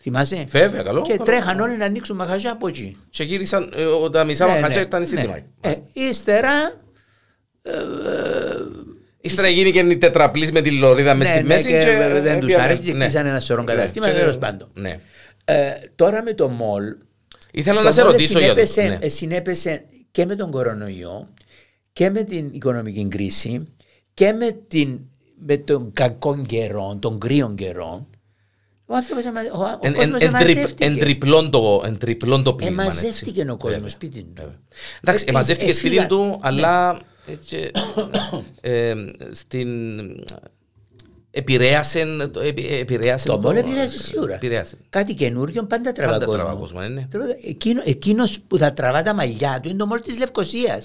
S2: Θυμάσαι.
S1: Βέβαια, καλό.
S2: Και
S1: καλό.
S2: τρέχαν όλοι να ανοίξουν μαγαζιά από εκεί.
S1: Και γύρισαν, ε, ο- τα μισά
S2: Ναι,
S1: μαχατζά
S2: ναι,
S1: ήταν στην
S2: ναι.
S1: Τιμάη.
S2: Ε, Ύστερα
S1: Ύστερα γίνει και η τετραπλής με τη λωρίδα μες
S2: Ναι,
S1: στη
S2: ναι,
S1: μέση.
S2: και
S1: και-
S2: βέβαια δεν τους
S1: έπιαμε.
S2: άρεσε και
S1: Ναι.
S2: κλείσανε ένα σωρό
S1: Ναι,
S2: καταστήματα,
S1: και-
S2: τέλος πάντων.
S1: Ναι.
S2: Ε, τώρα με το μολ.
S1: Ήθελα
S2: το
S1: Ναι, να σε
S2: μολ
S1: ρωτήσω για
S2: συνέπεσε-
S1: το- ναι.
S2: ε, συνέπεσε και με τον κορονοϊό και με την οικονομική κρίση και με, την, με τον κακό καιρό, τον κρύο καιρό. Ο άνθρωπος εμα- ο- ο
S1: Εν- εν-
S2: κόσμος
S1: εν- τρι-
S2: εμαζεύτηκε.
S1: εν τριπλών το- εν τριπλών το πλήγμα. έτσι.
S2: Εμαζεύτηκε ο κόσμος
S1: Βέβαια.
S2: σπίτι του.
S1: Εντάξει,
S2: Ε,
S1: εμαζεύτηκε
S2: ε,
S1: σπίτι
S2: φύγα-
S1: του, αλλά έτσι, ε, στην επηρέασε το- επη- επηρέασε
S2: Το μόνο επηρέασε σίγουρα.
S1: επηρέασε.
S2: Κάτι καινούριο πάντα τραβά
S1: Πάντα
S2: κόσμος.
S1: τραβά κόσμο, ε, ναι.
S2: Τραβά- Εκείνο, εκείνος που θα τραβά τα μαλλιά του είναι το μόλ της Λευκοσίας.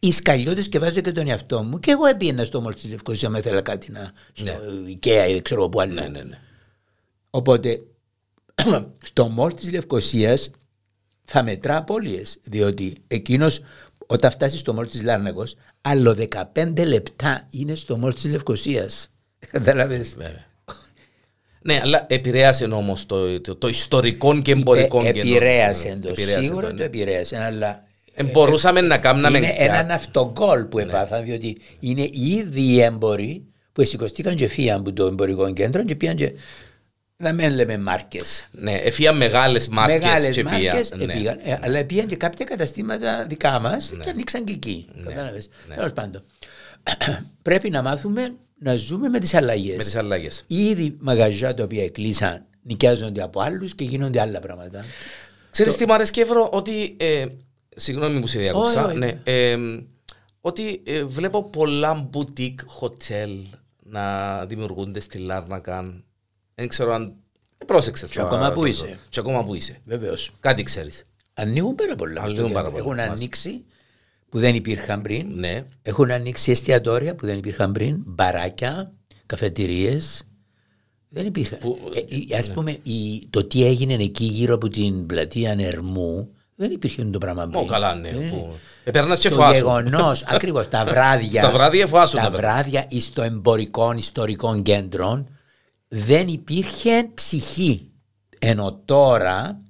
S2: Οι σκαλιώτες και βάζω και τον εαυτό μου. Και εγώ έπινα στο μόλ της Λευκοσίας, άμα ήθελα κάτι να. στο Ikea ή δεν ξέρω πού άλλο.
S1: Ναι, ναι, ναι.
S2: Οπότε στο μόλ της Λευκοσίας θα μετρά απώλειες. Διότι εκείνος όταν φτάσεις στο μόλ της Λάρνακο, άλλο 15 λεπτά είναι στο μόλ της Λευκοσίας. Κατάλαβες.
S1: Βέβαια. Ναι, αλλά επηρέασε όμως το, το, το ιστορικό και εμπορικό
S2: Ε,
S1: κέντρο.
S2: επηρέασε το.
S1: Επηρέασε
S2: Σίγουρα
S1: ναι.
S2: το επηρέασε. Αλλά
S1: Ε, μπορούσαμε να Ναι. κάναμε
S2: είναι
S1: κάτι.
S2: έναν αυτογκόλ που επάθαν, διότι είναι οι ίδιοι οι έμποροι που σηκωστήκαν και φύγαν από το εμπορικό κέντρο και πήγαν και. Να μην λέμε μάρκες.
S1: Ναι, εφία μεγάλες μάρκες.
S2: Μεγάλες μάρκε
S1: ναι,
S2: πήγαν. ε, αλλά πήγαν και κάποια καταστήματα δικά μας και ανοίξαν και εκεί.
S1: Ναι.
S2: Κατάλαβες. Τέλος πάντων. Πρέπει να μάθουμε να ζούμε με τις αλλαγές.
S1: Με τις αλλαγές.
S2: Ήδη μαγαζιά τα οποία εκλείσαν νοικιάζονται από άλλους και γίνονται άλλα πράγματα.
S1: Ξέρεις τι μου αρέσει και εύρω, ότι... ε, συγγνώμη που σε διακόψα.
S2: Όχι, όχι.
S1: ναι, ε, ότι ε, βλέπω πολλά boutique hotel να δημιουργούνται στη Λάρνακα. Δεν ξέρω αν... Ε, πρόσεξες.
S2: Και
S1: τώρα,
S2: ακόμα που
S1: σε
S2: είσαι.
S1: αυτό. Και ακόμα που είσαι.
S2: Βεβαίως.
S1: Κάτι ξέρεις.
S2: Ανοίγουν πάρα πολλά.
S1: Ανοίγουν
S2: στο
S1: πάρα
S2: κέντρο.
S1: πολλά,
S2: Έχουν
S1: μάλιστα.
S2: ανοίξει που δεν υπήρχαν πριν.
S1: Ναι.
S2: Έχουν ανοίξει εστιατόρια που δεν υπήρχαν πριν, μπαράκια, καφετηρίες. Δεν υπήρχαν.
S1: Που- ναι.
S2: Ε, η- ας πούμε, η- το τι έγινε εκεί γύρω από την πλατεία Νερμού δεν υπήρχε το πράγμα πριν.
S1: Ω, καλά, ναι.
S2: Ε,
S1: Που... Επέρνας και
S2: Το
S1: φάσου.
S2: γεγονός, ακριβώς, τα βράδια.
S1: Τα βράδια εφάσου
S2: Τα
S1: τα βράδια.
S2: βράδια στο εμπορικών ιστορικών κέντρων δεν υπήρχε ψυχή. Ενώ τώρα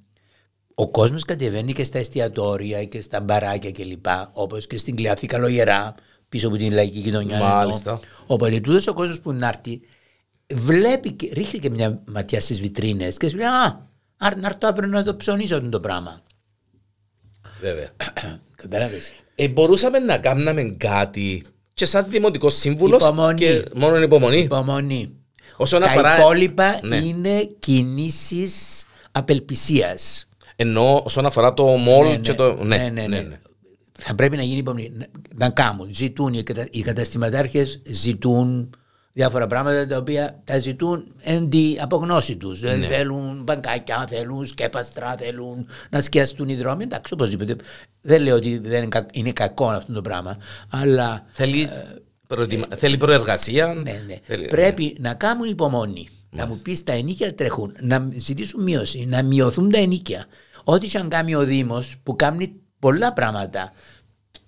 S2: ο κόσμος κατεβαίνει και στα εστιατόρια και στα μπαράκια κλπ. Όπως και στην κλειάθη Καλογερά, πίσω από την λαϊκή κοινωνία. εννοώ.
S1: Μάλιστα.
S2: Οπότε τούτος ο κόσμος που να έρθει, βλέπει, και- ρίχνει και μια ματιά στις βιτρίνες και σου λέει Α, άρα να έρθω αύριο να το ψωνίζω αυτό το πράγμα.
S1: Βέβαια.
S2: Κατάλαβε.
S1: Ε, μπορούσαμε να κάναμε κάτι και σαν δημοτικός σύμβουλος.
S2: Υπομονή.
S1: Και μόνο υπομονή.
S2: Υπομονή.
S1: Όσον
S2: τα
S1: αφορά.
S2: υπόλοιπα
S1: Ναι.
S2: είναι κινήσεις απελπισίας.
S1: Ενώ όσον αφορά το μόλ και το. Ναι, ναι.
S2: Θα πρέπει να γίνει υπομονή. Να- Να κάνουν. Ζητούν οι κατα- οι καταστηματάρχες, ζητούν διάφορα πράγματα τα οποία τα ζητούν εν τη απογνώση τους.
S1: Ναι.
S2: Δηλαδή θέλουν μπαγκάκια, θέλουν σκέπαστρα, θέλουν να σκιαστούν οι δρόμοι. Εντάξει, οπωσδήποτε. Δεν λέω ότι δεν είναι κακ- είναι κακό αυτό το πράγμα, αλλά
S1: Θέλει, προετοιμα- θέλει προεργασία.
S2: Ε, ναι, ναι.
S1: Θέλει-
S2: Πρέπει να κάνουν υπομονή. Να μου πεις τα ενίκια τρέχουν, να ζητήσουν μείωση, να μειωθούν τα ενίκια. Ό,τι και αν κάνει ο Δήμος που κάνει πολλά πράγματα.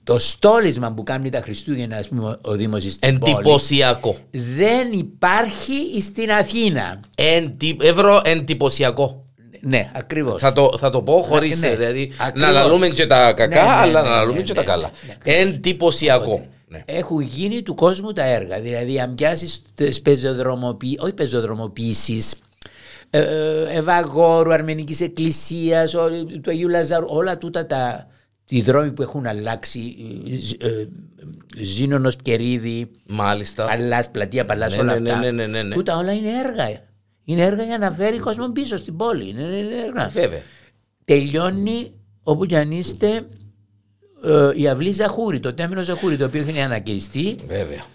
S2: Το στόλισμα που κάνει τα Χριστούγεννα, ας πούμε, ο Δήμος στην πόλη.
S1: Εντυπωσιακό.
S2: Δεν υπάρχει στην Αθήνα.
S1: Εντι- Ευρώ εντυπωσιακό.
S2: Ναι, ακριβώς.
S1: Θα το, θα το πω χωρίς.
S2: Ναι, ναι.
S1: Δηλαδή, να
S2: Ακριβώς.
S1: λαλούμε και τα κακά,
S2: Ναι, ναι,
S1: αλλά
S2: ναι,
S1: να λαλούμε
S2: ναι,
S1: και
S2: ναι,
S1: τα καλά.
S2: ναι, ναι, ακριβώς.
S1: Εντυπωσιακό. Ναι.
S2: Έχουν γίνει του κόσμου τα έργα. Δηλαδή, αν πιάσεις τις πεζοδρομοποιήσει, όχι πεζοδρομοποιήσεις, ε, ε, Ευαγόρου, Αρμενικής Εκκλησίας, του Αγίου Λαζάρου, όλα τούτα τα. Οι δρόμοι που έχουν αλλάξει, ε, ε, Ζήνονο Κερίδη,
S1: Μάλιστα.
S2: Παλάς, Πλατεία Παλάς,
S1: Ναι,
S2: όλα
S1: ναι, ναι,
S2: αυτά.
S1: ναι, ναι, ναι, ναι.
S2: Τούτα όλα είναι έργα. Είναι έργα για να φέρει κόσμο πίσω στην πόλη. Είναι, είναι έργα.
S1: Βέβαια.
S2: τελειώνει όπου κι αν είστε ε, η αυλή Ζαχούρη, το τέμινο Ζαχούρη, το οποίο έχει ανακαιριστεί
S1: Βέβαια.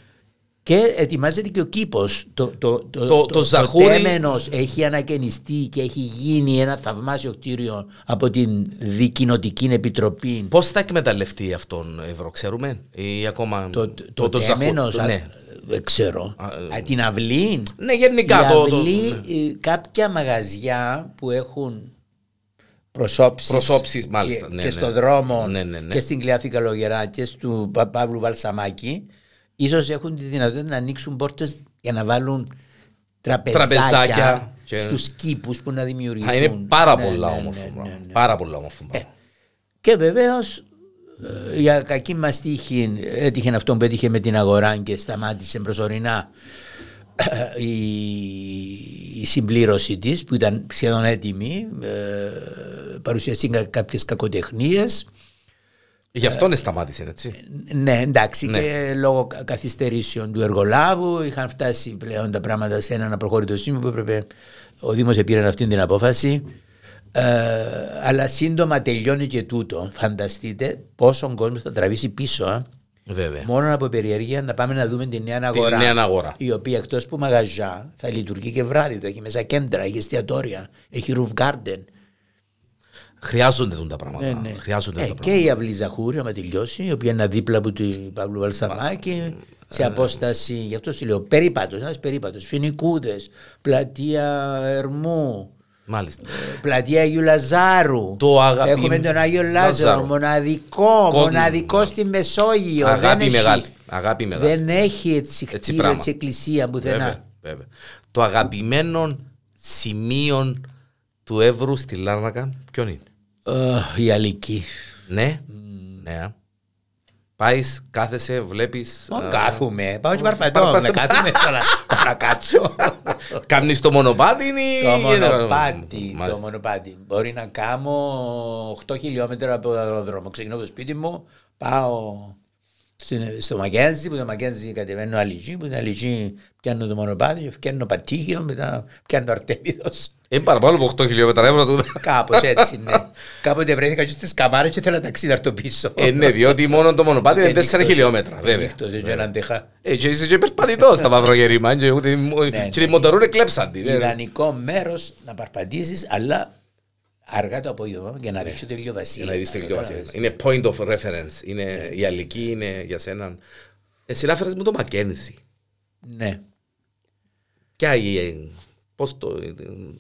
S2: και ετοιμάζεται και ο κήπος. Το, το, το,
S1: Το- το Ζαχούρι-
S2: τέμενος έχει ανακαινιστεί και έχει γίνει ένα θαυμάσιο κτίριο από την Δικοινοτική Επιτροπή.
S1: Πώς θα εκμεταλλευτεί αυτόν Ευρώ, ξέρουμε, ή ακόμα.
S2: Το, το, το,
S1: Ζαχού-
S2: τέμενος,
S1: το-
S2: α-
S1: Ναι.
S2: δεν ξέρω.
S1: Α, ε,
S2: Α, την αυλή.
S1: ναι, γενικά το.
S2: Η
S1: το-
S2: αυλή,
S1: ναι.
S2: ε, κάποια μαγαζιά που έχουν προσώψεις,
S1: Προσώψεις,
S2: και-
S1: μάλιστα,
S2: και,
S1: ναι, ναι.
S2: στο δρόμο
S1: Ναι, ναι, ναι.
S2: και στην Κλεάθη Καλογερά και στο Πα- Παύλου Βαλσαμάκη ίσως έχουν τη δυνατότητα να ανοίξουν πόρτες για να βάλουν τραπεζάκια,
S1: Τραπεζάκια και-
S2: στους κήπους που να δημιουργηθούν.
S1: Α, είναι πάρα
S2: Ναι,
S1: πολλά
S2: ναι, ναι,
S1: όμορφο.
S2: ναι,
S1: πράγμα.
S2: ναι.
S1: Πάρα πολλά όμορφο. πράγμα.
S2: Και βεβαίως για κακή μας τύχη έτυχε αυτό που έτυχε με την αγορά και σταμάτησε προσωρινά ε, η, η συμπλήρωση της που ήταν σχεδόν έτοιμη. Ε, παρουσιαστήκαν κάποιες κακοτεχνίες. Ε,
S1: Γι' αυτό ναι σταμάτησε, έτσι.
S2: Ναι, εντάξει,
S1: Ναι.
S2: και λόγω κα- καθυστερήσεων του εργολάβου είχαν φτάσει πλέον τα πράγματα σε έναν απροχώρητο σημείο που έπρεπε ο Δήμος επήρε αυτή την απόφαση. Ε, αλλά σύντομα τελειώνει και τούτο. Φανταστείτε πόσον κόσμο θα τραβήσει πίσω. α.
S1: Βέβαια.
S2: Μόνο από περιέργεια να πάμε να δούμε τη νέα
S1: Ε. Την
S2: αγορά.
S1: νέα αγορά.
S2: Η οποία εκτός που μαγαζιά θα λειτουργεί και βράδυ. Θα έχει μέσα κέντρα, έχει εστιατόρια, έχει roof garden.
S1: Χρειάζονται τούν τα πράγματα.
S2: Ναι, ναι.
S1: Χρειάζονται
S2: Ε,
S1: τα
S2: και η αυλή Ζαχούρη, άμα τελειώσει, η οποία είναι δίπλα από την Παύλου Βαλσαμάκη,
S1: ε,
S2: σε απόσταση, γι' αυτό σου λέω, περίπατος, ένας περίπατος. Φινικούδε, πλατεία Ερμού,
S1: Μάλιστα.
S2: πλατεία Αγίου Λαζάρου.
S1: Το αγαπη-
S2: Έχουμε τον Άγιο Λάζαρο,
S1: Λάζαρο.
S2: μοναδικό,
S1: Κόντ-
S2: μοναδικό στη Μεσόγειο. δεν
S1: Αγάπη
S2: έχει,
S1: μεγάλη. Αγάπη μεγάλη.
S2: Δεν έχει έτσι κτίριο,
S1: πράγμα.
S2: έτσι εκκλησία πουθενά.
S1: Βέβαια, βέβαια. Το αγαπημένο σημείο του Εύρου στη Λάρνακα, ποιον είναι.
S2: Αχ, Η Αλική.
S1: Ναι, ναι. α. Πάεις, κάθεσαι, βλέπεις,
S2: Μα
S1: α,
S2: Κάθουμε, πάω και παρπατώ, να κάθουμε τώρα, να κάτσω.
S1: κάνεις το μονοπάτι ή...
S2: Το Ε, μονοπάτι, το
S1: Μάλιστα.
S2: μονοπάτι. Μπορεί να κάνω 8 χιλιόμετρα από το αεροδρόμο. Ξεκινώ από το σπίτι μου, πάω στην- στο Μακένζι, που το Μακένζι κατεβαίνω Αλυγή, που την Αλυγή πιάνω το μονοπάτι, και πιάνω Πατήγιο, μετά πιάνω Αρτέμιδος.
S1: Είναι Ε, παραπάνω από 8 χιλιόμετρα ευρώ του.
S2: Κάπως έτσι, ναι. Κάποτε βρέθηκα και στις καμάρες και ήθελα ταξί να έρθω πίσω.
S1: Ε, ναι, διότι μόνο το μονοπάτι είναι 4 χιλιόμετρα, βέβαια.
S2: Νύχτος, δεν ξέρω αν αντέχα.
S1: Ε, και είσαι και περπατητός στα μαυρογερήμα και ούτε-
S2: ναι.
S1: και τη μοτορούνε κλέψαν τη. ναι.
S2: Ιδανικό μέρος να παρπατήσεις, αλλά αργά το απόγευμα για να δεις το Ηλιο Βασίλειο.
S1: Ναι. Για να δεις το Αγγλικό Βασίλειο.
S2: Κατάλαβες.
S1: Είναι point of reference. Είναι η αλική, είναι για σένα. Εσύ να φέρεις μου το Μακένζι.
S2: Ναι.
S1: Ποια η... ε, Πώς το ε,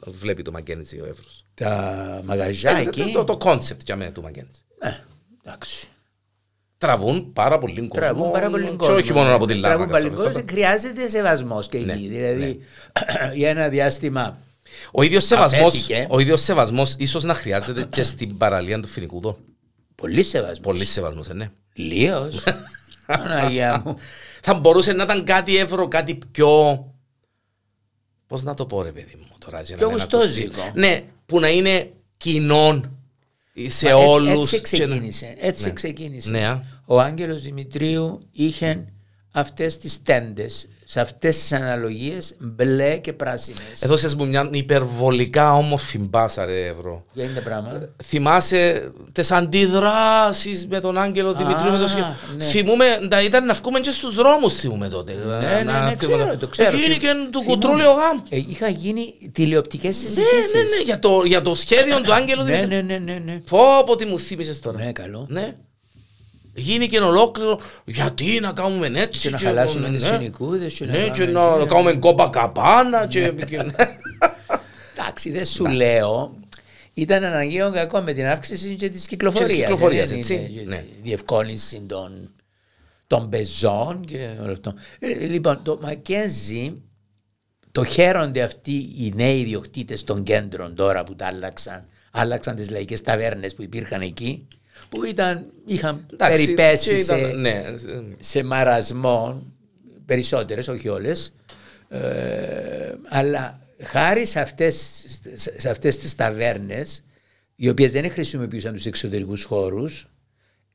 S1: βλέπει το Μακένζι ο Εύρος.
S2: Τα μαγαζιά
S1: Ε,
S2: εκεί.
S1: το- Το concept για μένα του Μακένζι.
S2: Ναι, εντάξει.
S1: Τραβούν πάρα πολύ κόσμο.
S2: Τραβούν πάρα πολύ κόσμο. ε.
S1: Και όχι μόνο από την
S2: Τραβούν
S1: Λάρνακα.
S2: πάρα
S1: σε
S2: πολύ
S1: αυτά τα-
S2: κόσμο. Χρειάζεται σεβασμός και
S1: Ναι,
S2: εκεί. Δηλαδή, για ένα διάστημα.
S1: Ο ίδιος σεβασμός,
S2: Αφέθηκε.
S1: ο ίδιος σεβασμός ίσως να χρειάζεται και στην παραλία του Φινικούδων.
S2: Πολύ σεβασμός.
S1: Πολύ σεβασμός, ε, ναι.
S2: Λίω. Αναγία μου.
S1: Θα μπορούσε να ήταν κάτι ευρώ, κάτι πιο. Πώς να το πω, ρε παιδί μου τώρα. για να
S2: Πιο
S1: μην ακουστεί.
S2: γουστόζικο.
S1: Ναι, που να είναι κοινών σε ναι.
S2: Έτσι-
S1: όλου.
S2: Έτσι ξεκίνησε. Έτσι ξεκίνησε.
S1: Ναι, α.
S2: Ο Άγγελος Δημητρίου είχε αυτές τις τέντες, σε αυτές τις αναλογίες μπλε και πράσινες.
S1: Έδωσες μου μια υπερβολικά όμορφη μπάσα ρε ευρώ.
S2: Για είναι τα πράγματα.
S1: Θυμάσαι τις αντιδράσεις με τον Άγγελο Δημητρίου με το σχέδιο.
S2: ναι.
S1: Θυμούμε, τα ήταν να βγούμε και στους δρόμους θυμούμε τότε.
S2: Ναι, ναι, ναι, ξέρω, το ξέρω.
S1: Εκείνη και του
S2: Θυμώ-
S1: κουτρούλι ο γάμ.
S2: Ε, είχα γίνει τηλεοπτικές
S1: Ναι,
S2: συζητήσεις.
S1: ναι, ναι, για το, για το σχέδιο του Άγγελου
S2: ναι,
S1: Δημητρίου.
S2: ναι, ναι, ναι, ναι.
S1: Πω πω τι μου θύμισες τώρα.
S2: Ναι, καλό.
S1: Ναι. Γίνηκε ολόκληρο. Γιατί να κάνουμε έτσι.
S2: Και να χαλάσουμε
S1: ναι.
S2: τις φοινικούδες και να
S1: Ναι, και
S2: κάνουμε-
S1: να, να κάνουμε κόμπα καπάνα. Και...
S2: Ναι. Εντάξει, δεν
S1: Ναι.
S2: σου λέω. Ήταν αναγκαίο κακό με την αύξηση και της κυκλοφορίας.
S1: Και της κυκλοφορίας,
S2: δεν
S1: έτσι,
S2: είναι,
S1: ναι.
S2: Διευκόλυνση των, των πεζών και όλο αυτό. Ε, Λοιπόν, το Μακένζι το χαίρονται αυτοί οι νέοι ιδιοκτήτες των κέντρων τώρα που τα άλλαξαν. Άλλαξαν τις λαϊκές ταβέρνες που υπήρχαν εκεί που ήταν, είχαν
S1: Εντάξει,
S2: περιπέσεις
S1: και ήταν-
S2: σε-
S1: Ναι.
S2: σε μαρασμό, περισσότερες, όχι όλες, ε, αλλά χάρη σε αυτές, σε αυτές τις ταβέρνες, οι οποίες δεν χρησιμοποιούσαν τους εξωτερικούς χώρους,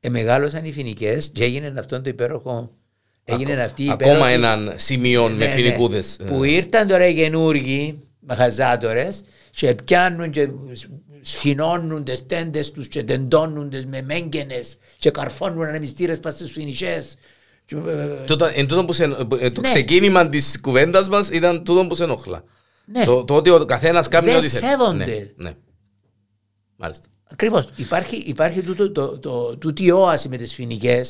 S2: ε, μεγάλωσαν οι φοινικές και έγινε αυτό το υπέροχο... Έγινε αυτή η
S1: Ακόμα
S2: υπέροχη-
S1: έναν σημείο με
S2: ναι, ναι,
S1: φοινικούδες. Ε,
S2: Που ήρθαν τώρα οι καινούργοι μαχαζάτορε και πιάνουν και σφινώνουν τι τέντες τους και τεντώνουν τις με μέγενε και καρφώνουν ανεμιστήρες πας στις φοινικέ.
S1: Τούτο- εν τούτο που σε- ε, Το
S2: Ναι.
S1: ξεκίνημα της κουβέντας μας ήταν τούτο που σε ενοχλά.
S2: Ναι.
S1: Το, το ότι ο καθένας κάνει
S2: Δεν
S1: ό,τι θέλει.
S2: σέβονται.
S1: Ναι, ναι. Μάλιστα.
S2: Ακριβώς. Υπάρχει, υπάρχει τούτο, το, το, τούτη όαση με τις φοινικές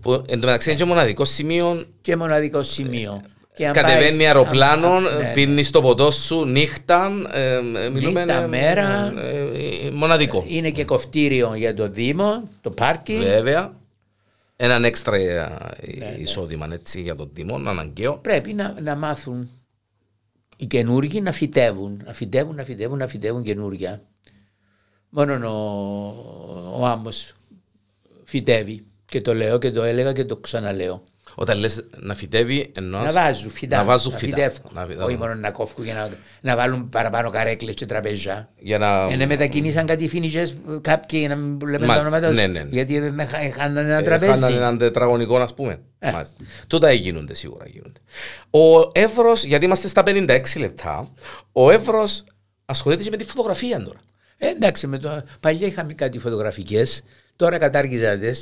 S1: Που εν τω μεταξύ είναι και μοναδικό σημείο
S2: και μοναδικό σημείο. Και αν
S1: Ε, Κατεβαίνει
S2: πάεις-
S1: αεροπλάνο,
S2: αν- αν- ναι, ναι.
S1: πίνει το ποτό σου νύχτα. ε, ε, Μιλούμε.
S2: Νύχτα,
S1: ε,
S2: μέρα.
S1: ε, ε, ε, Μοναδικό.
S2: Είναι και κοφτήριο για το Δήμο, το πάρκινγκ.
S1: Βέβαια. Έναν έξτρα ε,
S2: Ναι,
S1: εισόδημα έτσι, για τον Τιμό, αναγκαίο.
S2: πρέπει να, να μάθουν οι καινούργοι να φυτεύουν, να φυτεύουν, να φυτεύουν, να φυτεύουν καινούργια. Μόνο ο, ο άμμος φυτεύει και το λέω και το έλεγα και το ξαναλέω.
S1: Όταν λες να φυτεύει, εννοώ.
S2: Να βάζουν φυτά,
S1: Να βάζουν φυτά.
S2: φυτεύουν.
S1: Να φυτά-
S2: Όχι μόνο να κόφουν και να, να βάλουν παραπάνω καρέκλες και τραπέζια.
S1: Για να.
S2: Ε, ναι, μετακινήσαν κάτι οι φοινικές κάποιοι, να μην λέμε τα
S1: Μάλιστα.
S2: ονόματα τους,
S1: Ναι, ναι, ναι.
S2: γιατί δεν είχα- είχαν ένα
S1: ε,
S2: τραπέζι. Ε.
S1: χάνανε έναν τετραγωνικό, ας πούμε. Μάλιστα. Τούτα γίνονται σίγουρα. Γίνονται. Ο Εύρος, γιατί είμαστε στα 56 λεπτά, ο Εύρος ασχολείται και με τη φωτογραφία τώρα.
S2: Ε, εντάξει, με το... παλιά είχαμε κάτι φωτογραφικές, τώρα κατάργηζα τις.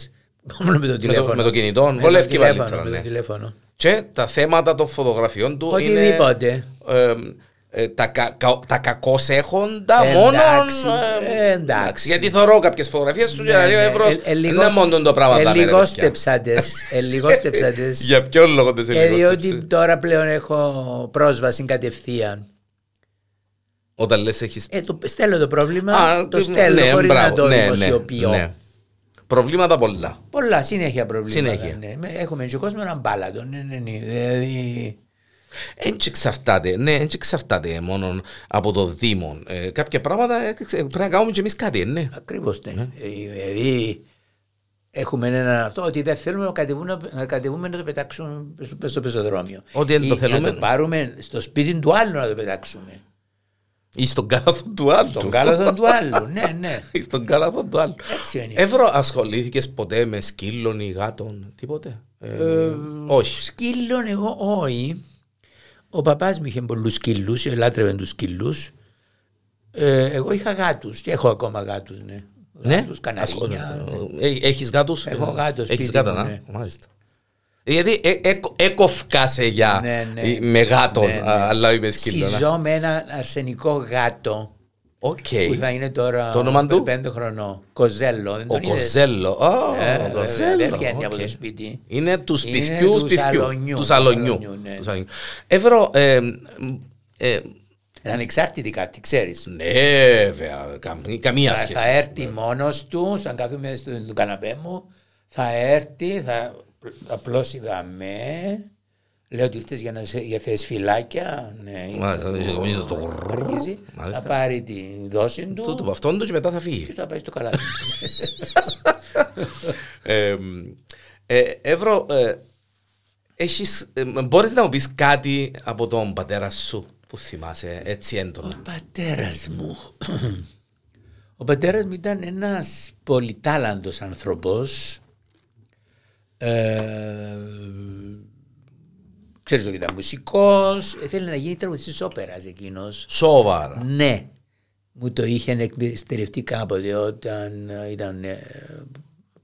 S2: Μόνο με το τηλέφωνο. Ε,
S1: με το κινητό,
S2: Με
S1: βολεύει
S2: το
S1: πάλι
S2: τηλέφωνο,
S1: τώρα,
S2: Με το
S1: ναι.
S2: τηλέφωνο.
S1: Και τα θέματα των φωτογραφιών του
S2: Οτιδήποτε.
S1: είναι ε, ε, τα, κα, κα- τα κακώς έχοντα
S2: Εντάξει,
S1: μόνο.
S2: ε, εντάξει.
S1: Γιατί θωρώ κάποιες φωτογραφίες σου και
S2: Ναι,
S1: να λέει ο
S2: ναι.
S1: Εύρος,
S2: Ε, ε,
S1: είναι
S2: λιγόσ-
S1: μόνο το πράγμα. τα λέει, ρε παιδιά».
S2: Ελιγόστεψα τι. Ελιγόστεψα τι.
S1: Για ποιον λόγο δεν σε
S2: Ε, διότι
S1: λιγόστεψε?
S2: τώρα πλέον έχω πρόσβαση κατευθείαν.
S1: Όταν λες έχεις...
S2: Ε, το, στέλνω το πρόβλημα,
S1: Α,
S2: το στέλνω
S1: ναι,
S2: χωρίς
S1: μπράβο,
S2: να το
S1: ναι, ναι,
S2: δημοσιοποιώ.
S1: ναι. Προβλήματα πολλά.
S2: Πολλά συνέχεια προβλήματα.
S1: Συνέχεια.
S2: ναι. Με- Έχουμε και κόσμο έναν μπάλατο. Ναι, ναι, ναι. Δηλαδή,
S1: Δεν και εξαρτάται, ναι, δεν και εξαρτάται μόνο από το Δήμο. Ε, κάποια πράγματα ε, ε, πρέπει να κάνουμε και εμείς κάτι, ναι.
S2: Ακριβώς ναι. Ε, Δηλαδή, έχουμε ένα αυτό ότι δεν θέλουμε να κατεβούμε να, κατεβούμε να το πετάξουμε στο- στο πεζοδρόμιο.
S1: Ότι δεν το
S2: Ή
S1: θέλουμε.
S2: Να το πάρουμε στο σπίτι του άλλου να το πετάξουμε.
S1: Ή στον κάλαθο του άλλου.
S2: Στον κάλαθο του άλλου. Ναι, ναι.
S1: Ή στον κάλαθο του άλλου.
S2: Έτσι είναι.
S1: Εύρο, ασχολήθηκε Ναι. ποτέ με σκύλων ή γάτων, τίποτε. Ε, όχι.
S2: Σκύλων εγώ όχι. Ο παπάς μου είχε πολλούς σκύλους, ελάτρευε τους σκύλους. Ε, εγώ είχα γάτους και έχω ακόμα γάτους, ναι. Γάτους, καναρίνια. ναι.
S1: Έχεις γάτους.
S2: Έχω γάτο
S1: Έχεις
S2: σπίτι
S1: γάτα,
S2: μου,
S1: να.
S2: ναι.
S1: Μάλιστα. Γιατί ε, ε, έκοφκα σε για
S2: Ναι, ναι.
S1: ε, με γάτων,
S2: Ναι, ναι.
S1: α, αλλά είπε σκύλο. να.
S2: Συζώ με ένα αρσενικό γάτο.
S1: Οκ.
S2: που θα είναι τώρα
S1: Ε, Το όνομα του?
S2: πέντε χρονών. Κοζέλο. Δεν
S1: Ο
S2: τον είδες?
S1: Κοζέλο. Α,
S2: Ε,
S1: ο
S2: βέβαια,
S1: Κοζέλο.
S2: Δεν βγαίνει από
S1: οκ.
S2: το σπίτι.
S1: Είναι του
S2: Είναι
S1: σπιτιού
S2: του
S1: σπιτιού.
S2: σαλονιού,
S1: Του
S2: του
S1: σαλονιού.
S2: σαλονιού, ναι.
S1: Του σαλονιού. Εύρο, ε, ε,
S2: Είναι ανεξάρτητη κάτι, ξέρεις.
S1: ναι, βέβαια, καμ- καμία σχέση.
S2: Θα έρθει μόνος τους, αν κάθομαι στον καναπέ μου, θα έρθει, θα, θα πλώσει δαμέ. Λέω ότι ήρθες για να σε- για θες φυλάκια. Ναι,
S1: Μάλιστα, νομίζω το
S2: αρχίζει.
S1: Μάλιστα.
S2: Θα πάρει τη δόση
S1: Του του
S2: του
S1: αυτόν του και μετά θα φύγει.
S2: και θα πάει στο καλάθι.
S1: Ε, ε, Εύρο, ε, έχεις, ε, μπορείς να μου πεις κάτι από τον πατέρα σου που θυμάσαι έτσι έντονα.
S2: Ο πατέρας μου. Ο πατέρας μου ήταν ένας πολυτάλαντος άνθρωπος. Ε, ξέρεις ότι ήταν μουσικός, ε, θέλει να γίνει τραγουδιστής όπερας εκείνος.
S1: Σοβαρά.
S2: Ναι, μου το είχαν εκμεταλλευτεί κάποτε όταν ε, ήταν ε,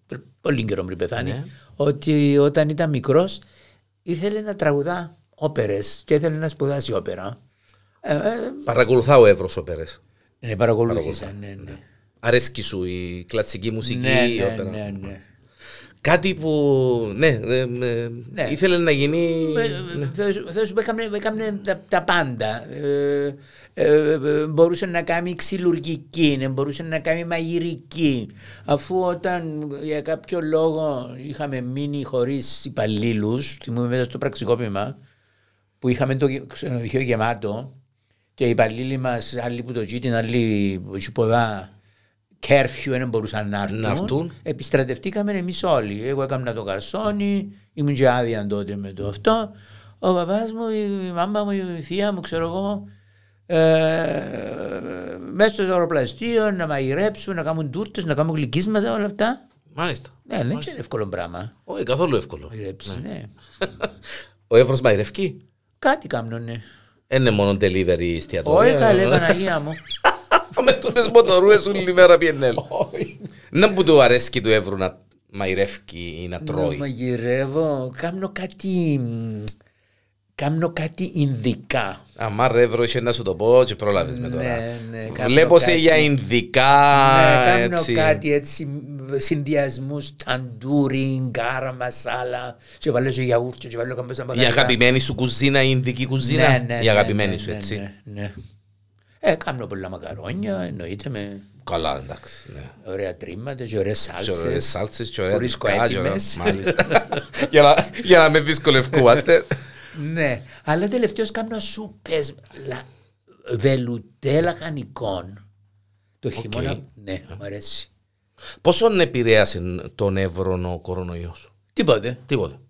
S2: πρι- πολύ καιρό πριν πεθάνει, ότι όταν ήταν μικρός ήθελε να τραγουδά όπερες και ήθελε να σπουδάσει όπερα. Ε, ε,
S1: Παρακολουθάω Εύρος όπερες.
S2: ναι, παρακολούθησα, ναι, ναι.
S1: Αρέσκει σου η κλασική μουσική,
S2: Ναι,
S1: η
S2: ναι,
S1: όπερα.
S2: ναι, ναι.
S1: Κάτι που. Ναι, ε, ε,
S2: Ναι.
S1: ήθελε να γίνει.
S2: Ε, ε, ο Θεός μου έκαμνε- έκαμνε τα, τα πάντα. Ε, ε, ε, μπορούσε να κάνει ξυλουργική, ναι, μπορούσε να κάνει μαγειρική. Αφού όταν για κάποιο λόγο είχαμε μείνει χωρίς υπαλλήλους, θυμούμαι μέσα στο πραξικόπημα, που είχαμε το γε- ξενοδοχείο γεμάτο και οι υπαλλήλοι μας, άλλοι που το τζίτιν, άλλοι που σου ποδά, κέρφιου δεν μπορούσαν να έρθουν.
S1: Να έρθουν.
S2: Επιστρατευτήκαμε εμείς όλοι. Εγώ έκανα το καρσόνι, ήμουν και άδεια τότε με το αυτό. Ο παπάς μου, η η μάμα μου, η θεία μου, ξέρω εγώ, ε, μέσα στο αεροπλαστείο να μαγειρέψουν, να κάνουν τούρτες, να κάνουν γλυκίσματα, όλα αυτά.
S1: Μάλιστα. Ναι.
S2: Ναι, δεν είναι εύκολο πράγμα.
S1: Όχι, καθόλου εύκολο.
S2: Μαγειρέψεις, ναι.
S1: Ο Εύρος μαγειρευκεί.
S2: Κάτι κάνουν, ναι.
S1: Δεν είναι μόνο delivery εστιατόρια.
S2: Όχι, καλέ, Παναγία μου.
S1: Με τούτες μοτορούες όλη μέρα πιενέλ. Να που του αρέσκει του Εύρου να μαϊρεύει ή να
S2: Να
S1: τρώει.
S2: μαγειρεύω, κάνω κάτι. μ, Κάνω κάτι Ινδικά.
S1: Αμά ρε Εύρου είσαι να σου το πω και πρόλαβες με τώρα.
S2: Ναι, ναι, κάνω
S1: Βλέπω σε
S2: κάτι.
S1: για Ινδικά
S2: ναι, κάνω
S1: έτσι.
S2: κάτι έτσι, συνδυασμούς ταντούρι, γκάρα, μασάλα. Και βάλω σε γιαούρτια, και βάλω καμπέσα
S1: Η αγαπημένη σου κουζίνα, η Ινδική κουζίνα. η αγαπημένη σου έτσι.
S2: Ναι, ναι. Ε, κάνω πολλά μακαρόνια, εννοείται με
S1: Καλά εντάξει. Ναι.
S2: ωραία τρίμματα και ωραίες
S1: Και ωραίες
S2: σάλτσες.
S1: σάλτσες και ωραία
S2: Χωρίς
S1: τυρκά, και ωραία-
S2: κοέτοιμες.
S1: Μάλιστα. Για να- Για να με δυσκολευκούμαστε.
S2: Ναι, αλλά τελευταίως κάνω σούπες λα- βελουτέ λαχανικών. Το χειμώνα, ναι, μου αρέσει.
S1: Πόσον επηρέασε τον Εύρον ο κορονοϊός.
S2: Τίποτε.
S1: Τίποτα.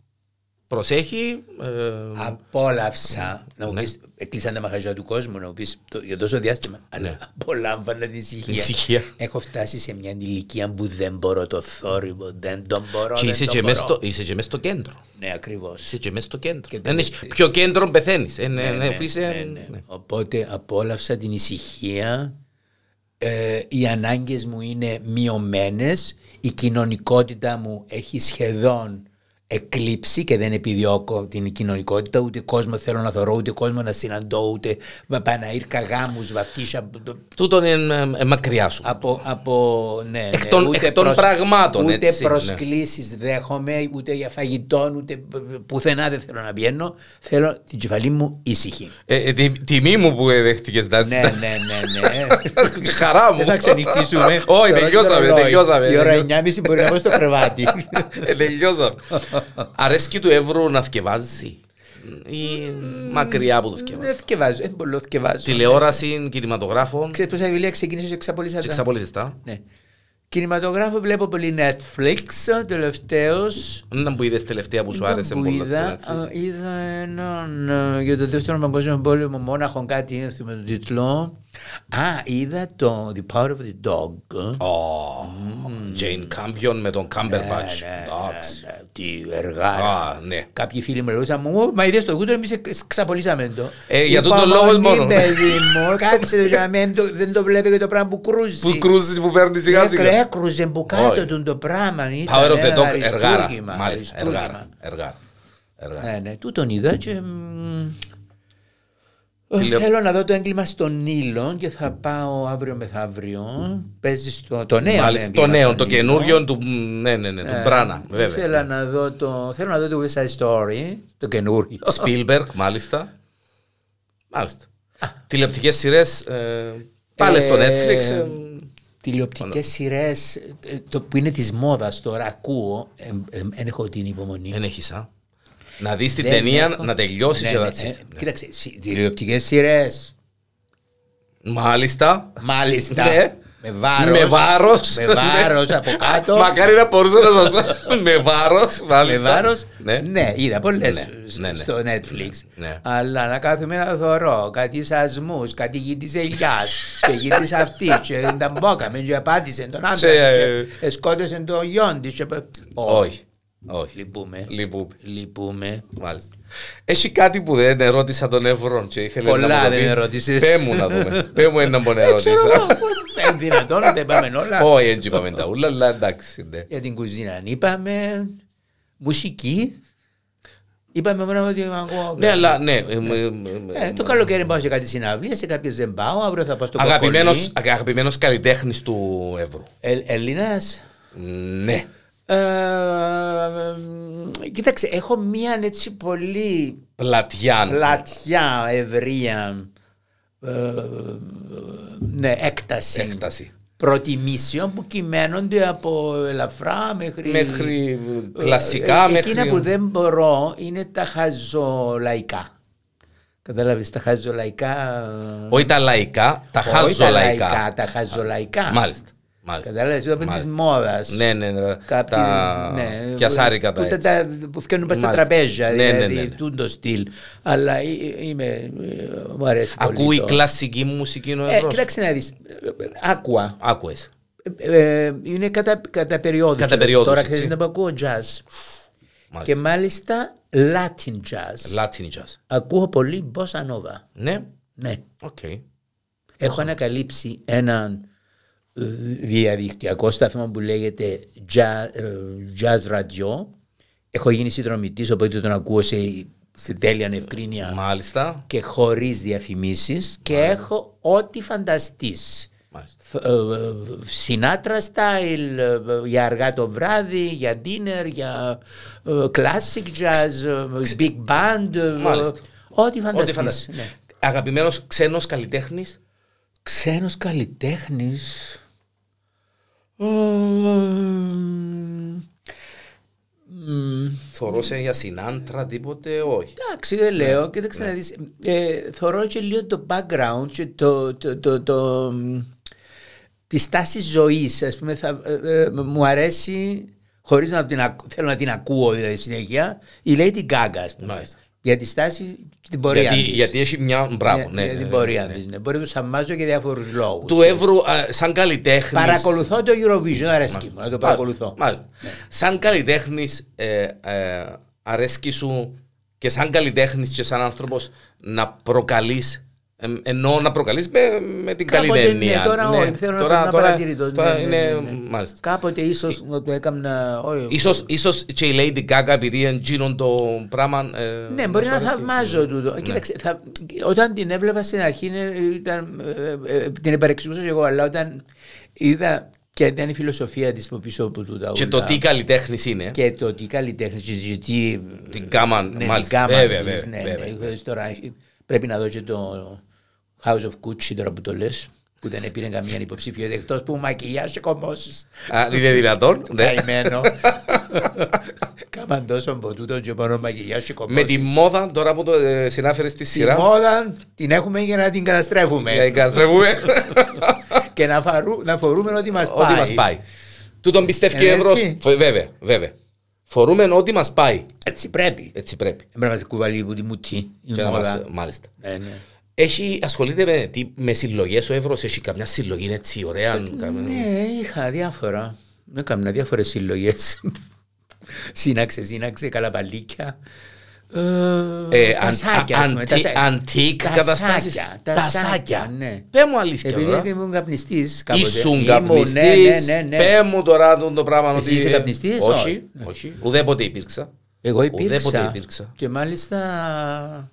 S1: Προσέχει. ε,
S2: Απόλαυσα. Να μου
S1: Ναι.
S2: πεις, έκλεισαν τα μαγαζιά του κόσμου, να μου πεις το- για τόσο διάστημα. Αλλά απολάμβανα την ησυχία.
S1: Ησυχία.
S2: Έχω φτάσει σε μια ηλικία που δεν μπορώ το θόρυβο, δεν τον μπορώ,
S1: Και
S2: δεν
S1: είσαι
S2: τον
S1: και, μες
S2: μπορώ.
S1: στο, είσαι και μες στο κέντρο.
S2: Ναι, ακριβώς.
S1: Είσαι και μες στο κέντρο.
S2: δεν
S1: Εν έχεις- Πιο κέντρο πεθαίνεις. Εν- εν- Ε, αφού είσαι-
S2: ναι, ναι. Οπότε απόλαυσα την ησυχία. Ε, οι ανάγκες μου είναι μειωμένες. Η κοινωνικότητα μου έχει σχεδόν εκλείψει και δεν επιδιώκω την κοινωνικότητα. Ούτε κόσμο θέλω να θωρώ, ούτε κόσμο να συναντώ, ούτε βα- Παναήρκα γάμους, βαφτίσια.
S1: Τούτον είναι ε, ε, μακριά σου.
S2: Από, από ναι, ναι,
S1: Εκ των- εκ των πραγμάτων,
S2: Ούτε
S1: έτσι, ναι.
S2: προσκλήσεις δέχομαι, ούτε για φαγητόν, ούτε πουθενά δεν θέλω να πηγαίνω. Θέλω την κεφαλή μου ήσυχη.
S1: Ε, ε, τι- Τιμή μου που ε, δέχτηκες να
S2: ναι,
S1: έρθεις.
S2: ναι, ναι,
S1: Και
S2: ναι.
S1: Χαρά μου.
S2: Δεν θα ξενυχτήσουμε.
S1: Όχι,
S2: Τώρα
S1: τελειώσαμε.
S2: το ρολόι.
S1: τελειώσαμε,
S2: Η ώρα
S1: τελειώσαμε.
S2: 9.30 μπορεί να πω στο κρεβάτι.
S1: Ε, Τελειώσαμε. Αρέσκει του Εύρου να θκευάζει. Ή μακριά από το θκευάζει.
S2: Δεν θκευάζω, δεν πολλό θκευάζω.
S1: Τηλεόραση, κινηματογράφων.
S2: Ξέρεις πόσα βιβλία ξεκίνησες και ξαπολύσα τα.
S1: Ξαπολύσεις τα.
S2: Ναι. Κινηματογράφο βλέπω πολύ Netflix, ο τελευταίος.
S1: Να που είδες τελευταία που σου
S2: ήταν
S1: άρεσε
S2: που
S1: πολλά.
S2: είδα,
S1: στο Netflix.
S2: α, είδα έναν ε, για το δεύτερο παγκόσμιο πόλεμο μόναχο κάτι, δεν θυμάμαι τον τίτλο. Α, είδα το The Power of the Dog.
S1: Jane Campion με τον Cumberbatch.
S2: Ναι, ναι,
S1: Εντάξει.
S2: ναι, ναι, Τι εργάρα.
S1: Α, ναι.
S2: Κάποιοι φίλοι μου λέγουσαν μου, μα είδες το γούτο, εμείς εξ- ξαπολύσαμε το.
S1: Ε, για
S2: Είπα,
S1: τούτον λόγο
S2: «Μόνη,
S1: μόνο».
S2: παιδί μου, κάτσε το για μένα, το- δεν το βλέπει και το πράγμα που κρούζει.
S1: Που κρούσεις που παίρνει σιγά
S2: Έκρε-
S1: σιγά.
S2: Έκρουζε που
S1: Όχι.
S2: κάτω του το πράγμα.
S1: Power
S2: ήταν
S1: of the
S2: ένα
S1: dog, εργάρα.
S2: αριστούργημα,
S1: Μάλιστα,
S2: αριστούργημα.
S1: εργάρα. Εργάρα. Εργάρα.
S2: Ναι, ναι, τούτον είδα και... μ,
S1: Τηλε-
S2: Θέλω να δω το έγκλημα στον Νείλο και θα πάω αύριο μεθαύριο. Παίζει στο, το νέο.
S1: Μάλιστα,
S2: έγκλημα
S1: το νέο,
S2: στον
S1: το
S2: Νείλο.
S1: καινούριο του, ναι, ναι, ναι, του
S2: ναι, Ε,
S1: Μπράνα, βέβαια.
S2: Ήθελα να δω το, θέλω να δω το West Side Story, το καινούριο.
S1: Spielberg, μάλιστα. Μάλιστα. Τηλεοπτικές σειρές, ε, πάλι στο
S2: Ε,
S1: Netflix. ε,
S2: Τηλεοπτικές σειρές, ε, το που είναι της μόδας τώρα, ακούω, δεν έχω την υπομονή.
S1: Δεν έχεις, α. Να δεις την
S2: Δεν
S1: ταινία,
S2: έχω.
S1: να τελειώσεις
S2: Ναι,
S1: και
S2: ναι,
S1: that's
S2: ε,
S1: it.
S2: Κοίταξε, σι- τηλεοπτικές σειρές,
S1: Μάλιστα.
S2: μάλιστα,
S1: Ναι.
S2: με βάρος.
S1: Με βάρος. ναι.
S2: Με βάρος από κάτω.
S1: Μακάρι να μπορούσα να σας πω. με βάρος.
S2: Με
S1: μάλιστα.
S2: βάρος.
S1: Ναι.
S2: Ναι, είδα πολλές
S1: ναι, ναι.
S2: στο Netflix.
S1: Ναι.
S2: Αλλά να κάθομαι να θωρώ κάτι σασμούς, κάτι γη τη ελιά, και γη τη αυτής, και τα μπόκαμε, και απάντησε τον άντρα,
S1: Σε,
S2: της, και σκότωσε τον γιον τη.
S1: ε, Όχι. Όχι.
S2: Λυπούμε.
S1: Λυπούμε.
S2: Λυπούμε.
S1: Μάλιστα. Έχει κάτι που δεν ερώτησα τον Ευρών και ήθελε
S2: Πολλά
S1: να μου το
S2: δεν
S1: πει.
S2: ερώτησες.
S1: Πέ μου να δούμε. Πέ μου έναν που να
S2: Ξέρω
S1: ερώτησα.
S2: εγώ. ε, Δυνατόν δεν πάμε όλα.
S1: Όχι, έτσι είπαμε τα ούλα, αλλά εντάξει. ναι.
S2: Για την κουζίνα αν είπαμε. Μουσική. Είπαμε μόνο ότι είμαι εγώ.
S1: Ναι, αλλά ναι. ε, μ, ε, μ, ε,
S2: Ε, το καλοκαίρι πάω σε κάτι συναυλία, σε κάποιες δεν πάω. Αύριο θα πάω στο
S1: Αγαπημένος, αγαπημένος καλλιτέχνης του Εύρου.
S2: Ε, Ελληνά.
S1: Ναι.
S2: Ε, κοίταξε, έχω μία έτσι πολύ
S1: Πλατιάν.
S2: πλατιά, ευρεία ε, ναι, έκταση,
S1: Έκταση.
S2: προτιμήσεων που κυμαίνονται από ελαφρά μέχρι...
S1: Μέχρι
S2: ε,
S1: κλασικά,
S2: ε,
S1: μέχρι...
S2: Εκείνα που δεν μπορώ είναι τα χαζολαϊκά. Κατάλαβες, τα χαζολαϊκά... ε,
S1: Όχι τα λαϊκά, τα
S2: όχι τα
S1: χαζολαϊκά.
S2: Τα χαζολαϊκά.
S1: Μάλιστα. μάλιστα.
S2: Κατάλαβες, το είπαμε της
S1: Μάλιστα.
S2: μόδας.
S1: Ναι, ναι, ναι.
S2: Κάποιοι,
S1: τα
S2: ναι,
S1: πιασάρικα τα
S2: τούτα
S1: έτσι.
S2: που φτιάχνουν πας στα
S1: Μάλιστα.
S2: τραπέζια,
S1: Ναι, ναι,
S2: δηλαδή
S1: ναι, ναι.
S2: τούτο στυλ. Αλλά ε, ε, είμαι, ε, μου αρέσει πολύ
S1: Ακούει
S2: το-
S1: κλασική μουσική ο
S2: Ε,
S1: Εύρος.
S2: κοίταξε να δεις, ε, ε, άκουα.
S1: Άκουες.
S2: Ε, ε, είναι κατά, κατά περιόδους. δηλαδή.
S1: Κατά περιόδους,
S2: Τώρα
S1: έτσι.
S2: ξέρεις να ακούω jazz. Και
S1: Μάλιστα.
S2: μάλιστα Latin jazz.
S1: Latin jazz.
S2: Ακούω πολύ bossa nova.
S1: Ναι,
S2: Ναι.
S1: οκ.
S2: Έχω ανακαλύψει έναν ε, διαδικτυακό σταθμό που λέγεται Jazz, ε, Jazz Radio. Έχω γίνει συνδρομητής, οπότε τον ακούω σε, σε τέλεια ευκρίνεια
S1: Μάλιστα.
S2: και χωρίς διαφημίσεις και έχω ό,τι φανταστείς.
S1: Μάλιστα.
S2: Συνάτρα ε, style, ε, για αργά το βράδυ, για dinner, για ε, classic jazz, ε, big band, ε,
S1: Μάλιστα.
S2: ό,τι
S1: Ό,τι
S2: φανταστείς. Ναι.
S1: φανταστείς. Αγαπημένος ξένος καλλιτέχνης.
S2: Ξένος καλλιτέχνης. Ε, μ,
S1: Θωρούσε για συνάντρα, τίποτε, όχι.
S2: Εντάξει, δεν
S1: Ναι,
S2: λέω. Κοίταξε να δεις. Ε, Θωρώ και λίγο το background και το... το, το, το, μ, τη στάση ζωής, ας πούμε, θα, ε, ε, μου αρέσει, χωρίς να την ακού- θέλω να την ακούω δηλαδή συνέχεια, η Lady Gaga, ας πούμε.
S1: Μάλιστα.
S2: Για τη στάση και την πορεία
S1: Γιατί,
S2: της.
S1: γιατί έχει μια. Μπράβο,
S2: Για-
S1: ναι.
S2: για
S1: ναι,
S2: την
S1: ναι.
S2: πορεία της, ναι. Μπορεί να τους αμάζω για διάφορους λόγους.
S1: Του Εύρου, α, σαν καλλιτέχνης.
S2: Παρακολουθώ το Eurovision, αρέσκει μου να το παρακολουθώ. Ναι.
S1: Μάλιστα. Σαν καλλιτέχνης, ε, ε, αρέσκει σου και σαν καλλιτέχνης και σαν άνθρωπος να προκαλείς. εννοώ να προκαλείς με, με την καλή
S2: Κάποτε
S1: έννοια.
S2: ναι, τώρα όχι, θέλω να
S1: τώρα-
S2: τώρα,
S1: τώρα-
S2: παρατηρητός.
S1: τώρα
S2: ναι, ναι,
S1: είναι-
S2: ναι, ναι.
S1: Μάλιστα. Ε-
S2: Κάποτε ίσως να το έκανα... όχι.
S1: Ίσως, ίσως και η Lady Gaga επειδή εντζήνουν το πράγμα... ε,
S2: Ναι, μπορεί
S1: σου
S2: να
S1: αρέσκει.
S2: θαυμάζω τούτο.
S1: Ναι.
S2: Κοίταξε, θα, όταν την έβλεπα στην αρχή είναι- ήταν, ε, ε, την υπερεξηγούσα και εγώ, αλλά όταν είδα και ήταν η φιλοσοφία της που πίσω από τούτα
S1: Και το
S2: όλα,
S1: τι καλλιτέχνης είναι.
S2: και το τι καλλιτέχνης και τι- τι...
S1: Την κάμα,
S2: ναι,
S1: μάλιστα.
S2: την γάμα
S1: Βέβαια,
S2: της,
S1: βέβαια,
S2: ναι,
S1: βέβαια.
S2: ναι. Χωρίς τώρα, πρέπει να δω και το House of Gucci τώρα που το λες, που δεν πήρε καμία υποψηφιότητα, εκτός που μακιγιάζ και κομμώσεις.
S1: Αν είναι δυνατόν. ναι.
S2: Καημένο. Κάμαν τόσο από τούτο και μόνο μακιγιάζ και
S1: Με τη
S2: κομμώσεις.
S1: μόδα τώρα που το ε, συνάφερες στη
S2: Τη
S1: σειρά.
S2: μόδα ναι. την έχουμε για να την
S1: Για
S2: καταστρέφουμε
S1: να καταστρέφουμε.
S2: και να, φαρού, να φορούμε ότι μας πάει.
S1: Ό,τι μας πάει. Του τον πιστεύει ο
S2: Ε,
S1: Ευρώ.
S2: έτσι.
S1: Βέβαια, βέβαια. Φορούμε ό,τι μας πάει.
S2: Έτσι πρέπει.
S1: Έτσι πρέπει.
S2: Δεν πρέπει να μας κουβαλεί που τη μουτή. η
S1: Και να
S2: μόδα.
S1: μας, μάλιστα.
S2: Ναι, ναι.
S1: Έχει, ασχολείται με, τι- με συλλογές ο Ευρώ, έχει καμιά συλλογή έτσι ωραία. καμιά-
S2: Ναι, είχα διάφορα. Ναι, Έκανα διάφορες συλλογές. σύναξε, σύναξε, καλαπαλίκια. Ε,
S1: Ε,
S2: τα
S1: αν-
S2: σάκια,
S1: α-
S2: ας πούμε, τα
S1: αντι-
S2: σάκια.
S1: Αντίκ
S2: Τα
S1: καταστάσεις.
S2: σάκια,
S1: Τα
S2: Τα
S1: σάκια.
S2: σάκια, ναι.
S1: Πε μου αλήθεια. τώρα.
S2: Επειδή ήμουν καπνιστής. ε, ναι,
S1: Ήσουν καπνιστής. Πέ μου τώρα τον το πράγμα.
S2: Εσύ
S1: ότι-
S2: είσαι καπνιστής,
S1: Όχι,
S2: όχι.
S1: όχι. Ουδέποτε υπήρξα.
S2: Εγώ
S1: Ουδέποτε
S2: υπήρξα.
S1: υπήρξα.
S2: Και μάλιστα.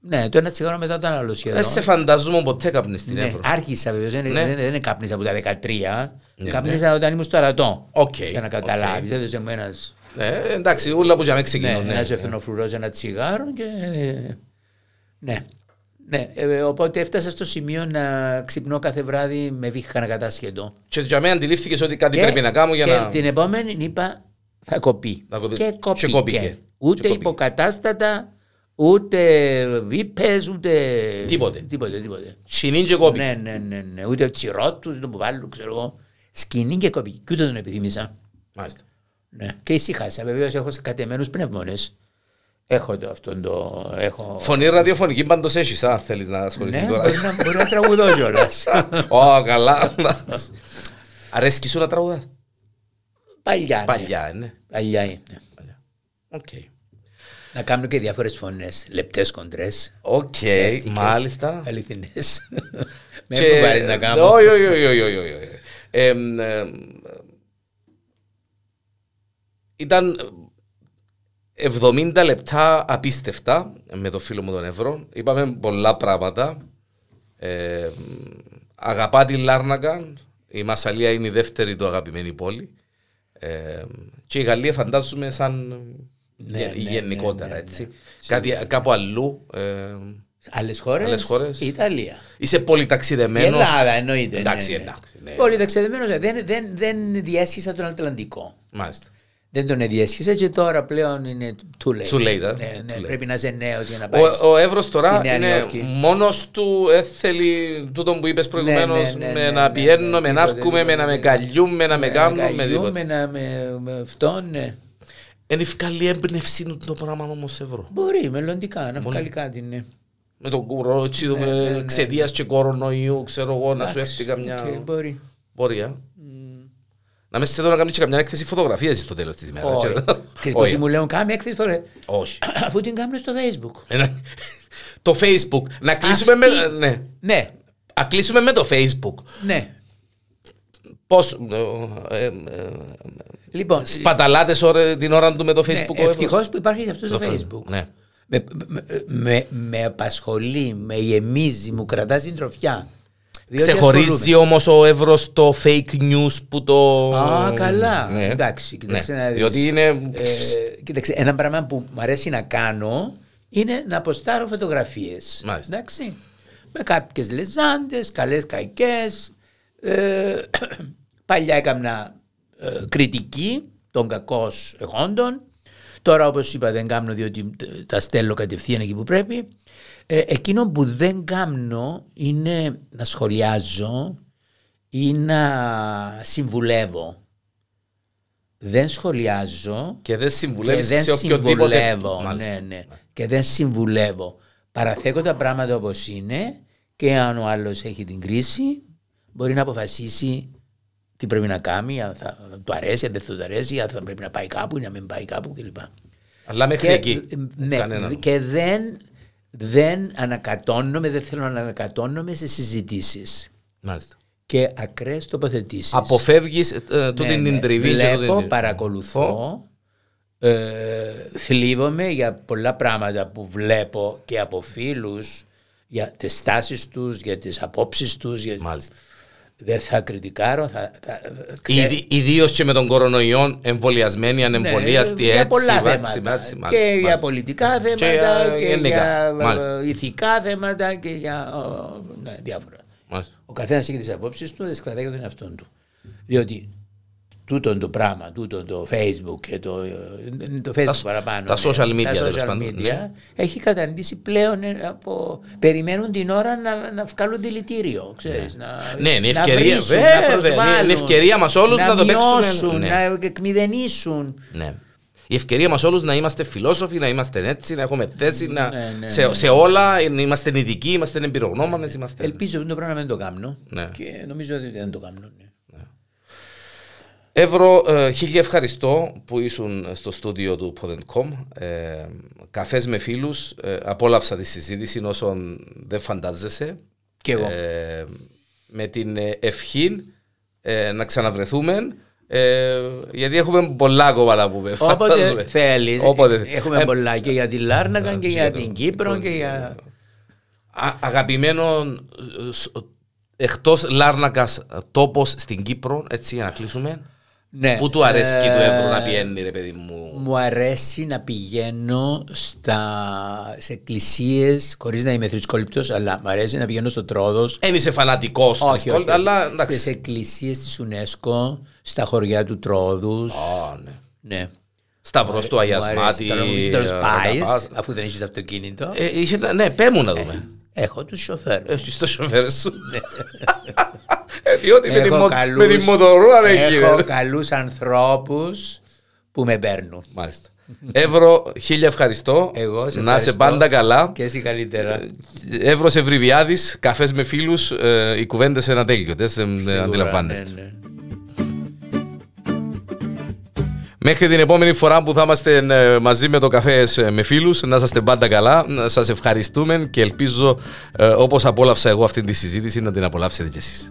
S2: Ναι, το ένα τσιγάρο μετά το άλλο σχεδόν.
S1: Δεν Ε, σε φανταζόμουν ποτέ καπνιστή.
S2: Ναι,
S1: Εύρω.
S2: άρχισα βεβαίω. Δεν,
S1: Ναι.
S2: δεν, δεν καπνίσα από τα 13.
S1: Ναι,
S2: καπνίσα όταν ήμουν στο αρατό.
S1: Οκ,
S2: Για να
S1: οκ.
S2: καταλάβεις. Έδωσε μου ένας
S1: Ναι, εντάξει, ούλα που για μένα
S2: ναι,
S1: ξεκινώ. ναι.
S2: ένα ευθυνοφρουρός, ένα τσιγάρο και. ε, Ναι. ναι. ε, οπότε έφτασα στο σημείο να ξυπνώ κάθε βράδυ με βήχα να κατάσχετο.
S1: Και για μένα αντιλήφθηκες ότι κάτι πρέπει να κάνω για
S2: και
S1: να...
S2: την επόμενη είπα θα κοπεί.
S1: Να κοπεί.
S2: Και
S1: Και
S2: κόπηκε.
S1: κόπηκε.
S2: Ούτε
S1: Και κόπηκε.
S2: υποκατάστατα, ούτε βίπες, ούτε.
S1: Τίποτε.
S2: Τίποτε, τίποτε.
S1: Σινίν και κόπη.
S2: Ναι, ναι, ναι, ναι. Ούτε ψηρότους, τον που βάλουν, ξέρω εγώ. Σκηνή και κοπή. Και ούτε τον επιθυμήσα.
S1: Μάλιστα.
S2: Ναι. Και ησύχασα. Βεβαίως έχω κατεμένους πνευμόνες. Έχω το αυτόν το. Έχω...
S1: Φωνή ραδιοφωνική πάντως έχεις, αν θέλεις να ασχοληθείς
S2: Ναι,
S1: τώρα.
S2: μπορεί να, μπορεί να τραγουδώ κιόλας.
S1: Ω, καλά. Αρέσκει σου να τραγουδάς.
S2: Παλιά. ναι.
S1: Παλιά, ναι.
S2: Παλιά είναι.
S1: Οκ.
S2: Να κάνω και διάφορες φωνές. Λεπτές, κοντρές.
S1: Οκ,
S2: Ε,
S1: μάλιστα.
S2: Αληθινές. Με
S1: Και-
S2: φοβάρει Ναι, να κάνω.
S1: Όχι, όχι, όχι, όχι, όχι, όχι. Εμ, εμ, Ήταν 70 λεπτά απίστευτα με το φίλο μου τον Ευρώ. Είπαμε πολλά πράγματα. Εμ, αγαπά τη Λάρνακα. Η Μασαλία είναι η δεύτερη του αγαπημένη πόλη. Εμ, και η Γαλλία φαντάζομαι σαν
S2: Ναι,
S1: γε-
S2: ναι, ναι,
S1: γενικότερα
S2: ναι, ναι.
S1: έτσι. Κάτι, κάπου αλλού. εμ,
S2: Άλλες χώρες.
S1: Άλλες χώρες.
S2: Ιταλία.
S1: Είσαι πολύ
S2: Η
S1: ταξιδεμένος.
S2: Ελλάδα εννοείται.
S1: Εντάξει,
S2: ναι, ναι.
S1: εντάξει. ναι.
S2: Πολύ ταξιδεμένο. Δεν, δεν, δεν διέσχισα τον Ατλαντικό.
S1: Μάλιστα.
S2: Δεν τον διέσχισα και τώρα πλέον είναι too late.
S1: Too late, ε.
S2: Ναι, ναι,
S1: Too late.
S2: πρέπει να είσαι νέος για να πάεις.
S1: Ο, ο Εύρος τώρα
S2: στη Νέα
S1: είναι
S2: Υόρκη.
S1: μόνος του, ε, θέλει τούτο που είπες προηγουμένως,
S2: Ναι, ναι, ναι,
S1: με
S2: ναι,
S1: να
S2: ναι,
S1: πιένω,
S2: ναι,
S1: με να
S2: τίποτε,
S1: έρχομαι, με
S2: τίποτε,
S1: να με
S2: ναι.
S1: καλιούμε, να με κάνουμε, με
S2: μεγαλιούμε,
S1: τίποτα.
S2: να με, με αυτόν. ναι.
S1: Είναι ευκαλή έμπνευση του το πράγμα όμως Ευρώ.
S2: Μπορεί μελλοντικά να βγάλει κάτι. Ναι.
S1: Με τον κουρό, έτσι,
S2: Ναι, ναι, ναι.
S1: εξαιτίας και κορονοϊού, ξέρω εγώ, να σου
S2: Εντάξει,
S1: έρθει καμιά
S2: οκ, μπορεί.
S1: πορεία. Να μες εδώ να κάνεις και καμιά έκθεση φωτογραφίας στο τέλος της ημέρας.
S2: Όχι.
S1: Ε, ξέρω.
S2: Ξέρεις
S1: Όχι.
S2: πόσοι μου λέουν κάμια έκθεση τώρα.
S1: Όχι.
S2: Αφού την κάνουμε στο facebook.
S1: Ένα- Το Facebook. Να κλείσουμε με.
S2: Αυτή-
S1: Ναι.
S2: Ναι,
S1: Α κλείσουμε με το Facebook.
S2: ναι.
S1: Πώς... ε, ε, ε,
S2: Λοιπόν,
S1: σπαταλάτες ώρα- την ώρα του με το Facebook. ο Εύρος.
S2: ευτυχώς που υπάρχει αυτό Ναι, το facebook.
S1: Ναι.
S2: Με, με, με, με απασχολεί, με γεμίζει, μου κρατά συντροφιά. Διότι
S1: Ξεχωρίζει
S2: ασχολούμαι.
S1: όμως ο Εύρος το fake news που το.
S2: Α, καλά.
S1: Ναι.
S2: Εντάξει, κοίταξε
S1: Ναι.
S2: να δεις.
S1: Διότι είναι.
S2: Ε, κοίταξε, ένα πράγμα που μου αρέσει να κάνω είναι να αποστάρω φωτογραφίες.
S1: Μάλιστα.
S2: Εντάξει. Με κάποιες λεζάντες, καλές κακέ. Ε, παλιά έκανα ε, κριτική των κακών εγόντων. Τώρα, όπως είπα, δεν κάνω διότι τα στέλνω κατευθείαν εκεί που πρέπει. Ε, εκείνο που δεν κάνω είναι να σχολιάζω ή να συμβουλεύω. Δεν σχολιάζω
S1: και δεν
S2: και
S1: συμβουλεύει
S2: δεν
S1: σε οποιοδήποτε.
S2: συμβουλεύω.
S1: Μάλιστα.
S2: Ναι, ναι. Και δεν συμβουλεύω. Παραθέτω τα πράγματα όπως είναι και αν ο άλλος έχει την κρίση, μπορεί να αποφασίσει τι πρέπει να κάνει, αν θα του αρέσει, αν δεν θα του αρέσει, αν θα πρέπει να πάει κάπου ή να μην πάει κάπου κλπ.
S1: Αλλά μέχρι εκεί.
S2: ναι,
S1: Κανένα.
S2: και δεν, δεν ανακατώνομαι, δεν θέλω να ανακατώνομαι σε συζητήσεις
S1: Μάλιστα.
S2: και ακραίες τοποθετήσεις.
S1: Αποφεύγεις
S2: Ναι,
S1: τούτη
S2: ναι.
S1: την τριβή. και τούτη
S2: Βλέπω,
S1: την-
S2: παρακολουθώ, ε, θλίβομαι για πολλά πράγματα που βλέπω και από φίλους, για τις στάσεις τους, για τις απόψεις τους. για-
S1: Μάλιστα.
S2: Δεν θα κριτικάρω, θα, θα, ξέρω-
S1: Ιδίω και με τον κορονοϊό, εμβολιασμένοι,
S2: ναι,
S1: ανεμβολίαστοι,
S2: για
S1: έτσι.
S2: πολλά
S1: βάτσι,
S2: θέματα.
S1: βάτσι,
S2: και
S1: μάλιστα,
S2: για
S1: μάλιστα.
S2: πολιτικά
S1: Και,
S2: θέματα
S1: ε,
S2: και,
S1: γενικά,
S2: για ε,
S1: μάλιστα.
S2: ηθικά θέματα και για ο, ναι, διάφορα.
S1: Μάλιστα.
S2: Ο καθένας έχει τις απόψεις του, δεν σκρατάει για τον εαυτό του. Διότι τούτο το πράγμα, τούτο το Facebook και το, ε, το Facebook
S1: Τα-
S2: παραπάνω.
S1: τα
S2: ναι,
S1: social media,
S2: τα
S1: τέλος
S2: social
S1: πάντων,
S2: media
S1: ναι.
S2: έχει καταντήσει πλέον ε, από. Περιμένουν την ώρα να, να βγάλουν δηλητήριο. Ξέρεις, να,
S1: Ναι, είναι
S2: να
S1: ευκαιρία,
S2: βρίσουν, να
S1: βέβαια, είναι-
S2: προσβάλλουν,
S1: είναι ευκαιρία μας όλους να το παίξουμε,
S2: μειώσουν,
S1: ναι.
S2: να εκμηδενήσουν.
S1: Ναι. Η ευκαιρία μας όλους να είμαστε φιλόσοφοι, να είμαστε έτσι, να έχουμε θέση να...
S2: Ναι, ναι,
S1: σε, σε όλα, ε, να είμαστε ειδικοί, είμαστε εμπειρογνώμονες. Είμαστε...
S2: Ελπίζω ότι το πράγμα να μην το κάνω.
S1: Ναι.
S2: Και νομίζω ότι δεν το κάνω. ναι.
S1: Εύρο, ε, χίλια ευχαριστώ που ήσουν στο στούντιο του Pod&Com. Ε, καφές με φίλους, ε, απόλαυσα τη συζήτηση όσων δεν φαντάζεσαι.
S2: Κι εγώ.
S1: Ε, με την ε, ευχή ε, να ξαναβρεθούμε. Ε, γιατί έχουμε πολλά ακόμα να πούμε.
S2: Όποτε
S1: φαντάζομαι.
S2: θέλεις.
S1: Όποτε θε-
S2: Έχουμε
S1: Ε,
S2: πολλά και για τη Λάρνακα και
S1: και
S2: για
S1: για το-
S2: την Κύπρο και για.
S1: Α- αγαπημένο ε, σ- εκτός Λάρνακας ε, τόπος στην Κύπρο, έτσι για να κλείσουμε.
S2: Ναι.
S1: Πού του αρέσει
S2: Ε,
S1: του Εύρου να πιένει ρε παιδί μου.
S2: Μου αρέσει να πηγαίνω στα, σε εκκλησίες χωρίς να είμαι θρησκόληπτος αλλά μου αρέσει να πηγαίνω στο Τρόδος
S1: Εν είσαι φανατικός,
S2: όχι, όχι,
S1: Ε, αλλά
S2: στις
S1: εντάξει.
S2: εκκλησίες της UNESCO στα χωριά του Τρόδους
S1: Α, ναι.
S2: ναι.
S1: Σταυρός του Αγιασμάτη. ε,
S2: πάει,
S1: να πας.
S2: αφού δεν έχεις αυτοκίνητο
S1: Ε, είχε να- Ναι, πέμπουν να
S2: Ε.
S1: δούμε.
S2: έχω τους σοφέρ
S1: Έχεις το σοφέρ σου. Ε, Διότι με τη
S2: έχω
S1: μο-
S2: καλούς-
S1: με τη μοτορούα δεν
S2: έχω
S1: γίνεται.
S2: καλούς ανθρώπους που με παίρνουν
S1: Μάλιστα. Εύρο, χίλια ευχαριστώ.
S2: Εγώ σε
S1: Να σε
S2: ευχαριστώ.
S1: πάντα καλά.
S2: και εσύ καλύτερα
S1: Εύρο Ευρυβιάδη, καφές με φίλους, οι
S2: ναι,
S1: κουβέντε είναι ατέλειωτε. Δεν ε,
S2: Σίγουρα,
S1: αντιλαμβάνεστε.
S2: ναι, ναι.
S1: Μέχρι την επόμενη φορά που θα είμαστε ε, μαζί με το καφέ ε, με φίλους, να είστε πάντα καλά, να σας ευχαριστούμε και ελπίζω ε, όπως απόλαυσα εγώ αυτή τη συζήτηση να την απολαύσετε κι εσείς.